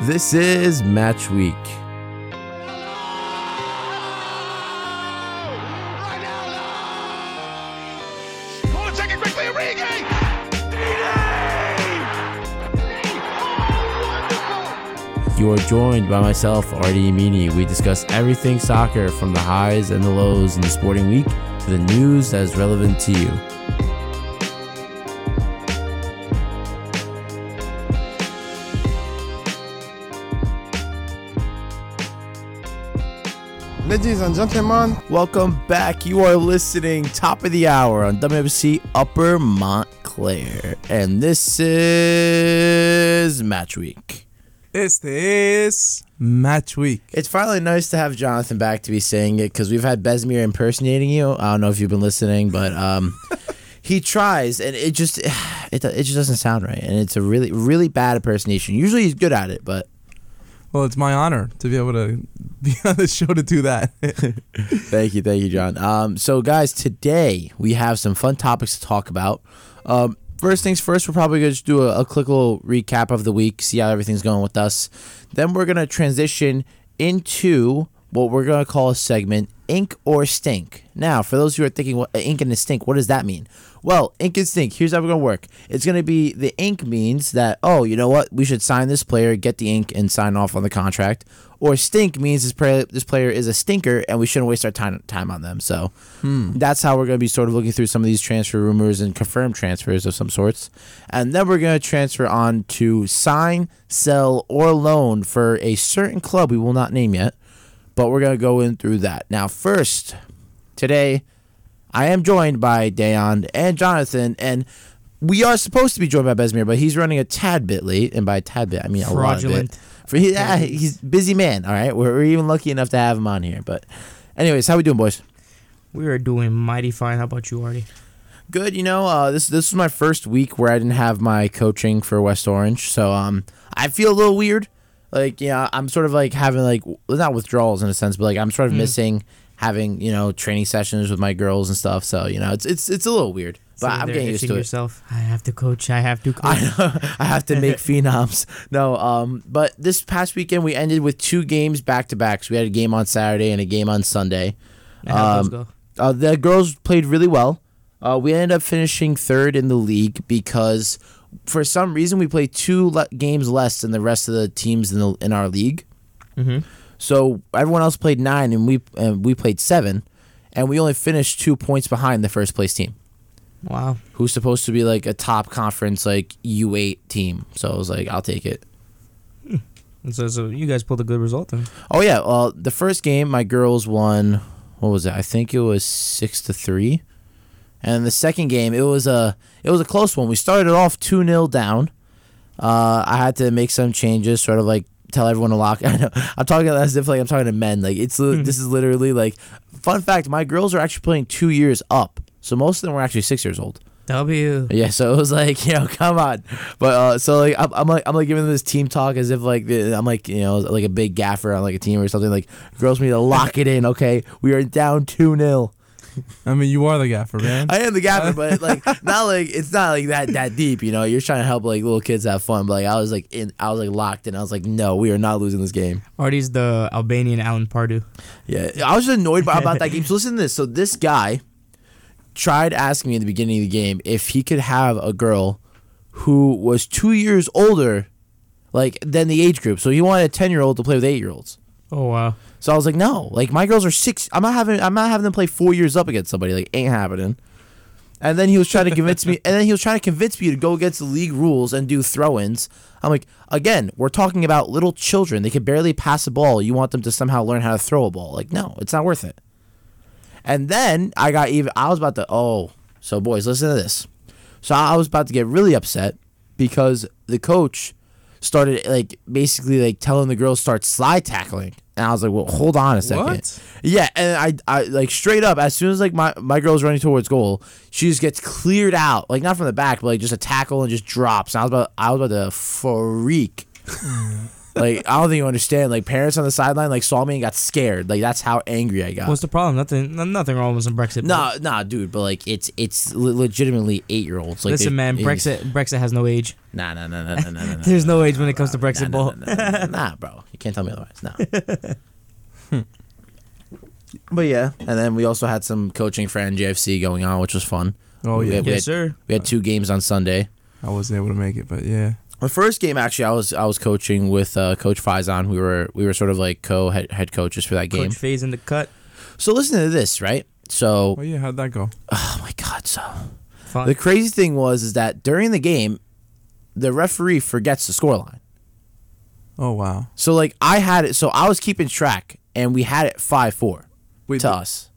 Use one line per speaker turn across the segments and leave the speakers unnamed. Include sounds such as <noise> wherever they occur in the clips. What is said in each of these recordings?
This is Match Week.
Oh, take it quickly, Origi!
You are joined by myself, Artie Meany. We discuss everything soccer from the highs and the lows in the sporting week to the news that is relevant to you.
Ladies and gentlemen,
Welcome back. You are listening top of the hour on WFC Upper Montclair. And this is Match Week.
this is match week.
It's finally nice to have Jonathan back to be saying it because we've had Besmir impersonating you. I don't know if you've been listening, but um, he tries and it just <sighs> it, it just doesn't sound right. And it's a really, really bad impersonation. Usually he's good at it, but
Well, it's my honor to be able to <laughs> be on this show to do that. <laughs>
Thank you, thank you, John. Um, so guys, today we have some fun topics to talk about. Um, first things first, we're probably going to do a, a quick little recap of the week, see how everything's going with us. Then we're going to transition into what we're going to call a segment, Ink or Stink. Now, for those who are thinking, what ink and a stink, what does that mean? Well, ink and stink, here's how we're going to work. It's going to be the ink means that, oh, you know what? We should sign this player, get the ink, and sign off on the contract. Or stink means this player, this player is a stinker and we shouldn't waste our time, time on them. So that's how we're going to be sort of looking through some of these transfer rumors and confirmed transfers of some sorts. And then we're going to transfer on to sign, sell, or loan for a certain club we will not name yet but we're gonna go in through that. Now, first, today, I am joined by Dayon and Jonathan, and we are supposed to be joined by Besmir, but he's running a tad bit late, and by a tad bit, I mean a lot of it.
Fraudulent.
For he, yeah, he's a busy man. All right, we're, we're even lucky enough to have him on here. But, anyways, how we doing, boys?
We are doing mighty fine. How about you, Artie?
Good, you know, uh, this this was my first week where I didn't have my coaching for West Orange, so um, I feel a little weird. Like, you know, I'm sort of like having like w- not withdrawals in a sense, but like I'm sort of missing having you know training sessions with my girls and stuff. So you know, it's it's it's a little weird, but
Sitting
I'm
there
getting used
itching
to it.
yourself. I have to coach. I
<laughs>
have to coach.
I know. I have to make phenoms. No, um, but this past weekend we ended with two games back to backs. we had a game on Saturday and a game on Sunday.
How'd those
um,
go?
Uh, the girls played really well. Uh, we ended up finishing third in the league because for some reason we played two le- games less than the rest of the teams in the in our league.
Mhm.
So everyone else played nine, and we uh, we played seven, and we only finished two points behind the first place team,
Wow.
who's supposed to be like a top conference like U eight team. So I was like, I'll take it.
And So, so you guys pulled a good result then.
Oh yeah, well the first game my girls won. What was it? I think it was six to three. And the second game, it was a it was a close one. We started off two 0 down. Uh, I had to make some changes, sort of like tell everyone to lock. <laughs> I know I'm talking as if like I'm talking to men. Like it's li- this is literally like fun fact. My girls are actually playing two years up, so most of them were actually six years old.
W.
Yeah, so it was like, <laughs> you know, come on. But uh, so like, I'm, I'm like, I'm like giving them this team talk as if like the- I'm like, you know, like a big gaffer on like a team or something. Like, girls we need to lock it in. Okay, we are down two 0
I mean, you are the gaffer, man.
I am the gaffer, but like, not like it's not like that that deep. You know, you're trying to help like little kids have fun. But like, I was like in, I was like locked in. I was like, no, we are not losing this game.
Artie's the Albanian Alan Pardew.
Yeah, I was just annoyed by, about that game. So listen to this. So this guy tried asking me at the beginning of the game if he could have a girl who was two years older, like than the age group. So he wanted a ten year old to play with eight year olds.
Oh wow.
So I was like, no, like my girls are six. I'm not having I'm not having them play four years up against somebody. Like ain't happening. And then he was trying to convince me. And then he was trying to convince me to go against the league rules and do throw-ins. I'm like, again, we're talking about little children. They can barely pass a ball. You want them to somehow learn how to throw a ball? Like, no, it's not worth it. And then I got even. I was about to. Oh, so boys, listen to this. So I was about to get really upset because the coach started like basically like telling the girls start slide tackling, and I was like, well, hold on a second.
What?
Yeah, and I, I like straight up as soon as like my my girl's running towards goal, she just gets cleared out like not from the back, but like just a tackle and just drops. And I was about I was about to freak. Like I don't think you understand. Like parents on the sideline like saw me and got scared. Like that's how angry I got.
What's the problem? Nothing. n- Nothing wrong with some Brexit.
Nah, nah, dude, but like it's it's le- legitimately eight year olds. Like
Listen,
they-
man,
they-
Brexit Brexit has no age.
Nah, nah, nah, nah, nah, nah, nah.
<laughs>
nah,
There's no
nah,
age when it comes to
nah,
Brexit
nah,
ball.
Nah, nah, nah, nah, nah, bro, you can't tell me otherwise. Nah.
<laughs>
but yeah, and then we also had some coaching for NJFC going on, which was fun.
Oh
We
yeah,
had- we
Yes,
had-
sir.
We had two games on Sunday.
I wasn't able to make it, but yeah.
The first game, actually, I was I was coaching with uh, Coach Faison. We were we were sort of like co head head coaches for that game.
Coach Faye's in the cut.
So listen to this, right? So
Oh yeah, how'd that go?
oh my god, so
Fine.
the crazy thing was is that during the game, the referee forgets the scoreline.
Oh wow.
So like I had it. So I was keeping track, and we had it five four
Wait,
to
th-
us,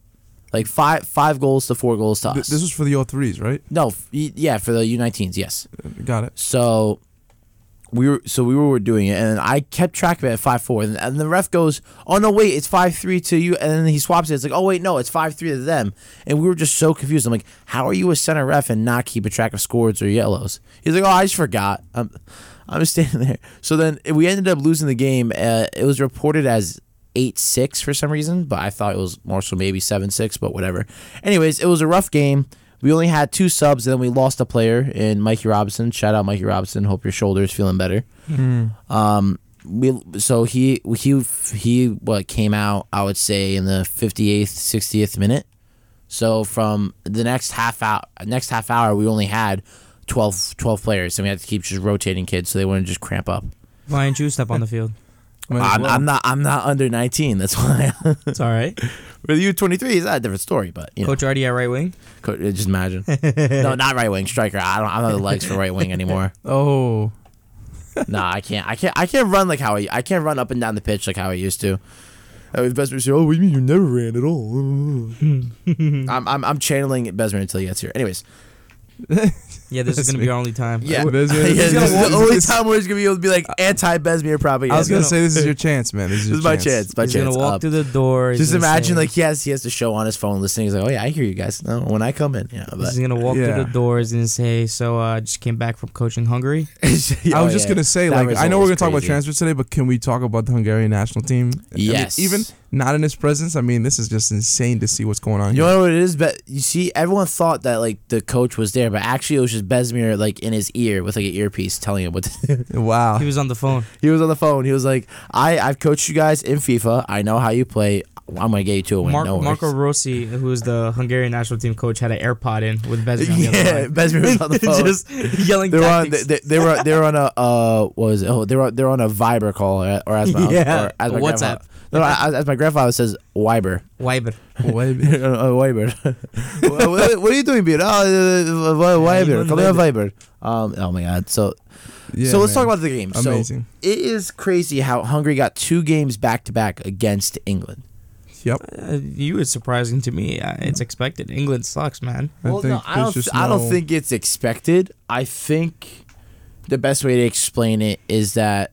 like five five goals to four goals to
th-
us.
this was for the all threes, right?
no, f- y- yeah, for the U19s, yes.
Got it.
So we were so we were doing it, and I kept track of it at five four, and, and the ref goes, "Oh no, wait, it's five three to you," and then he swaps it. It's like, "Oh wait, no, it's five three to them," and we were just so confused. I'm like, "How are you a center ref and not keep a track of scores or yellows?" He's like, "Oh, I just forgot." I'm I'm just <laughs> standing there. So then we ended up losing the game. Uh, it was reported as. 8 6 for some reason, but I thought it was more so maybe 7 6, but whatever. Anyways, it was a rough game. We only had two subs, and then we lost a player in Mikey Robinson. Shout out Mikey Robinson. Hope your shoulder is feeling better.
Hmm.
Um, we so he he he what came out? I would say in the fifty eighth, sixtieth minute. So from the next half hour, next half hour, we only had 12, 12 players, and we had to keep just rotating kids so they wouldn't just cramp up.
Ryan Juice up on
<laughs>
the field.
Might as
I'm,
well.
I'm not I'm not under nineteen. That's why. <laughs>
It's all right.
With you twenty three is that a different story, but you know.
Coach Artie at right wing.
Co- just <laughs> imagine. no, not right wing striker. I don't. I don't have the legs for right wing <laughs> anymore.
Oh,
nah, I can't. I can't. I can't run like how I. I can't run up and down the pitch like how I used to. Uh, Besmer said, "Oh, what do you mean you never ran at all?" <laughs> I'm, I'm I'm channeling Besmer until he gets here. Anyways,
Yeah, this is gonna be our only time.
yeah,
What is
<laughs>
it?
Yeah,
He's
this
gonna
is
walk-
the only
it's-
time where he's gonna be able to be like anti Besmer propaganda.
I was gonna say
<laughs>
this is your chance, man. This is,
this
your
is my chance. My
He's
chance.
gonna walk
up.
through the door. he's
Just
gonna
imagine,
say-
like he has he has the show on his phone listening. He's like, "Oh yeah, I hear you guys. No, when I come in, you know." But,
He's gonna walk
Yeah.
through the doors and say, "So uh, I just came back from coaching Hungary."
<laughs>
I was just gonna say,
Oh, That
like, I
result
know we're gonna
was
talk about
crazy.
transfers today, but can we talk about the Hungarian national team? I mean,
Yes.
even not in his presence. I mean, this is just insane to see what's going on.
You
here.
know what it is? But you see, everyone thought that like the coach was there, but actually it was just Besmir like in his ear with like an earpiece telling him what. To
Wow.
Ah.
He was on the phone.
<laughs> he was on the phone. He was like, "I I've coached you guys in FIFA. I know how you play. I'm gonna get you to a win."
Mark,
no worries."
Marco Rossi, who is the Hungarian national team coach, had an AirPod in with Bezos.
yeah, Besmir was
<laughs>
on the phone.
just yelling
they were on. They,
tactics.
they, they were. They were on a. <laughs> Uh, what was it? Oh, they were. They were on a Viber call, or, or as my
<laughs> Yeah.
or as my
WhatsApp.
grandfather- No, as, as my grandfather says, Viber.
Weiber.
<laughs>
Wait,
uh, Viber. <laughs> what, what- what are you doing, Peter? Oh, uh, uh, Viber.
even
Come here, Viber. Um, oh my God. So,
yeah,
so let's
man.
talk about the game.
Amazing.
So it is crazy how Hungary got two games back to back against England.
Yep.
Uh, you was surprising to me. Uh, it's expected. England sucks, man.
well, no, I don't.
there's just
I don't
no-
think it's expected. I think the best way to explain it is that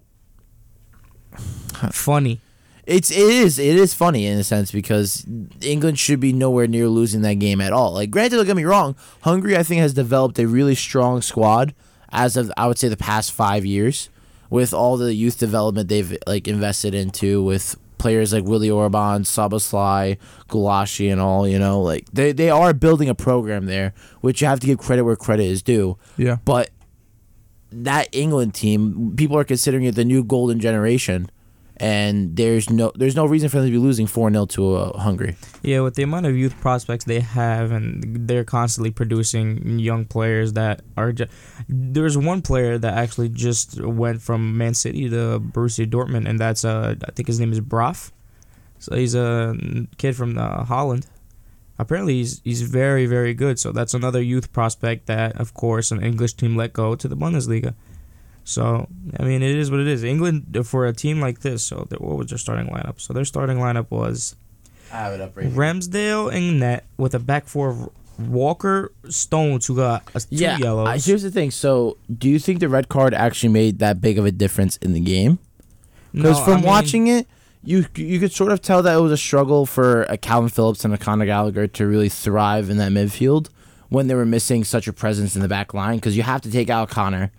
Funny.
It's it is it is funny in a sense because England should be nowhere near losing that game at all. Like granted, don't get me wrong, Hungary I think has developed a really strong squad as of I would say the past five years with all the youth development they've like invested into with players like Willie Orban, Sabasly, Gulashi and all, you know, like they, they are building a program there, which you have to give credit where credit is due.
Yeah.
But that England team, people are considering it the new golden generation, and there's no there's no reason for them to be losing four 0 to uh, Hungary.
Yeah, with the amount of youth prospects they have, and they're constantly producing young players that are. Ju- There's one player that actually just went from Man City to Borussia Dortmund, and that's uh, I think his name is Broff. So he's a kid from uh, Holland. Apparently, he's he's very very good. So that's another youth prospect that, of course, an English team let go to the Bundesliga. So I mean, it is what it is. England for a team like this. So their- what was their starting lineup? So their starting lineup was.
I have it up
Ramsdale and net with a back four of Walker Stones who got uh, two
Yeah,
yellows.
I, here's the thing. So, do you think the red card actually made that big of a difference in the game? Because
No,
from
I mean,
watching it, you you could sort of tell that it was a struggle for a Calvin Phillips and a Conor Gallagher to really thrive in that midfield when they were missing such a presence in the back line. Because you have to take out Connor,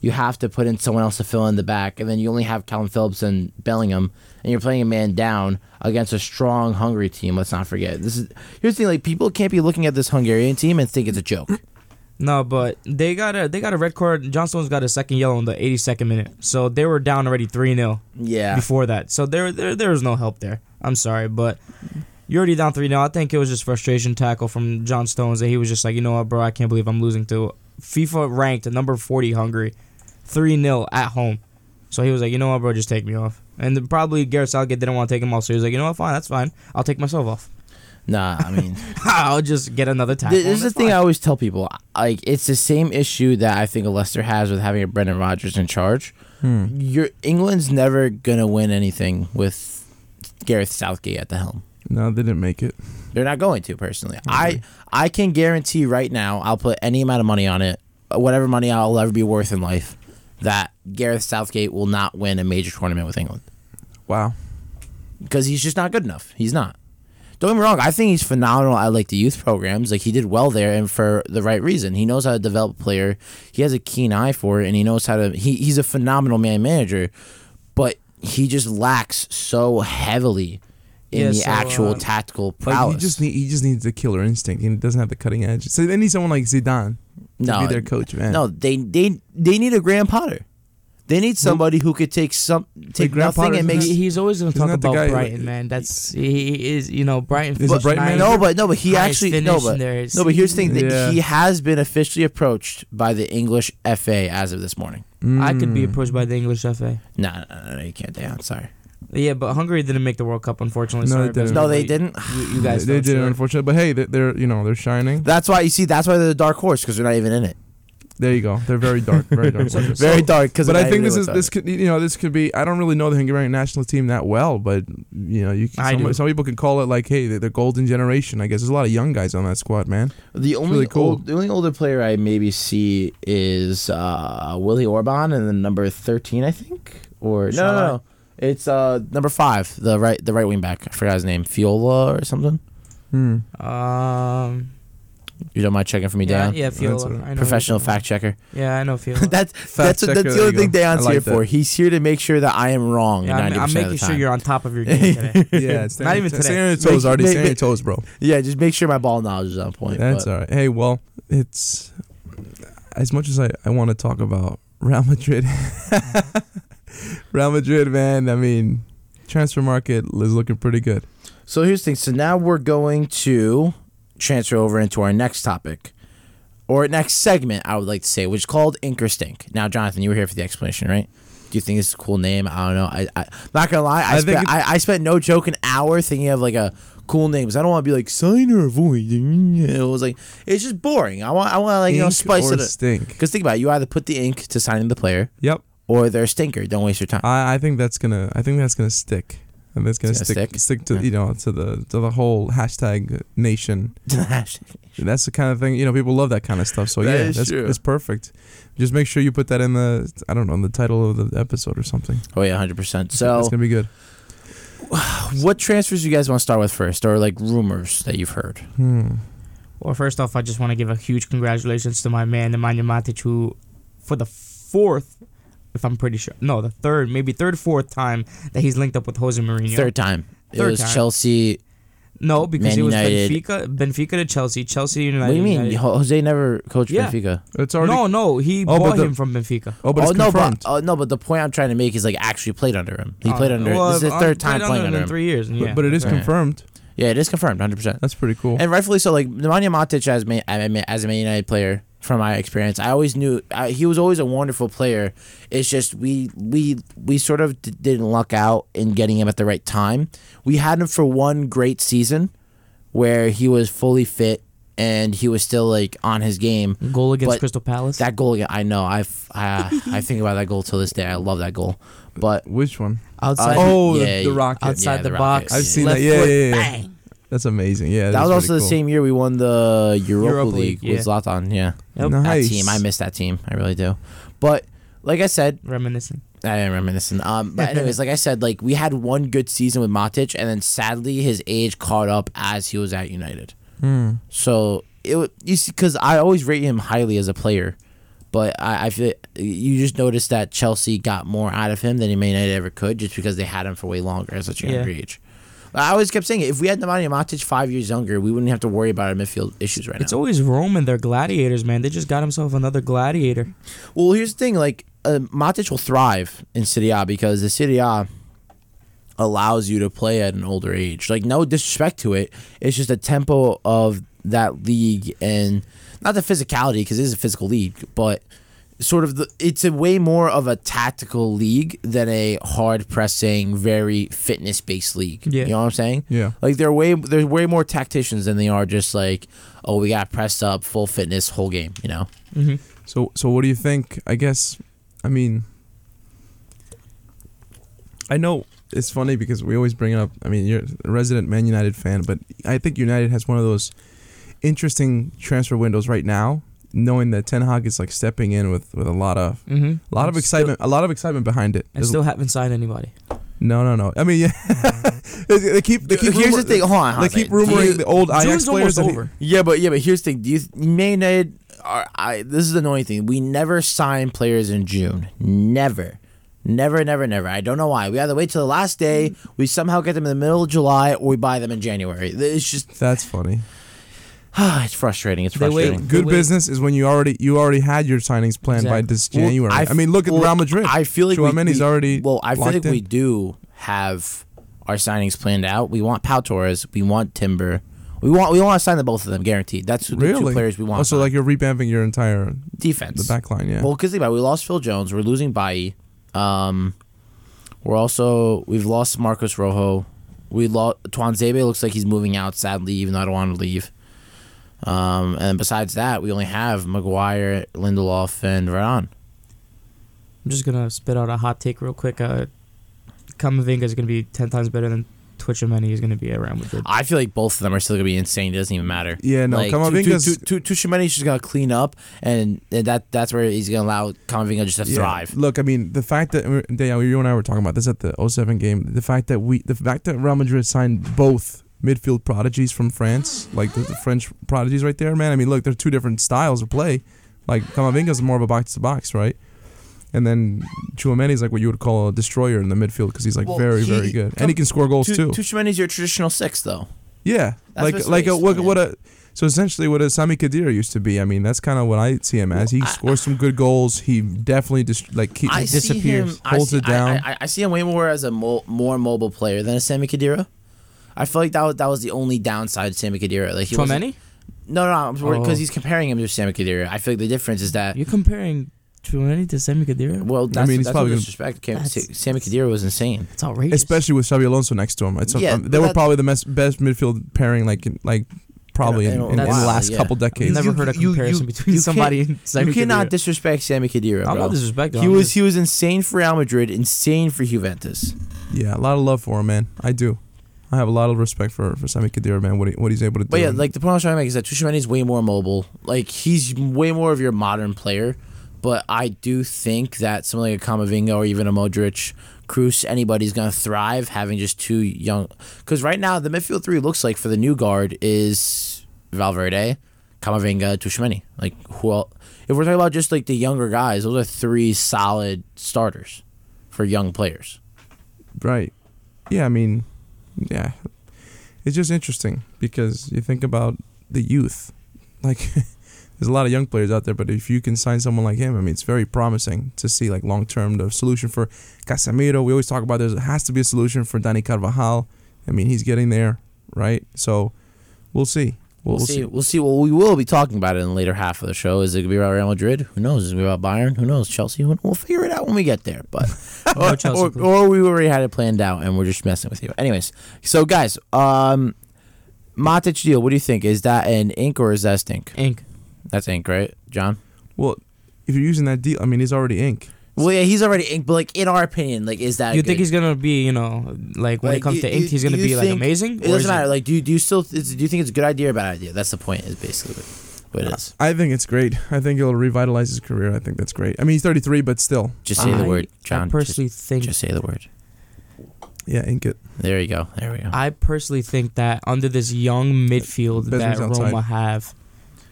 you have to put in someone else to fill in the back, and then you only have Calvin Phillips and Bellingham, and you're playing a man down against a strong, hungry team. Let's not forget this is here's the thing: like people can't be looking at this Hungarian team and think it's a
<laughs>
joke.
No, but they got a they got a red card. Johnstone's got a second yellow in the 82nd minute, so they were down already three 0
Yeah,
before that. So there there there was no help there. I'm sorry, but you're already down three 0 I think it was just frustration tackle from John Stones that he was just like, you know what, bro, I can't believe I'm losing to FIFA ranked number 40 Hungary, three 0 at home. So he was like, you know what, bro, just take me off. And then probably Gareth Southgate didn't want to take him off, so he was like, you know what, fine, that's fine. I'll take myself off. <laughs>
nah, I mean.
I'll just get another tackle.
Th- This is the
and it's
thing
fine."
I always tell people. Like, it's the same issue that I think Leicester has with having a Brendan Rodgers in charge. Your England's never gonna win anything with Gareth Southgate at the helm.
No, they didn't make it.
They're not going to personally. I I can guarantee right now. I'll put any amount of money on it, uh, whatever money I'll ever be worth in life, that Gareth Southgate will not win a major tournament with England
Wow.
because he's just not good enough. He's not. Don't get me wrong. I think he's phenomenal at like the youth programs. Like he did well there, and for the right reason. He knows how to develop a player. He has a keen eye for it, and he knows how to. He, he's a phenomenal man manager, but he just lacks so heavily in
Yeah,
the
so,
actual
uh,
tactical prowess.
Like, he just need, he just needs the killer instinct. He doesn't have the cutting edge. So they need someone like Zidane to
No,
be their coach, man.
no, they they they need a Graham Potter. They need somebody who could take some take
Graham
nothing
Potter's
and make.
not-
He- he's always going to
Isn't
talk
that the
about
guy-
Brighton, man. That's he, he is, you know, Brighton.
Is it
first
Brighton man?
night.
No, but no, but he
Nice
actually
finish
no,
and
but
there's-
no, but here's the thing that
Yeah.
he has been officially approached by the English FA as of this morning.
I could be
Mm.
approached by the English FA.
No, no, no, no, you can't. Damn, sorry.
Yeah, but Hungary didn't make the World Cup, unfortunately.
No,
Sorry,
they didn't.
guys.
No, they didn't.
You, you guys,
they, they
don't,
did,
sorry.
unfortunately. But hey, they're, they're you know they're shining.
That's why you see. That's why they're the dark horse because they're not even in it.
There you go. They're very dark, very
<laughs>
dark. horses.
Very dark because.
But I think this is this could you know this could be I don't really know the Hungarian national team that well, but you know you
I
can, some,
do.
some people can call it like hey the, the golden generation. I guess there's a lot of young guys on that squad, man.
The only
really cool.
old, the only older player I maybe see is uh, Willie Orban and then number thirteen, I think. Or no, no,
Shall I?
no, it's uh, number five, the right the right wing back. I forgot his name, Fiola or something.
Hmm.
Um,
You don't mind checking for me,
yeah,
Dan?
yeah,
That's
Fiola.
a
I know
Professional
you're talking
fact checker.
about. Yeah, I
<laughs>
know Fiola.
that's that's what,
checker,
that's
there
the only
you go.
thing Dan's
I like
here for.
that.
He's here to make sure that I am wrong.
yeah,
Yeah,
I'm, I'm making sure you're on top of
<laughs>
your game today.
Yeah,
<laughs>
it's
Not even
stand-
today.
Stand on your toes,
Make-
Artie.
make-
Stand on your
make-
toes, bro.
Yeah, just make sure my ball knowledge is on point.
That's
but-
all right. Hey, well, it's as much as I, I want to talk about Real Madrid. <laughs> Real Madrid, man. I mean, transfer market is looking pretty good.
So here's the thing. So now we're going to transfer over into our next topic, or next segment, I would like to say, which is called Inkerstink. Now, Jonathan, you were here for the explanation, right? Do you think this is a cool name? I don't know. I, I not gonna lie. I,
I think
spent, I, I spent no joke an hour thinking of like a cool name 'cause I don't want to be like sign or void. <laughs> It was like it's just boring. I want I want to like you know
Ink
spice
or
it. up.
stink.
Because think about it, you either put the ink to signing the player
Yep.
or they're a stinker. Don't waste your
<laughs>
time. <laughs>
I, I think that's gonna I think that's gonna stick. And that's gonna,
It's gonna
stick,
stick?
stick to
Yeah.
you know to the to the whole hashtag nation. That's the kind of thing you know people love that kind of stuff. So
That
yeah,
is
that's
true.
it's perfect. Just make sure you put that in the I don't know in the title of the episode or something.
oh yeah, hundred percent.
it's
So
gonna be good.
What transfers you guys want to start with first, or like rumors that you've heard?
Hmm.
Well, first off, I just want to give a huge congratulations to my man Nemanja Matic, who, for the fourth, if I'm pretty sure, no, the third, maybe third, fourth time that he's linked up with Jose Mourinho.
Third time. It
Third
was
time.
Chelsea.
No, because
Man
it was
United.
Benfica, Benfica to Chelsea, Chelsea to United.
what do you mean?
United-
Ho- Jose never coached
Yeah.
Benfica.
It's already
no, no, he
but
bought
the-
him from Benfica.
Oh, but
oh
it's
no,
confirmed.
but oh no, but the point I'm trying to make is like actually played under him. He
Uh,
played under.
well,
this is his
uh,
third time
played
playing under
in
him.
three years.
But-
yeah.
but it is
Yeah.
confirmed.
Yeah, it is confirmed, 100. percent
That's pretty cool.
And rightfully so. Like Nemanja Matic as Man, I mean, as a Man United player, from my experience, I always knew I, he was always a wonderful player. It's just we we we sort of d- didn't luck out in getting him at the right time. We had him for one great season, where he was fully fit and he was still like on his game.
goal against
but
Crystal Palace.
That goal, again, I know. I f- I, I think about that goal till this day. I love that goal. But
Which one?
outside,
Oh, the-
yeah,
the rocket.
outside
yeah,
the,
rocket.
box.
I've seen
left
that. Yeah,
foot,
yeah, yeah.
bang.
That's amazing. Yeah,
That
that's
was also
really
the
cool.
same year we won the Europa,
Europa
League,
League, yeah.
with Zlatan. Yeah.
Yep.
that team. I
Nice.
miss that team. I really do. But like I said,
Reminiscing.
I am reminiscing. Um,
<laughs>
but anyways, like I said, like we had one good season with Matic, and then sadly his age caught up as he was at
Hmm.
United. So it wa- you see, because I always rate him highly as a player, But I, I feel you just noticed that Chelsea got more out of him than Man United ever could, just because they had him for way longer at such a younger
Yeah.
age. I always kept saying it. If we had Nemanja Matic five years younger, we wouldn't have to worry about our midfield issues right
It's
now.
always Rome and their gladiators, man. They just got himself another gladiator.
well, here's the thing: like uh, Matic will thrive in Serie A because the Serie A allows you to play at an older age. Like no disrespect to it, it's just the tempo of that league and not the physicality because it is a physical league, but sort of the it's a way more of a tactical league than a hard pressing, very fitness based league.
Yeah.
You know what I'm saying?
Yeah.
Like they're way they're way more tacticians than they are just like oh we got pressed up full fitness whole game. You know.
Mm-hmm.
So so what do you think? I guess I mean I know it's funny because we always bring it up. I mean, you're a resident Man United fan, but I think United has one of those interesting transfer windows right now, knowing that Ten Hag is like stepping in with with a lot of
Mm-hmm.
a lot of excitement, a lot of excitement behind it.
I
There's-
still haven't signed anybody.
no, no, no. I mean, yeah. <laughs> they they keep they keep
Here's
rumor-
the thing. Hold on.
They
Jose.
keep
Do you-
rumoring the old Ajax
June's
players.
almost
that he-
over.
Yeah, but yeah, but here's the thing. Do you th- Man United are I this is the annoying thing. We never sign players in June. Never. Never, never, never. I don't know why. We either wait till the last day, we somehow get them in the middle of July, or we buy them in January. It's just <sighs>
That's funny.
it's frustrating. It's
They wait-
frustrating.
Good
Wait.
business is when you already you already had your signings planned by
Exactly.
this January.
Well, I
I
f-
mean, look at
well,
Real Madrid.
I feel like we-
Chouameni's
we-
already
Well, I feel
locked
like we
in.
do have our signings planned out. We want Pau Torres. We want Timber. We want we want to sign the both of them guaranteed. That's who the two
really
players we want. to
Also,
sign.
like you're revamping your entire
defense.
the back line. Yeah.
Well, because think about it, we lost Phil Jones. We're losing Bailly. Um, we're also we've lost Marcos Rojo. We lost Zebe looks like he's moving out. Sadly, even though I don't want him to leave. Um, and besides that, we only have Maguire, Lindelof, and Varane.
I'm just gonna spit out a hot take real quick. Uh, Kamavinga is gonna be ten times better than Twitchameni is gonna be at Real Madrid.
I feel like both of them are still gonna be insane. It doesn't even matter.
yeah. No.
like,
Kamavinga's
Tushimani's just gonna clean up, and, and that that's where he's gonna allow Kamavinga just to
yeah.
thrive.
Look, I mean, the fact that we're- Daniel, you and I were talking about this at the 07 game. The fact that we, the fact that Real Madrid signed both midfield prodigies from France, like the, the French prodigies right there, man. I mean, look, they're two different styles of play. Like Kamavinga's more of a box to box, right? And then Chouameni's like what you would call a destroyer in the midfield because he's like
Well,
very,
he-
very good,
Kam-
and he can score goals too.
Tushimani's your traditional six, though.
Yeah,
That's
like
what's
like a,
nice,
what
yeah.
what a so essentially what a Sami Khedira used to be. I mean, that's kind of what I see him as. He scores some good goals. He definitely just like keep,
I
disappears,
see him, I
holds
see-
it down.
I, I, I see him way more as a mo- more mobile player than a Sammy Kadira. I feel like that was, that was the only downside to Sammy Kadira. Like he wasn't-
Twomeni?
No, no, because
Oh.
he's comparing him to Sammy Kadira. I feel like the difference is that.
You're comparing Twomeni to Semi Khedira?
Well, that's, I
mean,
mean,
he's
that's
probably
no
gonna-
disrespect. Cam-
That's-
Sa- Sammy Kadira was insane.
It's outrageous.
Especially with Xabi Alonso next to him, it's a-
Yeah,
um, they
but
were
that-
probably the best, best midfield pairing, like in- like probably
In
in,
a-
in,
in a
in the
while,
last
yeah.
couple
I've
decades.
never
you-
heard a
you- you-
comparison
you
between
can't-
somebody and Semi
you cannot
Khedira.
disrespect Sammy Kadira, bro.
I'm not disrespecting.
he
him, I'm
was
just-
he was insane for Real Madrid, insane for Juventus.
yeah, a lot of love for him, man. I do. I have a lot of respect for for Sami Khedira, man. What he, what he's able to do.
But yeah,
And-
like the point I was trying to make is that Tushimani is way more mobile. Like he's way more of your modern player. But I do think that someone like a Kamavinga or even a Modric, Cruz, anybody's gonna thrive having just two young. Because right now the midfield three looks like for the new guard is Valverde, Kamavinga, Tushimani. Like who else? If we're talking about just like the younger guys, those are three solid starters for young players.
Right. Yeah, I mean, yeah. It's just interesting because you think about the youth. Like, <laughs> there's a lot of young players out there, but if you can sign someone like him, I mean, it's very promising to see, like, long term. The solution for Casemiro, we always talk about there has to be a solution for Danny Carvajal. I mean, he's getting there, right? So, we'll see.
We'll, see. We'll see. Well, we will be talking about it in the later half of the show. Is it going to be about Real Madrid? Who knows? Is it going to be about Bayern? Who knows? Chelsea? Who- We'll figure it out when we get there.
<laughs>
But
No
or,
Chelsea,
or,
please.
or we already had it planned out and we're just messing with you. Anyways, so guys, um, Matic deal. What do you think? Is that an ink or is that stink?
Ink.
That's ink, right, John?
Well, if you're using that deal, I mean, he's already ink.
Well, yeah, he's already ink. But like in our opinion, like is that
You
good?
think he's gonna be, you know, like when
Like,
it comes
you-
to
you-
ink, he's gonna
you
be like
think-
amazing?
It
or is
doesn't matter. Like, do you, do you still is, do you think it's a good idea or bad idea? That's the point. Is basically what, what it is.
I think it's great. I think it'll revitalize his career. I think that's great. I mean, he's 33, but still.
Just say the
Uh, I-
word,
I
John. Just,
personally think
just say the word.
Yeah, ink it.
There you go. There we go.
I personally think that under this young midfield
Business
that
outside.
Roma have,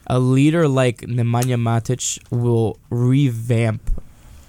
a leader like Nemanja Matic will revamp.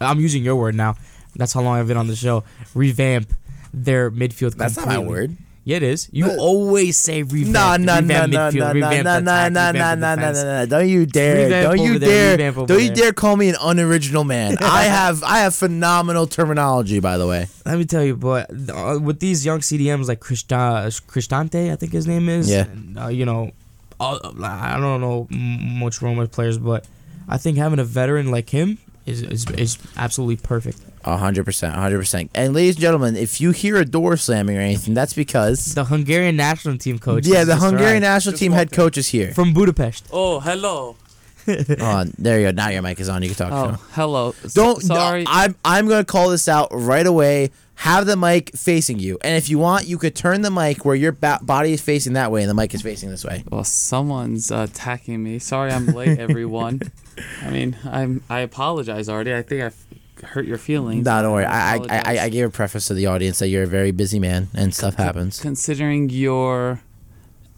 I'm using your word now. That's how long I've been on the show. Revamp their midfield.
That's not my
completely.
word.
Yeah, it is. You
Uh,
always say revamp.
No, no, no,
revamp
no,
midfield,
no, no,
revamp
no, no,
attack,
no, no,
revamp
no, no,
defense.
no, no. Don't you dare!
Revamp
Don't
over
you
there,
dare!
revamp over
Don't you
there.
dare call me an unoriginal
<laughs>
man. I have I have phenomenal terminology, by the way.
Let me tell you, but uh, with these young CDMs like Cristante, Cristante I think his name is.
Yeah.
and, uh, you know, all, I don't know m- much Roma players, but I think having a veteran like him is is, is absolutely perfect.
A hundred percent, a hundred percent. And ladies and gentlemen, if you hear a door slamming or anything, that's because
The Hungarian national team coach.
yeah,
is
the
Mr.
Hungarian
Rice
national
Just
team head
walked in.
coach is
<laughs>
here.
from Budapest.
Oh, hello.
Oh, there you go. Now your mic is on. You can talk.
Oh,
now.
hello. S-
Don't.
sorry.
I'm I'm gonna call this out right away. Have the mic facing you, and if you want, you could turn the mic where your ba- body is facing that way and the mic is facing this way.
well, someone's uh, attacking me. Sorry, I'm late,
<laughs>
everyone. I mean, I'm. I apologize already. I think I hurt your feelings.
No, don't worry. I, I, I,
apologize.
I gave a preface to the audience that you're a very busy man and stuff happens.
Considering you're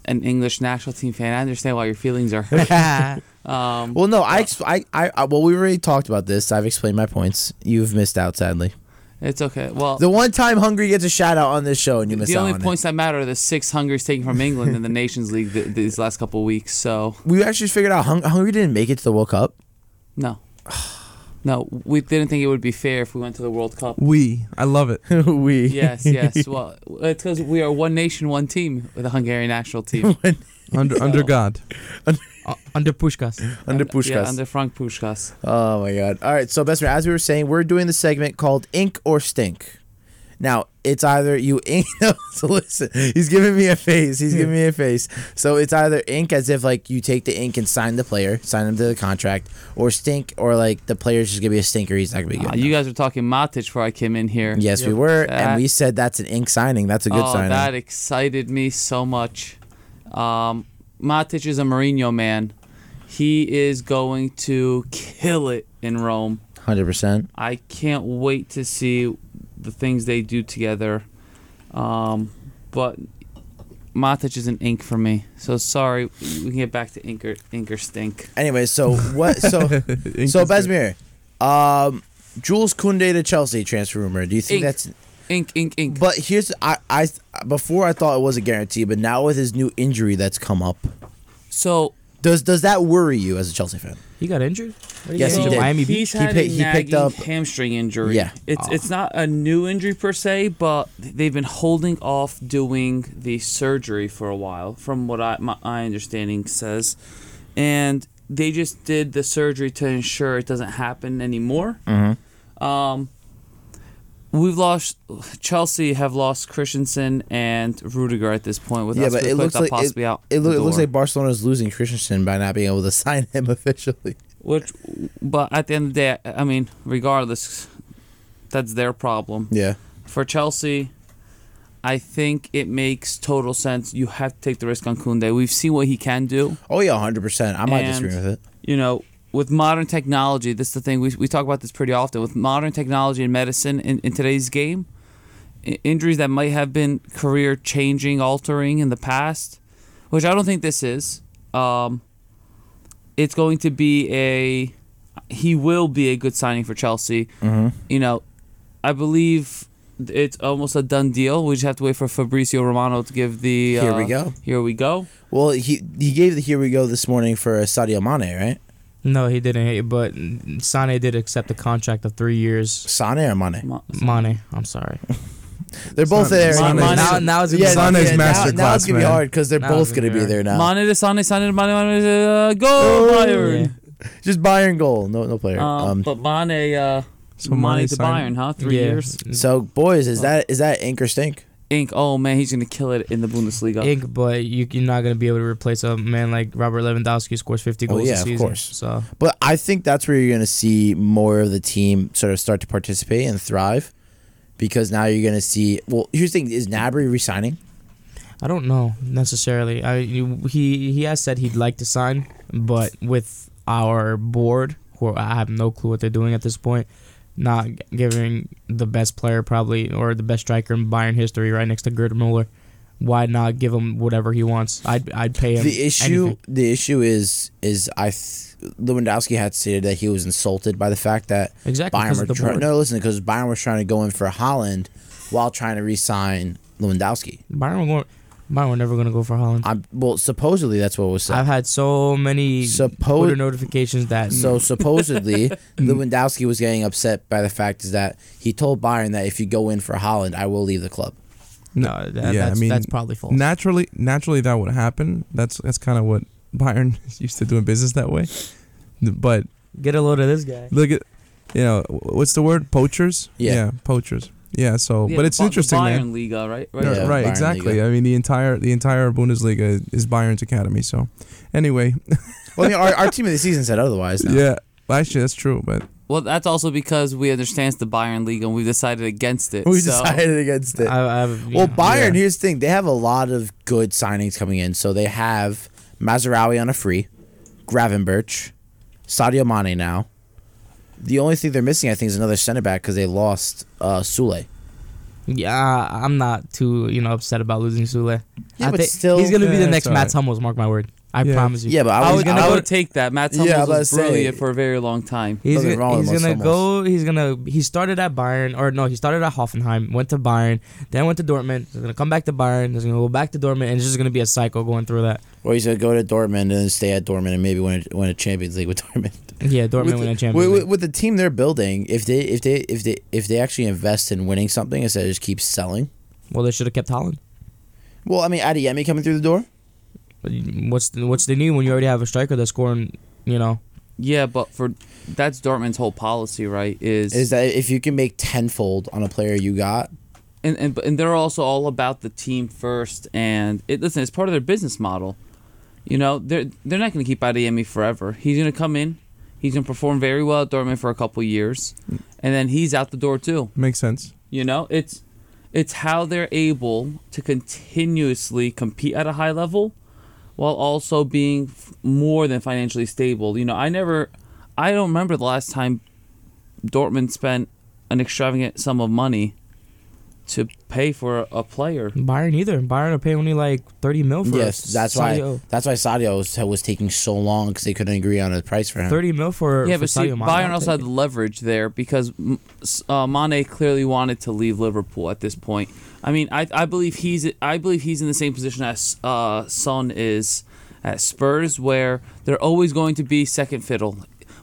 an English national team fan, I understand why your feelings are hurt.
<laughs>
Um,
Well, no, I, ex- I, I, I- well, we already talked about this. I've explained my points. You've missed out, sadly.
it's okay. Well,
The one time Hungry gets a shout out on this show and you missed
the
out
only
on
points that matter are the six hungers taken from
<laughs>
England in the Nations League th- these last couple weeks. So
it. We actually figured out Hung- Hungry didn't make it to the World Cup. <sighs>
no, no, we didn't think it would be fair if we went to the World Cup.
We. I love it.
<laughs> we. <laughs>
yes, yes. Well, it's because we are one nation, one team with the Hungarian
<laughs>
national team.
Under under God.
Uh, under Pushkas.
Under
Yeah,
Pushkas.
under Frank Pushkas.
Oh my god! All right, so best man, as we were saying, we're doing the segment called "Ink or Stink." Now it's either you <laughs> ink. No, so listen, he's giving me a face. He's giving me a face. So it's either ink, as if like you take the ink and sign the player, sign him to the contract, or stink, or like the player's just gonna be a stinker. He's not gonna be good.
Uh, you guys were talking Matic before I came in here.
yes, we
Yep.
were, and
That-
we said that's an ink signing. That's a good
oh,
signing.
that excited me so much. Um, Matic is a Mourinho man. He is going to kill it in Rome.
Hundred percent.
I can't wait to see the things they do together. Um, but Matic is an ink for me. So sorry, we can get back to ink or, ink or stink.
Anyway, so
<laughs>
what? So so Besmir, um, Jules Kunde to Chelsea transfer rumor. Do you think
Ink.
that's
Ink, ink, ink.
But here's I I before I thought it was a guarantee, but now with his new injury that's come up,
so
does does that worry you as a Chelsea fan?
He got injured. What
Yes,
get
he
injured?
did.
Miami Beach.
he's had
pi-
a
he picked
nagging
up-
hamstring injury.
Yeah. Oh.
it's it's not a new injury per se, but they've been holding off doing the surgery for a while, from what I my, my understanding says, and they just did the surgery to ensure it doesn't happen anymore.
Mm-hmm.
Um, we've lost Chelsea have lost Christensen and Rudiger at this point. With
yeah,
us
but it looks like it,
possibly out
it, loo-
the
it looks
door.
like Barcelona's losing Christensen by not being able to <laughs> sign him officially.
Which, but at the end of the day, I mean, regardless, that's their problem.
Yeah,
For Chelsea, I think it makes total sense. You have to take the risk on Kunde. We've seen what he can do.
oh yeah, hundred percent. I'm not
And-
disagreeing with it.
You know, with modern technology, this is the thing we, we talk about this pretty often. With modern technology and medicine in, in today's game, i- injuries that might have been career changing, altering in the past, which I don't think this is. Um, it's going to be a he will be a good signing for Chelsea.
Mm-hmm.
You know, I believe it's almost a done deal. We just have to wait for Fabrizio Romano to give the
Here we
uh,
go.
Here we go.
Well, he he gave the here we go this morning for Sadio Mane, right?
No, he didn't. But Sane did accept a contract of three years.
Sane or Mane?
Mo-
Mane, I'm sorry.
They're both
Mane-
there.
Mane- Mane-
Now, now it's
yeah,
Mane's
yeah, now,
masterclass,
now it's gonna be
man.
hard because they're
Now
both
it's
gonna
gonna
be
be
there now. Oh,
Mane, Sane, Sane, Mane, Mane, uh, go Bayern.
Just Bayern goal, no no player.
Uh,
um,
but Mane, uh,
So
Mane
Mane
to Bayern,
signed-
huh? Three
Yeah.
years.
so boys, is that is that ink or stink?
Ink. Oh man, he's gonna kill it in the Bundesliga.
ink, but you, you're not gonna be able to replace a man like Robert Lewandowski who scores 50
Oh,
goals
yeah,
a
of
season.
course.
So
But I think that's where you're going to see more of the team sort of start to participate and thrive because now you're going to see. Well, here's the thing is Nabry resigning?
I don't know necessarily. I you- he he has said he'd like to sign, but with our board, who I have no clue what they're doing at this point, not g- giving the best player probably or the best striker in Bayern history right next to Gerd Muller. why not give him whatever he wants? I'd I'd pay him.
The issue,
anything.
the issue is, is I th- Lewandowski had stated that he was insulted by the fact that
Exactly, 'cause
Bayern
of
were
the
try-
board.
no, listen, because Bayern was trying to go in for Holland while trying to re-sign Lewandowski.
Byron, were, Byron were never going to go for Holland.
I well, supposedly that's what was said.
I've had so many
Suppo-
Twitter notifications that <laughs>
so supposedly Lewandowski was getting upset by the fact is that he told Bayern that if you go in for Holland, I will leave the club.
no, that, that's, that's probably false.
Naturally, naturally, that would happen. That's that's kind of what Bayern is <laughs> used to doing business that way. But
Get a load of this guy.
look at, you know, what's the word? Poachers.
Yeah.
poachers. Yeah. So,
Yeah,
but it's
Ba-
interesting,
Bayern
man.
Liga, right?
Yeah,
Yeah,
right.
Bayern
Exactly.
Liga.
I mean, the entire the entire Bundesliga is Bayern's academy. So, anyway,
Well, I mean, our, our team of the season said otherwise. Now.
yeah. Actually, that's true. But
Well, that's also because we understand it's the Bayern League and we've decided
<laughs>
against it.
we
so.
decided against it.
I, I've, you
Well,
know,
Bayern.
yeah.
Here's the thing: they have a lot of good signings coming in. So they have Maserawi on a free, Gravenberch, Sadio Mane now. The only thing they're missing, I think, is another center back because they lost uh, Sule.
Yeah, I'm not too you know upset about losing Sule.
Yeah,
I
but
think
still-
he's gonna be
Yeah,
the
it's
next
all
Matt
right.
Hummels. Mark my word. I
Yeah.
promise you.
Yeah, but I
I
was
was
going
I
to
would take that. Matt
Yeah,
Hummels
I was
was
about to say-
brilliant for a very long time.
He's,
Nothing
gonna-
wrong with
he's gonna
Los
go. He's gonna. He started at Bayern, or no, he started at Hoffenheim, went to Bayern, then went to Dortmund. He's gonna come back to Bayern. He's gonna go back to Dortmund, and it's just gonna be a cycle going through that.
or he's going to go to Dortmund and then stay at Dortmund and maybe win a, win a Champions League with Dortmund.
Yeah, Dortmund
with,
win a
the-
Champions
with,
League.
with- with the team they're building, if they if they if they if they actually invest in winning something instead of just keep selling.
Well, they should have kept Holland.
Well, I mean, Adeyemi coming through the door.
What's the, what's the need when you already have a striker that's scoring? You know,
Yeah, but for that's Dortmund's whole policy, right? Is
Is that if you can make tenfold on a player you got,
and, and and they're also all about the team first. And it, listen, it's part of their business model. You know, they're they're not going to keep Adeyemi forever. He's going to come in. He's going to perform very well at Dortmund for a couple years, and then he's out the door too.
makes sense.
You know, it's it's how they're able to continuously compete at a high level while also being f- more than financially stable. You know, I never I don't remember the last time Dortmund spent an extravagant sum of money to pay for a player.
Bayern either. Bayern are paying only like thirty mil for.
Yes, that's why.
Sadio.
That's why Sadio was, was taking so long because they couldn't agree on a price for him.
Thirty mil for
yeah,
for
but see,
Sadio Mane,
Bayern
I'll
also had
take
the leverage there because mm, s- uh, Mane clearly wanted to leave Liverpool at this point. I mean, I, I believe he's I believe he's in the same position as uh, Son is at Spurs, where they're always going to be second fiddle.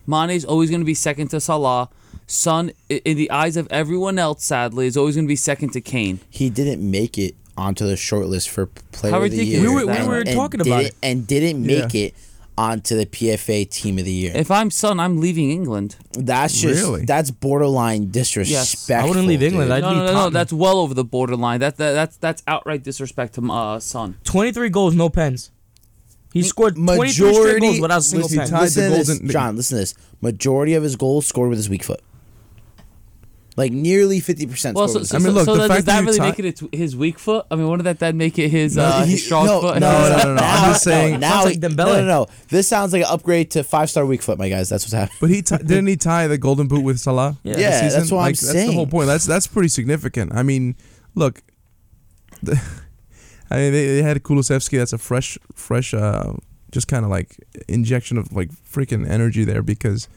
Mane's always going to be second to Salah. Son, i- in the eyes of everyone else, sadly, is always going to be second to Kane.
He didn't make it onto the short list for player
How
of the
ridiculous
year.
We were- we
and-
were
and
talking about
didn't-
it.
and didn't
Yeah.
make it onto the PFA team of the year.
If I'm Son, I'm leaving England.
that's just
Really?
that's borderline disrespectful.
I wouldn't leave England.
dude.
I'd
no,
leave
no, no, no,
Tottenham.
that's well over the borderline. That, that that's that's outright disrespect to uh, Son.
twenty three goals, no pens. He scored twenty three straight
Majority-
goals without a single
listen,
pen.
Ty- Tied
listen
the
to this,
golden-
John. Listen to this. Majority of his goals scored with his weak foot. Like nearly fifty percent.
Well,
scored
so,
with
so,
his
mean,
so-
look,
so
the
that- does
fact that
that
you
really
tie-
make it its- his weak foot? I mean, wouldn't that then make it his,
No,
uh,
he-
his uh, strong
no,
foot?
No, no, no, <laughs> no.
I'm just saying-
No, now
Sounds
he-
like Dembele.
no, no, no. This sounds like an upgrade to five star weak foot, my guys. That's what's
<laughs>
happening.
But he t- didn't he tie the golden boot with Salah?
Yeah.
this
Yeah, that's
season?
what I'm
like, That's the whole
saying.
point. That's that's pretty significant. I mean, look, the, <laughs> I mean they, they had Kulusevski. That's a fresh, fresh, uh, just kind of like injection of like freaking energy there because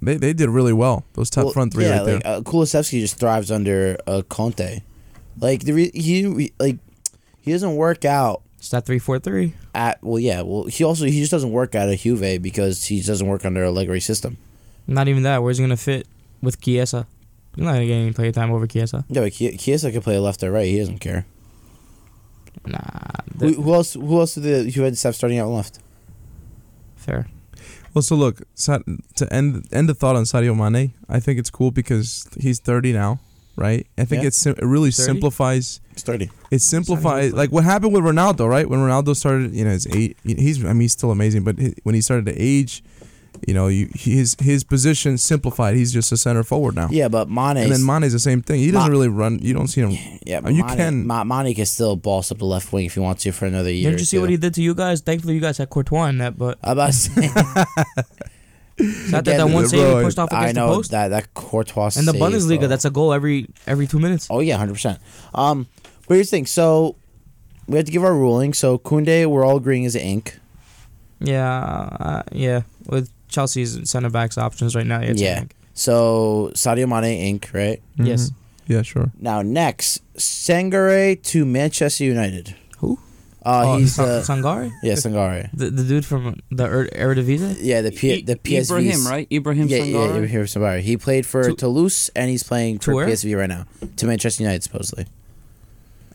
they, they did really well. Those top
Well,
front three
yeah,
right there.
like uh, Kulusevski just thrives under uh, Conte. Like the re- he re- like he doesn't work out
Stat three four three.
at well, yeah. Well, he also he just doesn't work out at Juve because he doesn't work under Allegri system.
Not even that. Where's he gonna fit with Chiesa? You're not gonna get any play time over Chiesa.
Yeah, but Ki- Chiesa can play left or right. He doesn't care.
Nah,
Who,
that-
who else? Who else did the Juventus have starting out left?
fair.
uh,
Well, so look Sa- to end end the thought on Sadio Mane. I think it's cool because he's 30 now, right? I think
Yeah.
it's sim- it really
30?
simplifies
Starting.
It simplifies
Sadio Mane.
like what happened with Ronaldo, right? When Ronaldo started, you know, his eight, he's I mean he's still amazing, but he- when he started to age, you know, you, his his position simplified. He's just a center forward now.
Yeah, but Mane.
And then Mane's the same thing. He doesn't
Ma-
really run. You don't see him.
yeah,
I mean, you
Mane,
can-
Ma- Mane can still boss up the left wing if he wants to for another year.
Didn't
or
you see
two.
what he did to you guys? Thankfully, you guys had Courtois in <laughs> that, but
I'm about to say,
not that,
Uh, Again,
that one
the
save
road.
he pushed off against
I know
the post.
that that Courtois
And the
save,
Bundesliga,
bro.
that's a goal every every two minutes.
oh yeah, hundred percent. Um, but here's the thing. So we have to give our ruling. So Kunde, we're all agreeing is ink.
Yeah, uh, yeah. With Chelsea's centre backs options right now, it's
Yeah.
Hank.
So Sadio Mane ink, right?
Yes.
Mhm. Yeah, sure.
Now next, Sangare to Manchester United.
Who?
Uh, he's
Oh, Sa-
the
Sangare,
yeah Sangare.
the, the dude from the Er- Eredivisie.
Yeah, the P-
E-
I-
the PSV.
Ibrahim, right? Ibrahim
Yeah, yeah,
Sangare.
you hear Sangare. He played for
To-
Toulouse and he's playing
To
for
where?
PSV right now to Manchester United supposedly.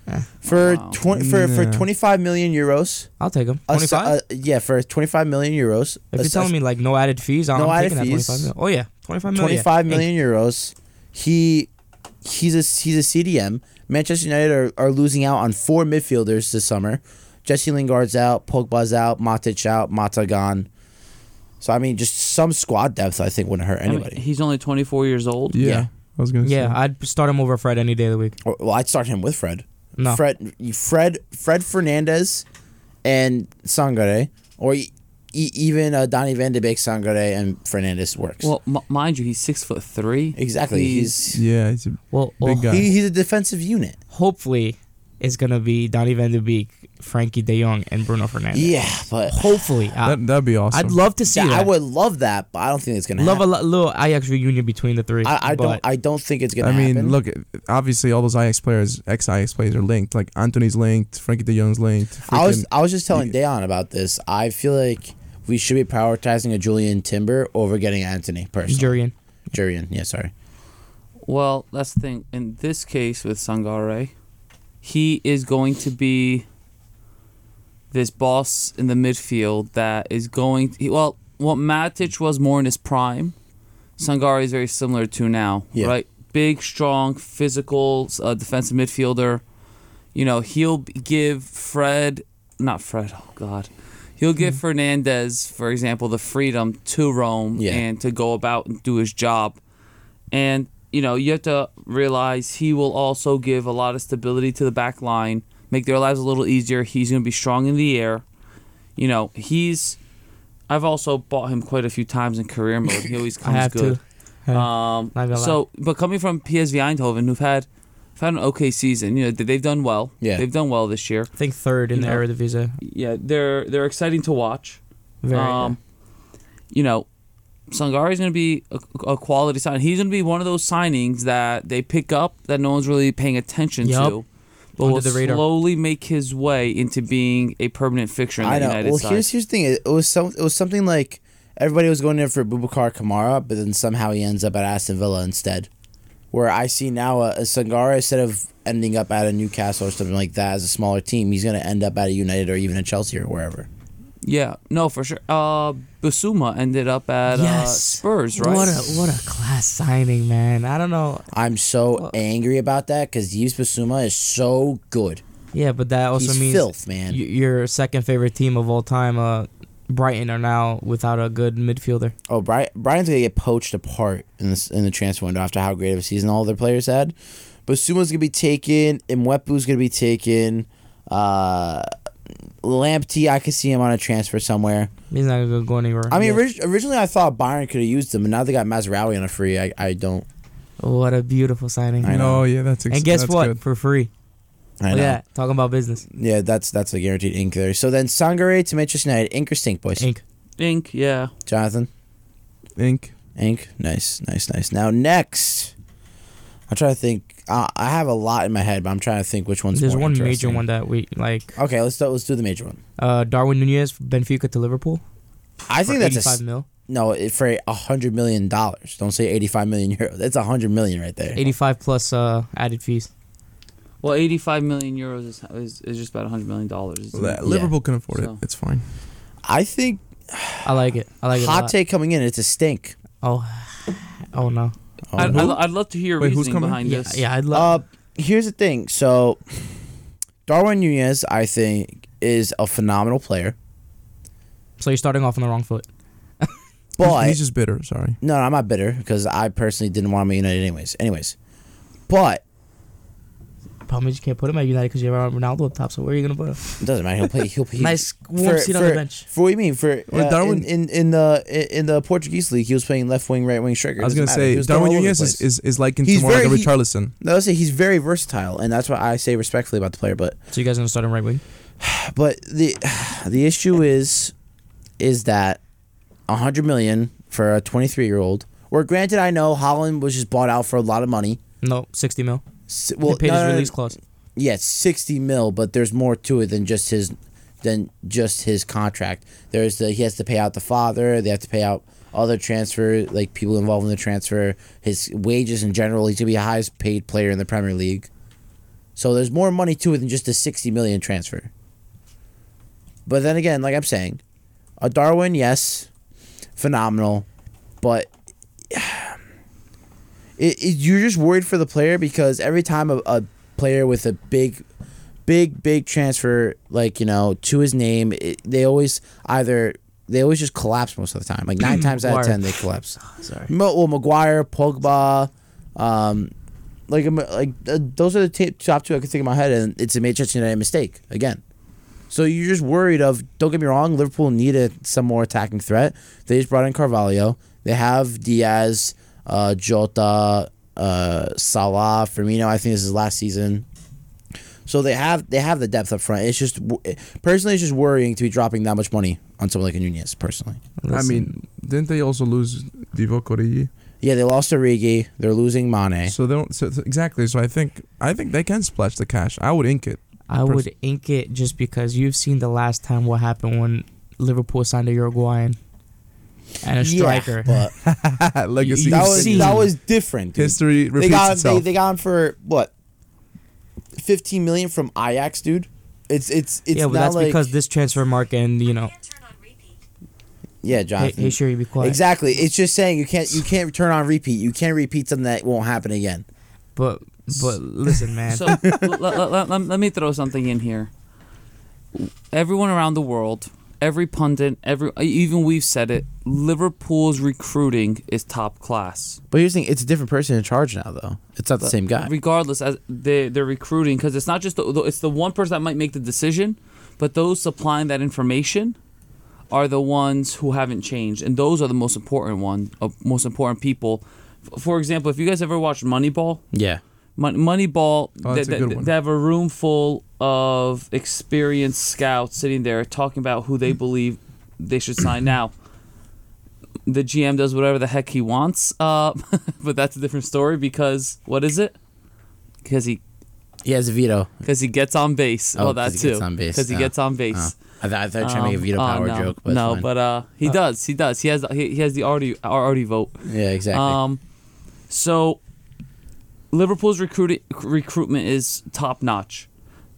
Eh.
For
Wow.
twenty for, for
Nah.
twenty five million euros.
I'll take him.
A
Twenty
s-
five.
uh, yeah, for twenty five million euros.
if you're telling me like no added fees, I'm
No
I'm
added
taking
fees.
that twenty five. Oh yeah, twenty five million.
twenty five million euros, he he's a he's a CDM. Manchester United are, are losing out on four midfielders this summer. Jesse Lingard's out, Pogba's out, Matic out, Mata gone. So I mean, just some squad depth I think wouldn't hurt
I mean,
anybody.
he's only 24 years old.
Yeah.
Yeah.
I was gonna
Yeah,
say.
I'd start him over Fred any day of the week.
Or- well, I'd start him with Fred.
No.
Fred, Fred, Fred Fernandez, and Sangare, or e- e- even uh, Donny Van de Beek, Sangare, and Fernandez works.
Well, m- mind you, he's six foot three.
exactly. He's
yeah, it's a
Well, well
big guy.
he, he's a defensive unit.
hopefully it's gonna be Donny Van de Beek, Frankie De Jong, and Bruno Fernandez.
Yeah, but
Hopefully, I,
that that'd be awesome.
I'd love to see
Yeah,
that.
I would love that, but I don't think it's gonna
love a
happen.
lo- little Ajax reunion between the three.
I, I don't.
but-
I don't think it's gonna.
I mean,
happen.
look, obviously all those IX players, ex IX players are linked. Like Anthony's linked, Frankie de Jong's linked.
I was.
freaking-
I was just telling Dayon about this. I feel like we should be prioritizing a Julian Timber over getting Anthony personally.
Jurian.
Jurian. Yeah, sorry.
Well, that's the thing. In this case with Sangare, he is going to be this boss in the midfield that is going he, well, what Matic was more in his prime, Sangare is very similar to now,
Yeah.
right? Big, strong, physical uh, defensive midfielder. You know, he'll b- give Fred, not Fred, oh God. He'll give Fernandez, for example, the freedom to roam
Yeah.
and to go about and do his job. And, you know, you have to realize he will also give a lot of stability to the back line, make their lives a little easier. He's going to be strong in the air. You know, he's. I've also bought him quite a few times in career mode. He always
I
comes
have
good.
to. Yeah.
Um,
Not gonna
so, but coming from PSV Eindhoven, who've had, who've had an okay season, you know, they've done well.
Yeah.
They've done well this year.
I think third in
you
the
know.
Eredivisie.
Yeah, they're they're exciting to watch.
Very.
Um, you know, Sangari's going to be a, a quality sign. He's going to be one of those signings that they pick up that no one's really paying attention
Yup.
to, but
Under
will
the radar.
slowly make his way into being a permanent fixture in the
I know.
United
Well,
side.
here's here's the thing. It it was some. It was something like everybody was going there for Bubakar Kamara, but then somehow he ends up at Aston Villa instead. Where I see now a, a Sangara instead of ending up at a Newcastle or something like that as a smaller team, he's going to end up at a United or even a Chelsea or wherever.
yeah, no, for sure. Uh, Basuma ended up at uh,
Yes.
Spurs, right?
What a what a class signing, man. I don't know.
I'm so angry about that because Yves Basuma is so good.
Yeah, but that also
He's
means
filth, man.
y- your second favorite team of all time, uh, Brighton, are now without a good midfielder.
oh, Brian, Brian's gonna get poached apart in this in the transfer window after how great of a season all their players had. Basuma's gonna be taken. Mwepu's gonna be taken. Uh, Lamptey, I could see him on a transfer somewhere.
He's not gonna go anywhere.
I mean,
Yeah.
orig- originally I thought Byron could have used him, and now they got Masraoui on a free. I, I don't.
what a beautiful signing.
I know.
oh yeah, that's ex-
And guess
that's
what?
Good.
For free.
I know.
Look at
Yeah.
that. Talking about business.
that's that's a guaranteed ink there. So then Sangare to Manchester United, ink or stink, boys.
Ink.
Think, yeah.
Jonathan,
Inc.
ink. Nice, nice, nice. Now next, I'm trying to think. Uh, I have a lot in my head, but I'm trying to think which one's.
There's
more
one major
interesting.
one that we like.
Okay, let's do, let's do the major one.
Uh, Darwin Nunez, Benfica to Liverpool.
I think that's a
five
s-
mil.
no it- for a hundred million dollars. Don't say eighty five million <laughs> euro. That's a hundred million right there.
Eighty five plus uh, added fees.
Well, 85 million euros is, is, is just about 100 million dollars.
Liverpool can afford
So.
it. It's fine.
I think
I like it. I like it. a
hot
lot.
take coming in. It's a stink.
Oh, <sighs> oh no.
Oh,
I'd,
no.
I'd, I'd love to hear your
Wait, who's
reasoning
coming?
behind
Yeah,
this.
yeah. I'd love.
uh, here's the thing. So, Darwin Nunez, I think, is a phenomenal player,
so you're starting off on the wrong foot.
He's-
but
he's just bitter. Sorry.
No, no, I'm not bitter because I personally didn't want him at United anyways. Anyways, but
Problem is you can't put him at United because you have Ronaldo up top. So where are you gonna put him?
It doesn't matter. He'll play. He'll
<laughs>
play.
Nice warm seat on the bench.
For what you mean for
Or
uh,
Darwin-
in, in in the in the Portuguese league, he was playing left wing, right wing striker.
I was
It doesn't matter.
gonna say
He was going
Darwin
all over the
Nunez is,
place.
is, is like him
He's
more like a
very- he-
Richarlison.
No, let's say he's very versatile, and that's what I say respectfully about the player. But
So you guys gonna start him right wing?
but the <sighs> the issue is is that hundred million for a twenty three year old. Where granted, I know Holland was just bought out for a lot of money.
No, sixty mil.
S-
Well,
Well,
he paid
no,
his
no, no,
release clause.
yeah, it's sixty mil, but there's more to it than just his than just his contract. There's the he has to pay out the father. They have to pay out other transfer like people involved in the transfer. His wages in general. He's gonna be the highest paid player in the Premier League. So there's more money to it than just the sixty million transfer. But then again, like I'm saying, a Darwin, yes, phenomenal, but <sighs> it, it, you're just worried for the player because every time a, a player with a big, big, big transfer, like you know, to his name, it, they always either they always just collapse most of the time. Like
<clears throat>
nine times out of
Maguire. Oh,
ten, they
<sighs>
collapse.
Sorry.
Mo- well, Maguire, Pogba, um, like um, like uh, those are the ta- top two I can think in my head, and it's a Manchester United mistake again. So you're just worried of. Don't get me wrong, Liverpool needed some more attacking threat. They just brought in Carvalho. They have Diaz, uh, Jota, uh, Salah, Firmino. I think this is last season. So they have they have the depth up front. It's just w- personally, it's just worrying to be dropping that much money on someone like a Nunez. Personally,
I mean, didn't they also lose Divock Origi?
yeah, they lost Origi. They're losing Mane.
So they don't. So, so- exactly. So I think I think they can splash the cash. I would
<laughs>
ink it.
I would ink it just because you've seen the last time what happened when Liverpool signed a Uruguayan and a striker.
Yeah, but
Legacy.
that
<laughs> You've
was
seen-
that was different. dude.
<laughs> history
They
repeats
got they,
itself.
they got him for what? Fifteen million from Ajax, dude. It's it's it's
yeah, but
not
that's
like
because this transfer market and you know,
yeah,
hey,
Jonathan.
hey, sure you be quiet.
exactly. It's just saying you can't you can't turn on repeat. You can't repeat something that won't happen again.
But but <laughs> listen, man.
So <laughs> let, let, let, let me throw something in here. Everyone around the world, every pundit, every even we've said it. Liverpool's recruiting is top class.
But here's the thing: it's a different person in charge now, though. It's not the same guy.
Regardless, as they they're recruiting because it's not just the, the it's the one person that might make the decision, but those supplying that information are the ones who haven't changed, and those are the most important one, uh, most important people. F- For example, if you guys ever watched Moneyball,
Yeah,
Mon- Moneyball,
Oh,
they,
that's a
they,
good one.
they have a room full of experienced scouts sitting there talking about who they believe they should sign now. The GM does whatever the heck he wants, uh, <laughs> but that's a different story because what is it? Because he
he has a veto.
because he gets on base.
Oh,
Oh,
'cause
that
he
too.
gets on base.
Because he
Oh.
gets on base.
Oh. I, th- I thought you were trying to make a
Um,
veto
oh,
power
no.
joke, but it's
no,
fine. Oh.
but uh, he does. He does. He has he, he has the already already vote.
yeah, exactly.
Um, so Liverpool's recruiting recruitment is top notch.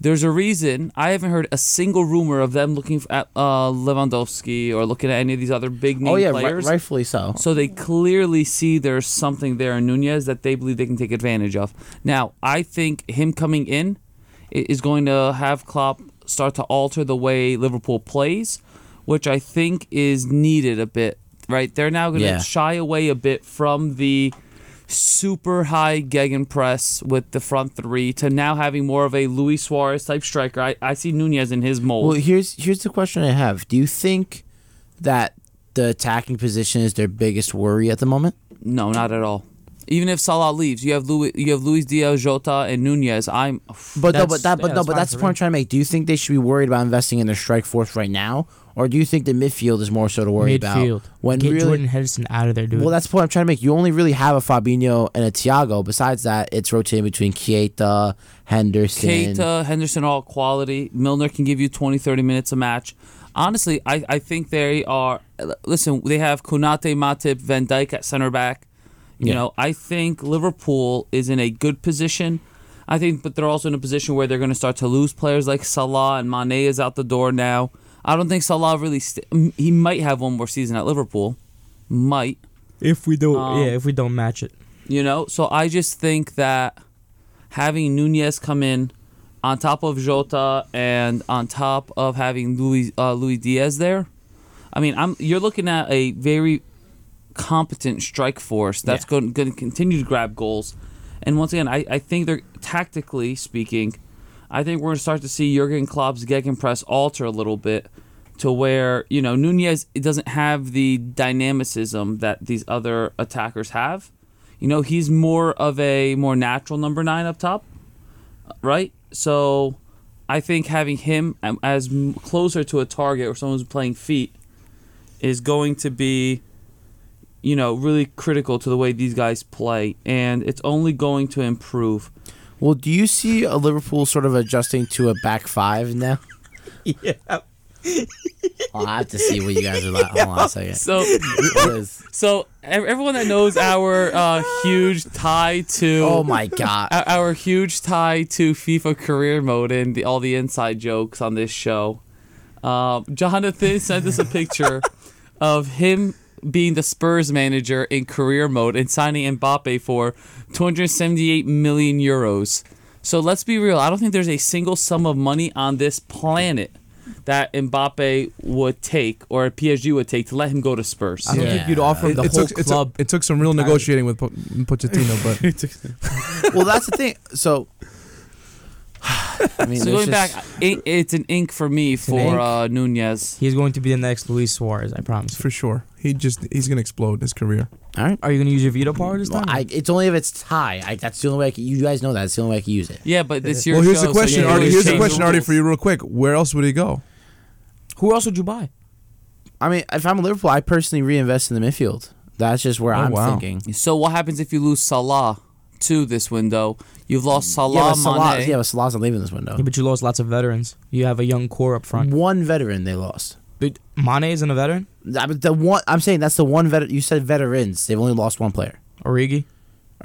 There's a reason I haven't heard a single rumor of them looking f- at uh, Lewandowski or looking at any of these other big name
oh yeah, ri-
players.
rightfully so.
So they clearly see there's something there in Nunez that they believe they can take advantage of. Now, I think him coming in i- is going to have Klopp start to alter the way Liverpool plays, which I think is needed a bit. Right? They're now going to
Yeah.
shy away a bit from the super high gegenpress with the front three to now having more of a Luis Suarez type striker. I, I see Nunez in his mold.
Well, here's here's the question I have. Do you think that the attacking position is their biggest worry at the moment?
No, not at all. Even if Salah leaves, you have Louis, you have Luis Diaz, Jota, and Nunez. I'm,
But no,
That's-
but that, but no,
yeah,
but
that's fine
that's
for
the point
me.
I'm trying to make. Do you think they should be worried about investing in their strike force right now, or do you think the midfield is more so to worry
midfield.
about when
Get
really?
Jordan Henderson out of there, dude.
Well, that's the point I'm trying to make. You only really have a Fabinho and a Thiago. Besides that, it's rotating between Keita, Henderson.
Keita, Henderson, all quality. Milner can give you 20, 30 minutes a match. Honestly, I, I think they are. Listen, they have Kunate, Matip, Van Dyke at center back. You
Yeah.
know, I think Liverpool is in a good position. I think, but they're also in a position where they're going to start to lose players like Salah and Mane is out the door now. I don't think Salah really. St- he might have one more season at Liverpool, might.
if we don't,
Um,
yeah, if we don't match it,
You know, so I just think that having Nunez come in on top of Jota and on top of having Luis uh, Luis Diaz there, I mean, I'm you're looking at a very competent strike force that's going, going to continue to grab goals. And once again, I, I think they're tactically speaking, I think we're going to start to see Jurgen Klopp's gegenpress alter a little bit to where, you know, Nunez doesn't have the dynamicism that these other attackers have. You know, he's more of a more natural number nine up top, right? So I think having him um, as m- closer to a target or someone who's playing feet is going to be you know, really critical to the way these guys play, and it's only going to improve.
Well, do you see a Liverpool sort of adjusting to a back five now?
<laughs> Yeah.
<laughs> I'll have to see what you guys are like. Hold on a
<laughs>
second.
So,
Because-
so ev- everyone that knows our uh, huge tie to
oh my
<laughs>
god.
our- our huge tie to FIFA career mode and the, all the inside jokes on this show, uh, Jonathan sent us a picture of him being the Spurs manager in career mode and signing Mbappe for 278 million euros. So let's be real. I don't think there's a single sum of money on this planet that Mbappe would take or PSG would take to let him go to Spurs.
I don't
Yeah.
think you'd offer him the
it,
whole
took, it,
club.
took, it took some real negotiating with po- Pochettino, but
Well, that's the thing. So, <sighs> I mean, there's
So going back,
just-
i it's an ink for me
an ink.
for uh, Nunez.
He's going to be the next Luis Suarez, I promise.
<laughs> for sure, he just he's gonna explode his career.
all right.
Are you going to use your veto power this
Well,
time?
I, it's only if it's tie. I, that's the only way I can, you guys know that. It's the only way I can use it.
Yeah, but this year.
well, here's the
show,
question,
so
yeah,
Artie.
we
Here's the
change
question,
the
Artie,
rules.
for you, real quick. Where else would he go?
Who else would you buy?
I mean, if I'm Liverpool, I personally reinvest in the midfield. That's just where
Oh,
I'm
wow.
thinking.
So what happens if you lose Salah to this window? You've lost Salah,
yeah, but Salah,
Mane.
yeah, but Salah's not leaving this window.
Yeah, but you lost lots of veterans. You have a young core up front.
One veteran they lost.
But Mane isn't a veteran.
I mean, the one I'm saying that's the one veteran. You said veterans. They've only lost one player.
Origi.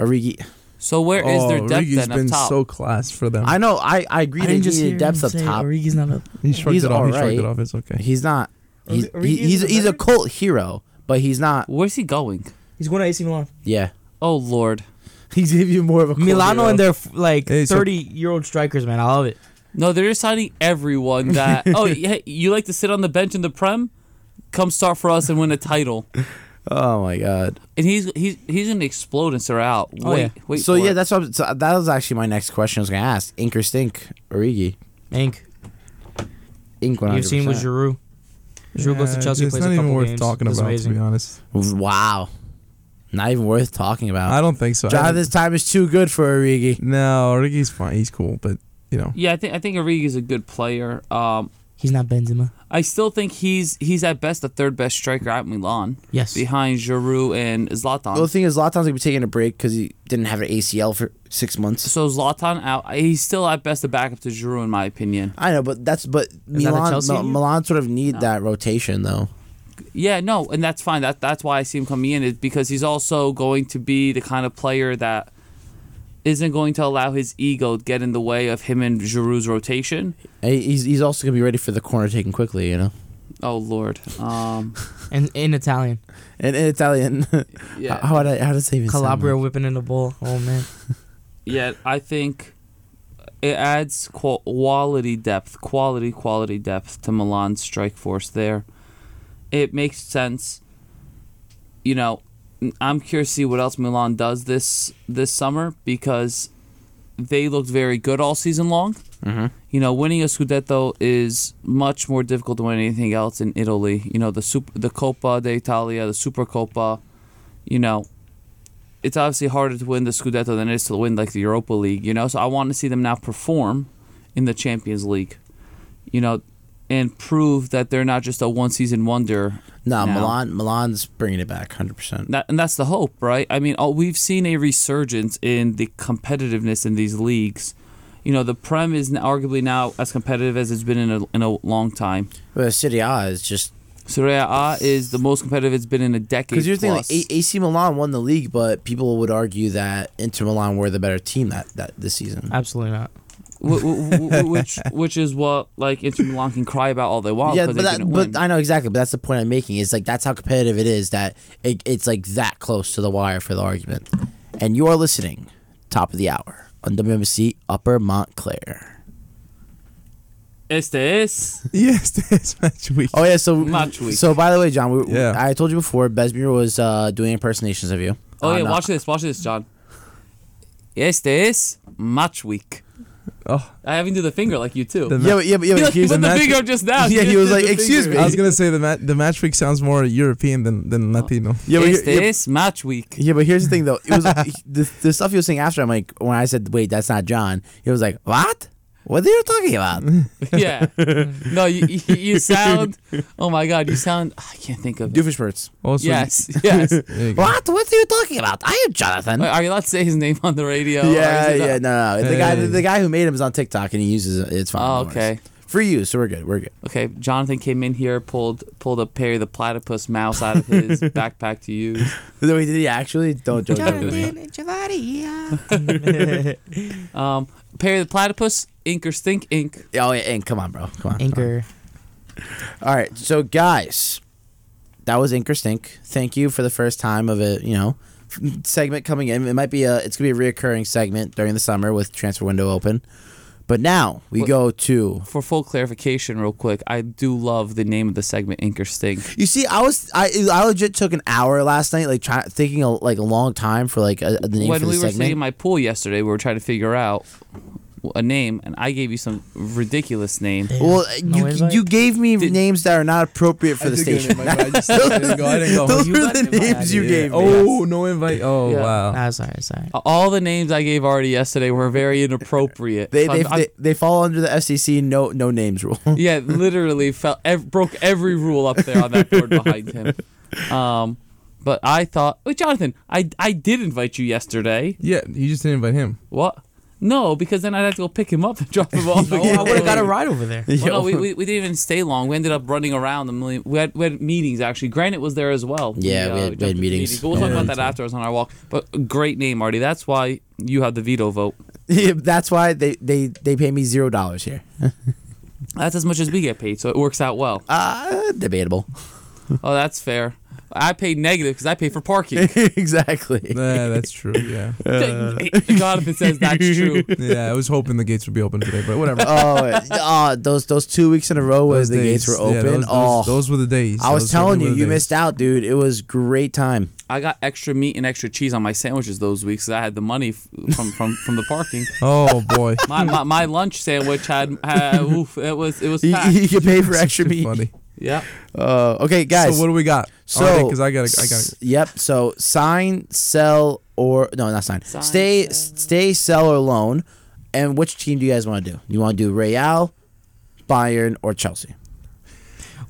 Origi.
So where is their
oh,
depth
Rigi's
then up
been
top?
so class for them.
I know. I I agree. They needed depth up top.
Origi's not a.
he shrugged
he's
it off. He
alright.
shrugged it off. It's okay.
He's not. He's
Origi
he, he's,
isn't a
he's a
veteran?
cult hero, but he's not.
Where's he going?
He's going to AC Milan.
Yeah.
Oh Lord!
He's even more of a cult
Milano
hero.
and their f- like
Hey, so-
thirty-year-old strikers, man. I love it.
No, they're just signing everyone
<laughs>
that. oh, yeah, you like to sit on the bench in the Prem? Come start for us and win a title.
Oh my god.
And he's he's he's gonna explode and start out. Wait,
Oh, yeah.
wait.
so
for
yeah,
it.
that's what I'm- so that was actually my next question I was gonna ask. Ink or stink? Origi.
Ink.
Ink. 100%.
You've seen with Giroud. Giroud goes to
Yeah,
Chelsea.
It's
plays
not
a couple
even worth
games.
talking
Does
about,
amazing.
to be honest.
Wow. Not even worth talking
I
about.
don't think so. I
Jonathan's time is too good for Origi.
don't- No, Rigi's fine. He's cool, but you know,
yeah. I think I think Origi is a good player. Um,
He's not Benzema.
I still think he's he's at best the third best striker at Milan
Yes.
behind Giroud and Zlatan.
Well, the thing is, Latan's gonna be taking a break because he didn't have an ACL for six months.
So Zlatan out. He's still at best a backup to Giroud, in my opinion.
I know, but that's but
that a
Milan,
Chelsea
Mil-
game?
Milan sort of need that rotation though.
Yeah, no, and that's fine. That that's why I see him coming in is because he's also going to be the kind of player that isn't going to allow his ego to get in the way of him and Giroud's rotation.
And he- He's he's also gonna be ready for the corner taken quickly, you know.
Oh Lord.
<laughs>
Um,
And in Italian,
And in Italian, <laughs>
yeah,
how, how, do I- how does it even sound?
Calabria whipping in the ball. Oh man.
yeah. I think it adds qual- quality depth, quality quality depth to Milan's strike force. There, it makes sense. You know, I'm curious to see what else Milan does this this summer because they looked very good all season long.
Mhm.
You know, winning a Scudetto is much more difficult than winning anything else in Italy. You know, the super, the Coppa d'Italia, the Supercoppa. You know, it's obviously harder to win the Scudetto than it is to win like the Europa League. You know, so I want to see them now perform in the Champions League. You know, and prove that they're not just a one season wonder
No,
No.
Milan. Milan's bringing it back, hundred percent.
that, and that's the hope, right? I mean, oh, we've seen a resurgence in the competitiveness in these leagues. You know, the Prem is n- arguably now as competitive as it's been in a, in a long time.
But City A is just
Serie A is the most competitive it's been in a decade.
because you're thinking
plus.
like, A- AC Milan won the league, but people would argue that Inter Milan were the better team that, that this season.
Absolutely not.
Wh- wh- wh-
<laughs>
wh- which which is what like Inter Milan can cry about all they want.
yeah,
'cause
but
they
that,
didn't
but
win.
I know exactly. But that's the point I'm making. Is like that's how competitive it is that it, it's like that close to the wire for the argument. And you're listening, top of the hour on WMC Upper Montclair.
este
<laughs>
es
<laughs> yes, <laughs> this match week.
Oh yeah, so
Match week.
So by the way, John, we,
Yeah.
I told you before, Besmir was uh, doing impersonations of you.
Oh yeah,
on, uh,
watch this, watch this, John. Este es match week.
Oh.
I haven't do the finger like <laughs> you too.
The-
Yeah, but, yeah, but, yeah,
He
but
like- he
here's
put the
match-
finger up just now.
Yeah,
just
he was
did
like,
the
"Excuse
finger."
me.
I was gonna say the ma- the match week sounds more European than than Latino.
yeah, but,
este
here- yeah,
es match week.
yeah, but here's the thing though. It <laughs> was the, the stuff he was saying after. I'm like, when I said, "Wait, that's not John," he was like, "What? What are you talking about?"
<laughs>
<laughs>
yeah. No, you, you you sound. Oh my God, you sound. I can't think of. It.
Doofenshmirtz.
Also,
Yes,
<laughs>
<laughs>
yes.
there you go.
What? What are you talking about? I am Jonathan. Oh,
Are you allowed to say his name on the radio? or
yeah,
is it
yeah, no, no.
not-
The guy, the,
Hey.
guy who made him is on TikTok and he uses it. It's fine.
Oh,
no worries.
okay.
Free use, so we're good. We're good. <laughs>
Okay, Jonathan came in here, pulled pulled a Perry the platypus mouse out
<laughs>
of his backpack to use.
No, he did he actually? Don't joke.
<laughs>
Um, Perry the platypus, ink or stink ink.
<laughs> Oh, yeah, Ink. Come on, bro. Come on.
Anchor.
All right, so guys, that was Ink or Stink. Thank you for the first time of a you know segment coming in. It might be a it's gonna be a reoccurring segment during the summer with transfer window open. But now we
What-
go to.
For full clarification, real quick, I do love the name of the segment, ink or stink.
You see, I was I I legit took an hour last night, like try, thinking a, like a long time for like a, the name
when
for the
we were
segment.
sitting in my pool yesterday, we were trying to figure out a name, and I gave you some ridiculous name.
Well, you
it's like-
you gave me
Did-
names that are not appropriate for
I
the
did get an
station.
invite, but <laughs> I just- I didn't go- I didn't go. <laughs>
Those
You
were
got
the
an invite.
names you
Yeah.
gave me.
Oh, no invite. Oh
Yeah.
wow.
Ah, sorry, sorry.
All the names I gave already yesterday were very
<laughs>
inappropriate.
They,
So
they,
I'm- I'm-
they, they fall under the FCC no no names
<laughs>
rule.
yeah, literally fell, ev- broke every rule up there on that board behind him.
<laughs>
Um, but I thought, wait, Jonathan, I, I did invite you yesterday.
Yeah, you just didn't invite <laughs> him.
What? No, because then I'd have to go pick him up and drop him
<laughs>
off.
Oh, I would have got a <laughs> ride over there.
Well, no, we, we, we didn't even stay long. We ended up running around a million. We had, we had meetings actually. Granite was there as well.
Yeah, we had- we
jumped
had
into
meetings.
But we'll talk
Yeah.
about that afterwards on our walk. But great name, Marty. That's why you have the veto vote.
That's why they, they, they pay me zero dollars here.
That's as much as we get paid, so it works out
<laughs>
well.
Uh, debatable. <laughs>
Oh, that's fair. I paid negative because I pay for parking.
exactly.
<laughs> Yeah, that's true. Yeah. Uh.
<laughs> Jonathan says that's true.
Yeah, I was hoping the gates would be open today, but whatever.
Oh, uh, those those two weeks in a row where
<laughs> Those
the gates
days,
were open.
yeah, those, those-
oh,
those were the days.
I was
Those
telling
certainly
you,
were the
you
days.
missed out, dude. It was great
<laughs>
time.
I got extra meat and extra cheese on my sandwiches those weeks 'cause I had the money f- from, from, from the parking.
Oh <laughs> boy.
My, my, my lunch sandwich had, had oof, it
<laughs>
was it was
You, <laughs>
packed.
you could pay for extra
Too
meat.
Funny.
Yeah.
<laughs>
Uh, okay, guys.
So what do we got?
So
because I got, I got.
s- Yep. So sign, sell, or no, not sign.
Sign,
stay,
sell.
stay, sell or loan. And which team do you guys want to do? You want to do Real, Bayern, or Chelsea?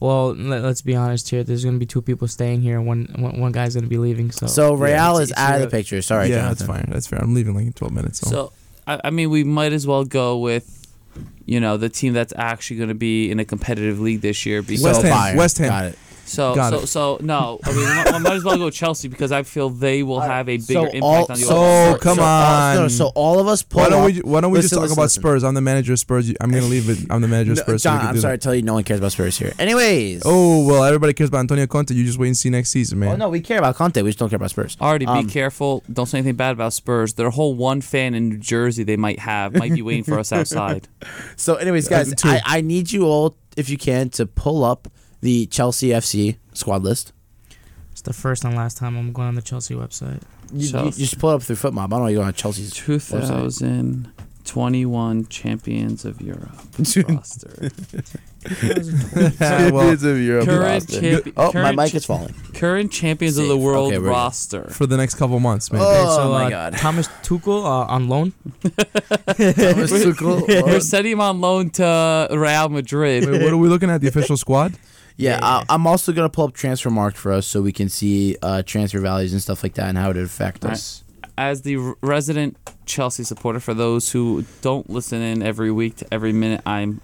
Well, let, let's be honest here. There's gonna be two people staying here, and one one, one guy's gonna be leaving.
Oh,
So,
So Real
it's-
is
it's
out of the
really-
picture. Sorry,
yeah,
Jonathan.
that's fine. That's fair. I'm leaving like in 12 minutes. So,
So, I, I mean, we might as well go with, you know, the team that's actually going to be in a competitive league this year. Because,
West
So
Ham,
Bayern.
West Ham.
Got it.
so,
got
so,
it.
so, no. I mean, we might, we might as well go Chelsea because I feel they will have a bigger impact on the
so
overall
all-
score.
come
so All, no,
on.
so all of us pull
why don't
up-
we? Why don't we just
Listen,
talk
listen,
about
listen.
Spurs? I'm the manager of Spurs. You- I'm gonna leave it. I'm the manager
<laughs>
of
No,
Spurs. so we
John,
can
I'm
do
sorry
that.
to tell you, no one cares about Spurs here. Anyways.
Oh well, everybody cares about Antonio Conte. You just wait and see next season, man.
Oh,
<laughs>
no, we care about Conte. We just don't care about Spurs.
Already, be
Um,
careful. Don't say anything bad about Spurs. Their whole one fan in New Jersey they might have might be
<laughs>
waiting for us outside.
So, anyways, guys,
two.
I, I need you all, if you can, to pull up the Chelsea FC squad list.
It's the first and last time I'm going on the Chelsea website.
You, you, you
Chelsea.
just pull it up through FootMob. I don't know you're on Chelsea's.
2021 champions of Europe
<laughs>
roster.
Yeah, well,
of Europe.
Current champi-
oh,
current
my mic
cha-
is
<laughs>
falling.
Current champions of the
Safe.
world
Okay, we're good.
roster.
for the next couple months, man.
Oh,
so,
my
uh,
God.
Thomas Tuchel uh, on loan.
<laughs>
We're sending him on loan to Real Madrid.
<laughs>
Wait, what are we looking at? The official squad?
yeah, I, I'm also gonna pull up transfer mark for us so we can see uh, transfer values and stuff like that and how it affect
All right.
us.
As the r- resident Chelsea supporter, for those who don't listen in every week to every minute, I'm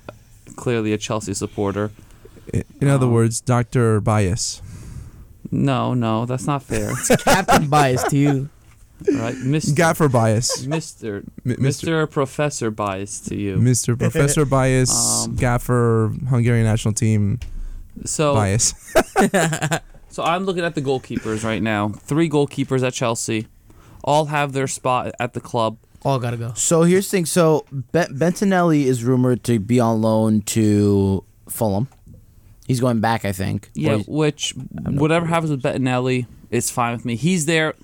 clearly a Chelsea supporter.
I- In
Oh.
other
Um,
words, Doctor Bias.
No, no, that's not fair.
Captain bias to you.
All right, Mr.
<laughs>
Gaffer Bias.
Mr.
M- Mr.
Mr. Professor bias to you.
Mr.
<laughs>
Professor Bias.
Um,
Gaffer Hungarian national team
oh,
So,
Bias.
so I'm looking at the goalkeepers right now. Three goalkeepers at Chelsea, all have their spot at the club.
All gotta go.
So here's the thing. So ben- Bentonelli is rumored to be on loan to Fulham. He's going back, I think. Or
Yeah,
he's-
which whatever happens with Bettinelli is fine with me. He's there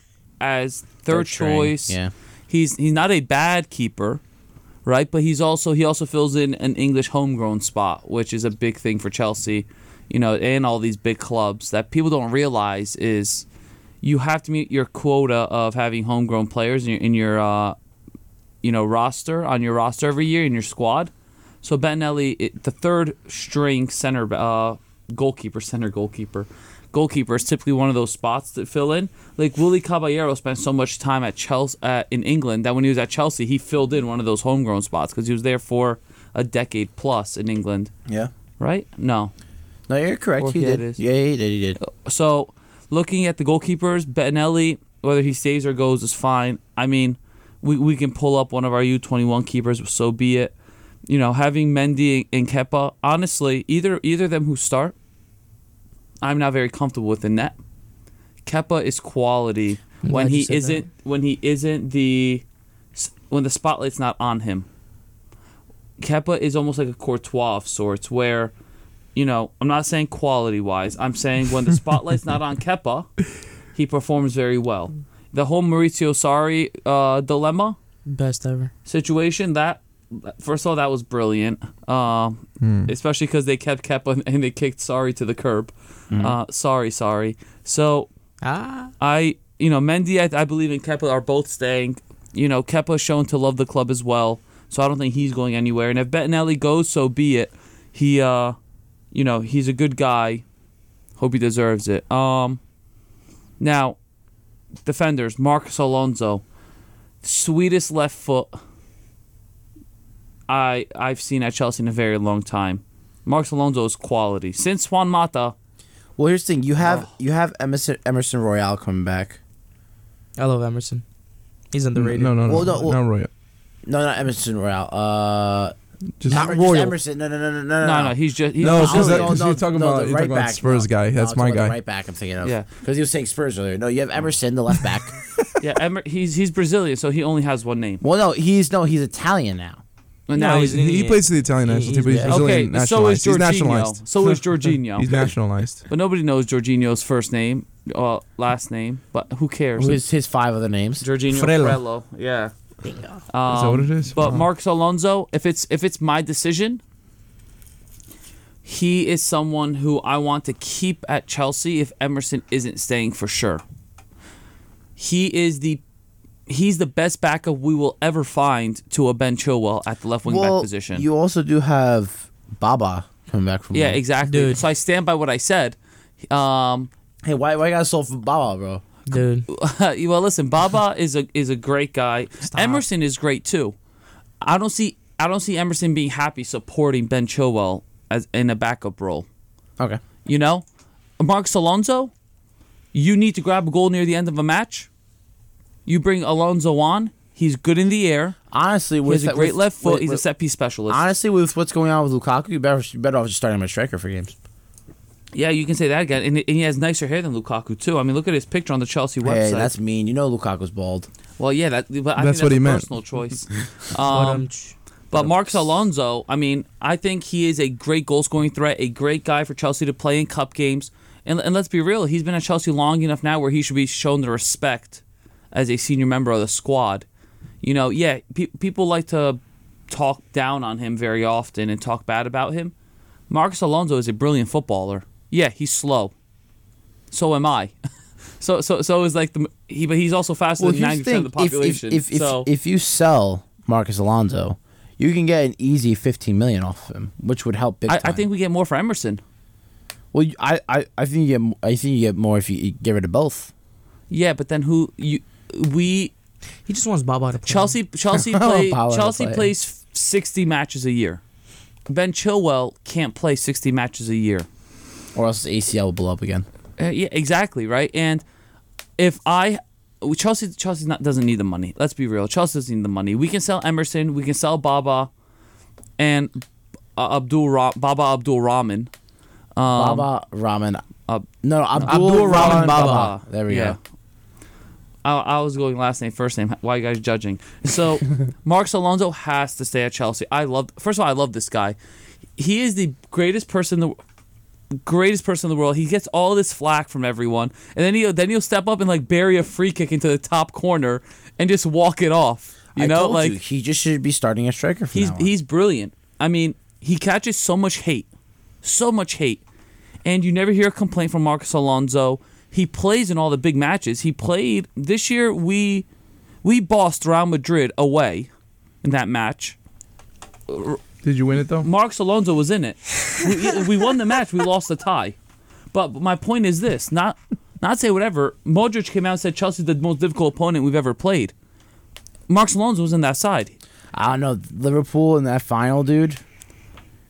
as third,
train.
choice.
Yeah.
he's he's not a bad keeper, right? But he's also he also fills in an English homegrown spot, which is a big thing for Chelsea, you know, and all these big clubs that people don't realize is you have to meet your quota of having homegrown players in your, in your uh, you know roster on your roster every year in your squad. So Benelli, it, the third string center uh, goalkeeper, center goalkeeper, goalkeeper is typically one of those spots that fill in. Like Willie Caballero spent so much time at Chelsea uh, in England that when he was at Chelsea, he filled in one of those homegrown spots because he was there for a decade plus in England,
Yeah.
right? No,
No, you're correct.
Or
He
yeah, it
did.
is.
Yeah, he did. He did.
So, looking at the goalkeepers, Benelli, whether he stays or goes is fine. I mean, we, we can pull up one of our U21 keepers, so be it. You know, having Mendy and Kepa, honestly, either either of them who start, I'm not very comfortable with the net. Kepa is quality
I'm
when
glad you
he
said that.
isn't when he isn't the s- when the spotlight's not on him. Kepa is almost like a Courtois of sorts, where, you know, I'm not saying quality wise. I'm saying when the spotlight's not on Kepa, he performs very well. The whole Maurizio Sarri uh, dilemma
Best ever.
situation that. First of all, that was brilliant, um, especially because they kept Kepa and they kicked Sorry to the curb. Uh, sorry, sorry. So
Ah.
I, you know, Mendy, I, I believe in Kepa are both staying. You know, Kepa's shown to love the club as well, so I don't think he's going anywhere. And if Bettinelli goes, so be it. He, uh, you know, he's a good guy. Hope he deserves it. Um, now, defenders: Marcus Alonso, sweetest left foot I I've seen at Chelsea in a very long time. Marcus Alonso is quality since Juan Mata.
Well, here's the thing. You have
Oh.
you have Emerson Emerson Royale coming back.
I love Emerson. He's underrated.
<laughs> No, no, no,
Well,
no,
no, well-
not Royal.
No, not Emerson Royale. Uh,
Just
not
no,
Emer- just
Royal.
Emerson. No, no, no, no, no,
No, no, he's just he's
No,
just-
because
no,
that- 'cause
no,
you're talking
no,
about
the
you're talking about
back.
Spurs guy. That's
I'm
my
talking about the
guy.
right back. I'm thinking of.
Yeah.
Because you were saying Spurs earlier. No, you have Emerson, the left
<laughs>
back.
Yeah, Emer- he's he's Brazilian, so he only has one name.
well, no, he's no, he's Italian now.
And
No,
now
he's
he's,
an
He
idiot.
plays for the Italian
He-
national
he's
team. but He's
bad.
Brazilian
okay. So is
nationalized. He's nationalized.
Jorginho. So is
He's
Jorginho.
nationalized.
but nobody knows Jorginho's first name, uh, last name. But who cares?
His his five other names.
Jorginho
Frello.
Frello. Yeah.
Bingo.
Um,
Is that what it is?
But
Wow.
Marcus Alonso, if it's if it's my decision, he is someone who I want to keep at Chelsea if Emerson isn't staying for sure. He is the he's the best backup we will ever find to a Ben Chilwell at the left wing back
Well,
position.
you also do have Baba coming back from.
yeah, exactly.
Dude.
So I stand by what I said. Um, <laughs>
Hey, why why you gotta solve for Baba, bro?
Dude.
well,
<laughs>
listen, Baba is a is a great guy.
Stop.
Emerson is great too. I don't see I don't see Emerson being happy supporting Ben Chilwell as in a backup role.
Okay.
You know, Marcus Alonso, you need to grab a goal near the end of a match. You bring Alonso on. He's good in the air.
Honestly,
He
with
has a
that-
great
with-
left foot.
with-
He's a
with-
set piece specialist.
Honestly, with what's going on with Lukaku, you better you better off just starting him as striker for games.
yeah, you can say that again. And, and he has nicer hair than Lukaku too. I mean, look at his picture on the Chelsea
Hey,
website.
that's mean. You know Lukaku's bald.
well, yeah, that, but I
That's
think that's
what he
a
meant. <laughs>
personal choice.
But,
um,
um, ch-
But Marcus Alonso, I mean, I think he is a great goal scoring threat, a great guy for Chelsea to play in cup games. And, and let's be real, he's been at Chelsea long enough now where he should be shown the respect as a senior member of the squad. You know, yeah, pe- people like to talk down on him very often and talk bad about him. Marcus Alonso is a brilliant footballer. Yeah, he's slow. So am I. <laughs> so so so is like the he, but he's also faster than ninety percent of the
If, if,
population.
if, if,
so
if you sell Marcus Alonso, you can get an easy 15 million off of him, which would help big
I,
time.
I think we get more for Emerson.
Well, you- I, I, I think you get m- I think you get more if you, you get rid of both.
Yeah, but then who you we
he just wants Baba to play.
<laughs>
Chelsea Chelsea
I want
play
Paolo to
Chelsea
play.
plays sixty matches a year. Ben Chilwell can't play sixty matches a year.
Or else the ACL will blow up again.
Uh, yeah, exactly right. And if I Chelsea Chelsea not, doesn't need the money. Let's be real. Chelsea doesn't need the money. We can sell Emerson. We can sell Baba, and uh, Abdul Ra- Baba Abdul Rahman. Um,
Baba Ramen.
Ab-
no, Abdul,
Abdul
Rahman
Rahman
Baba.
Baba.
There we
Yeah.
go.
I, I was going last name, first name. Why you guys judging?
<laughs>
So, Marcus Alonso has to stay at Chelsea. I love. First of all, I love this guy. He is the greatest person. in The greatest person in the world. He gets all this flack from everyone, and then he'll then he'll step up and like bury a free kick into the top corner and just walk it off. You
I
know,
told
like
you, he just should be starting a striker. From
he's
now on.
he's brilliant. I mean, he catches so much hate, so much hate, and you never hear a complaint from Marcus Alonso. He plays in all the big matches. He played this year. We we bossed Real Madrid away in that match.
Did you win it though?
Marcus Alonso was in it. We, we <laughs> won the match. We lost the tie. But my point is this: not not say whatever. Modric came out and said Chelsea's the most difficult opponent we've ever played. Marcus Alonso was in that side.
I don't know Liverpool in that final, dude.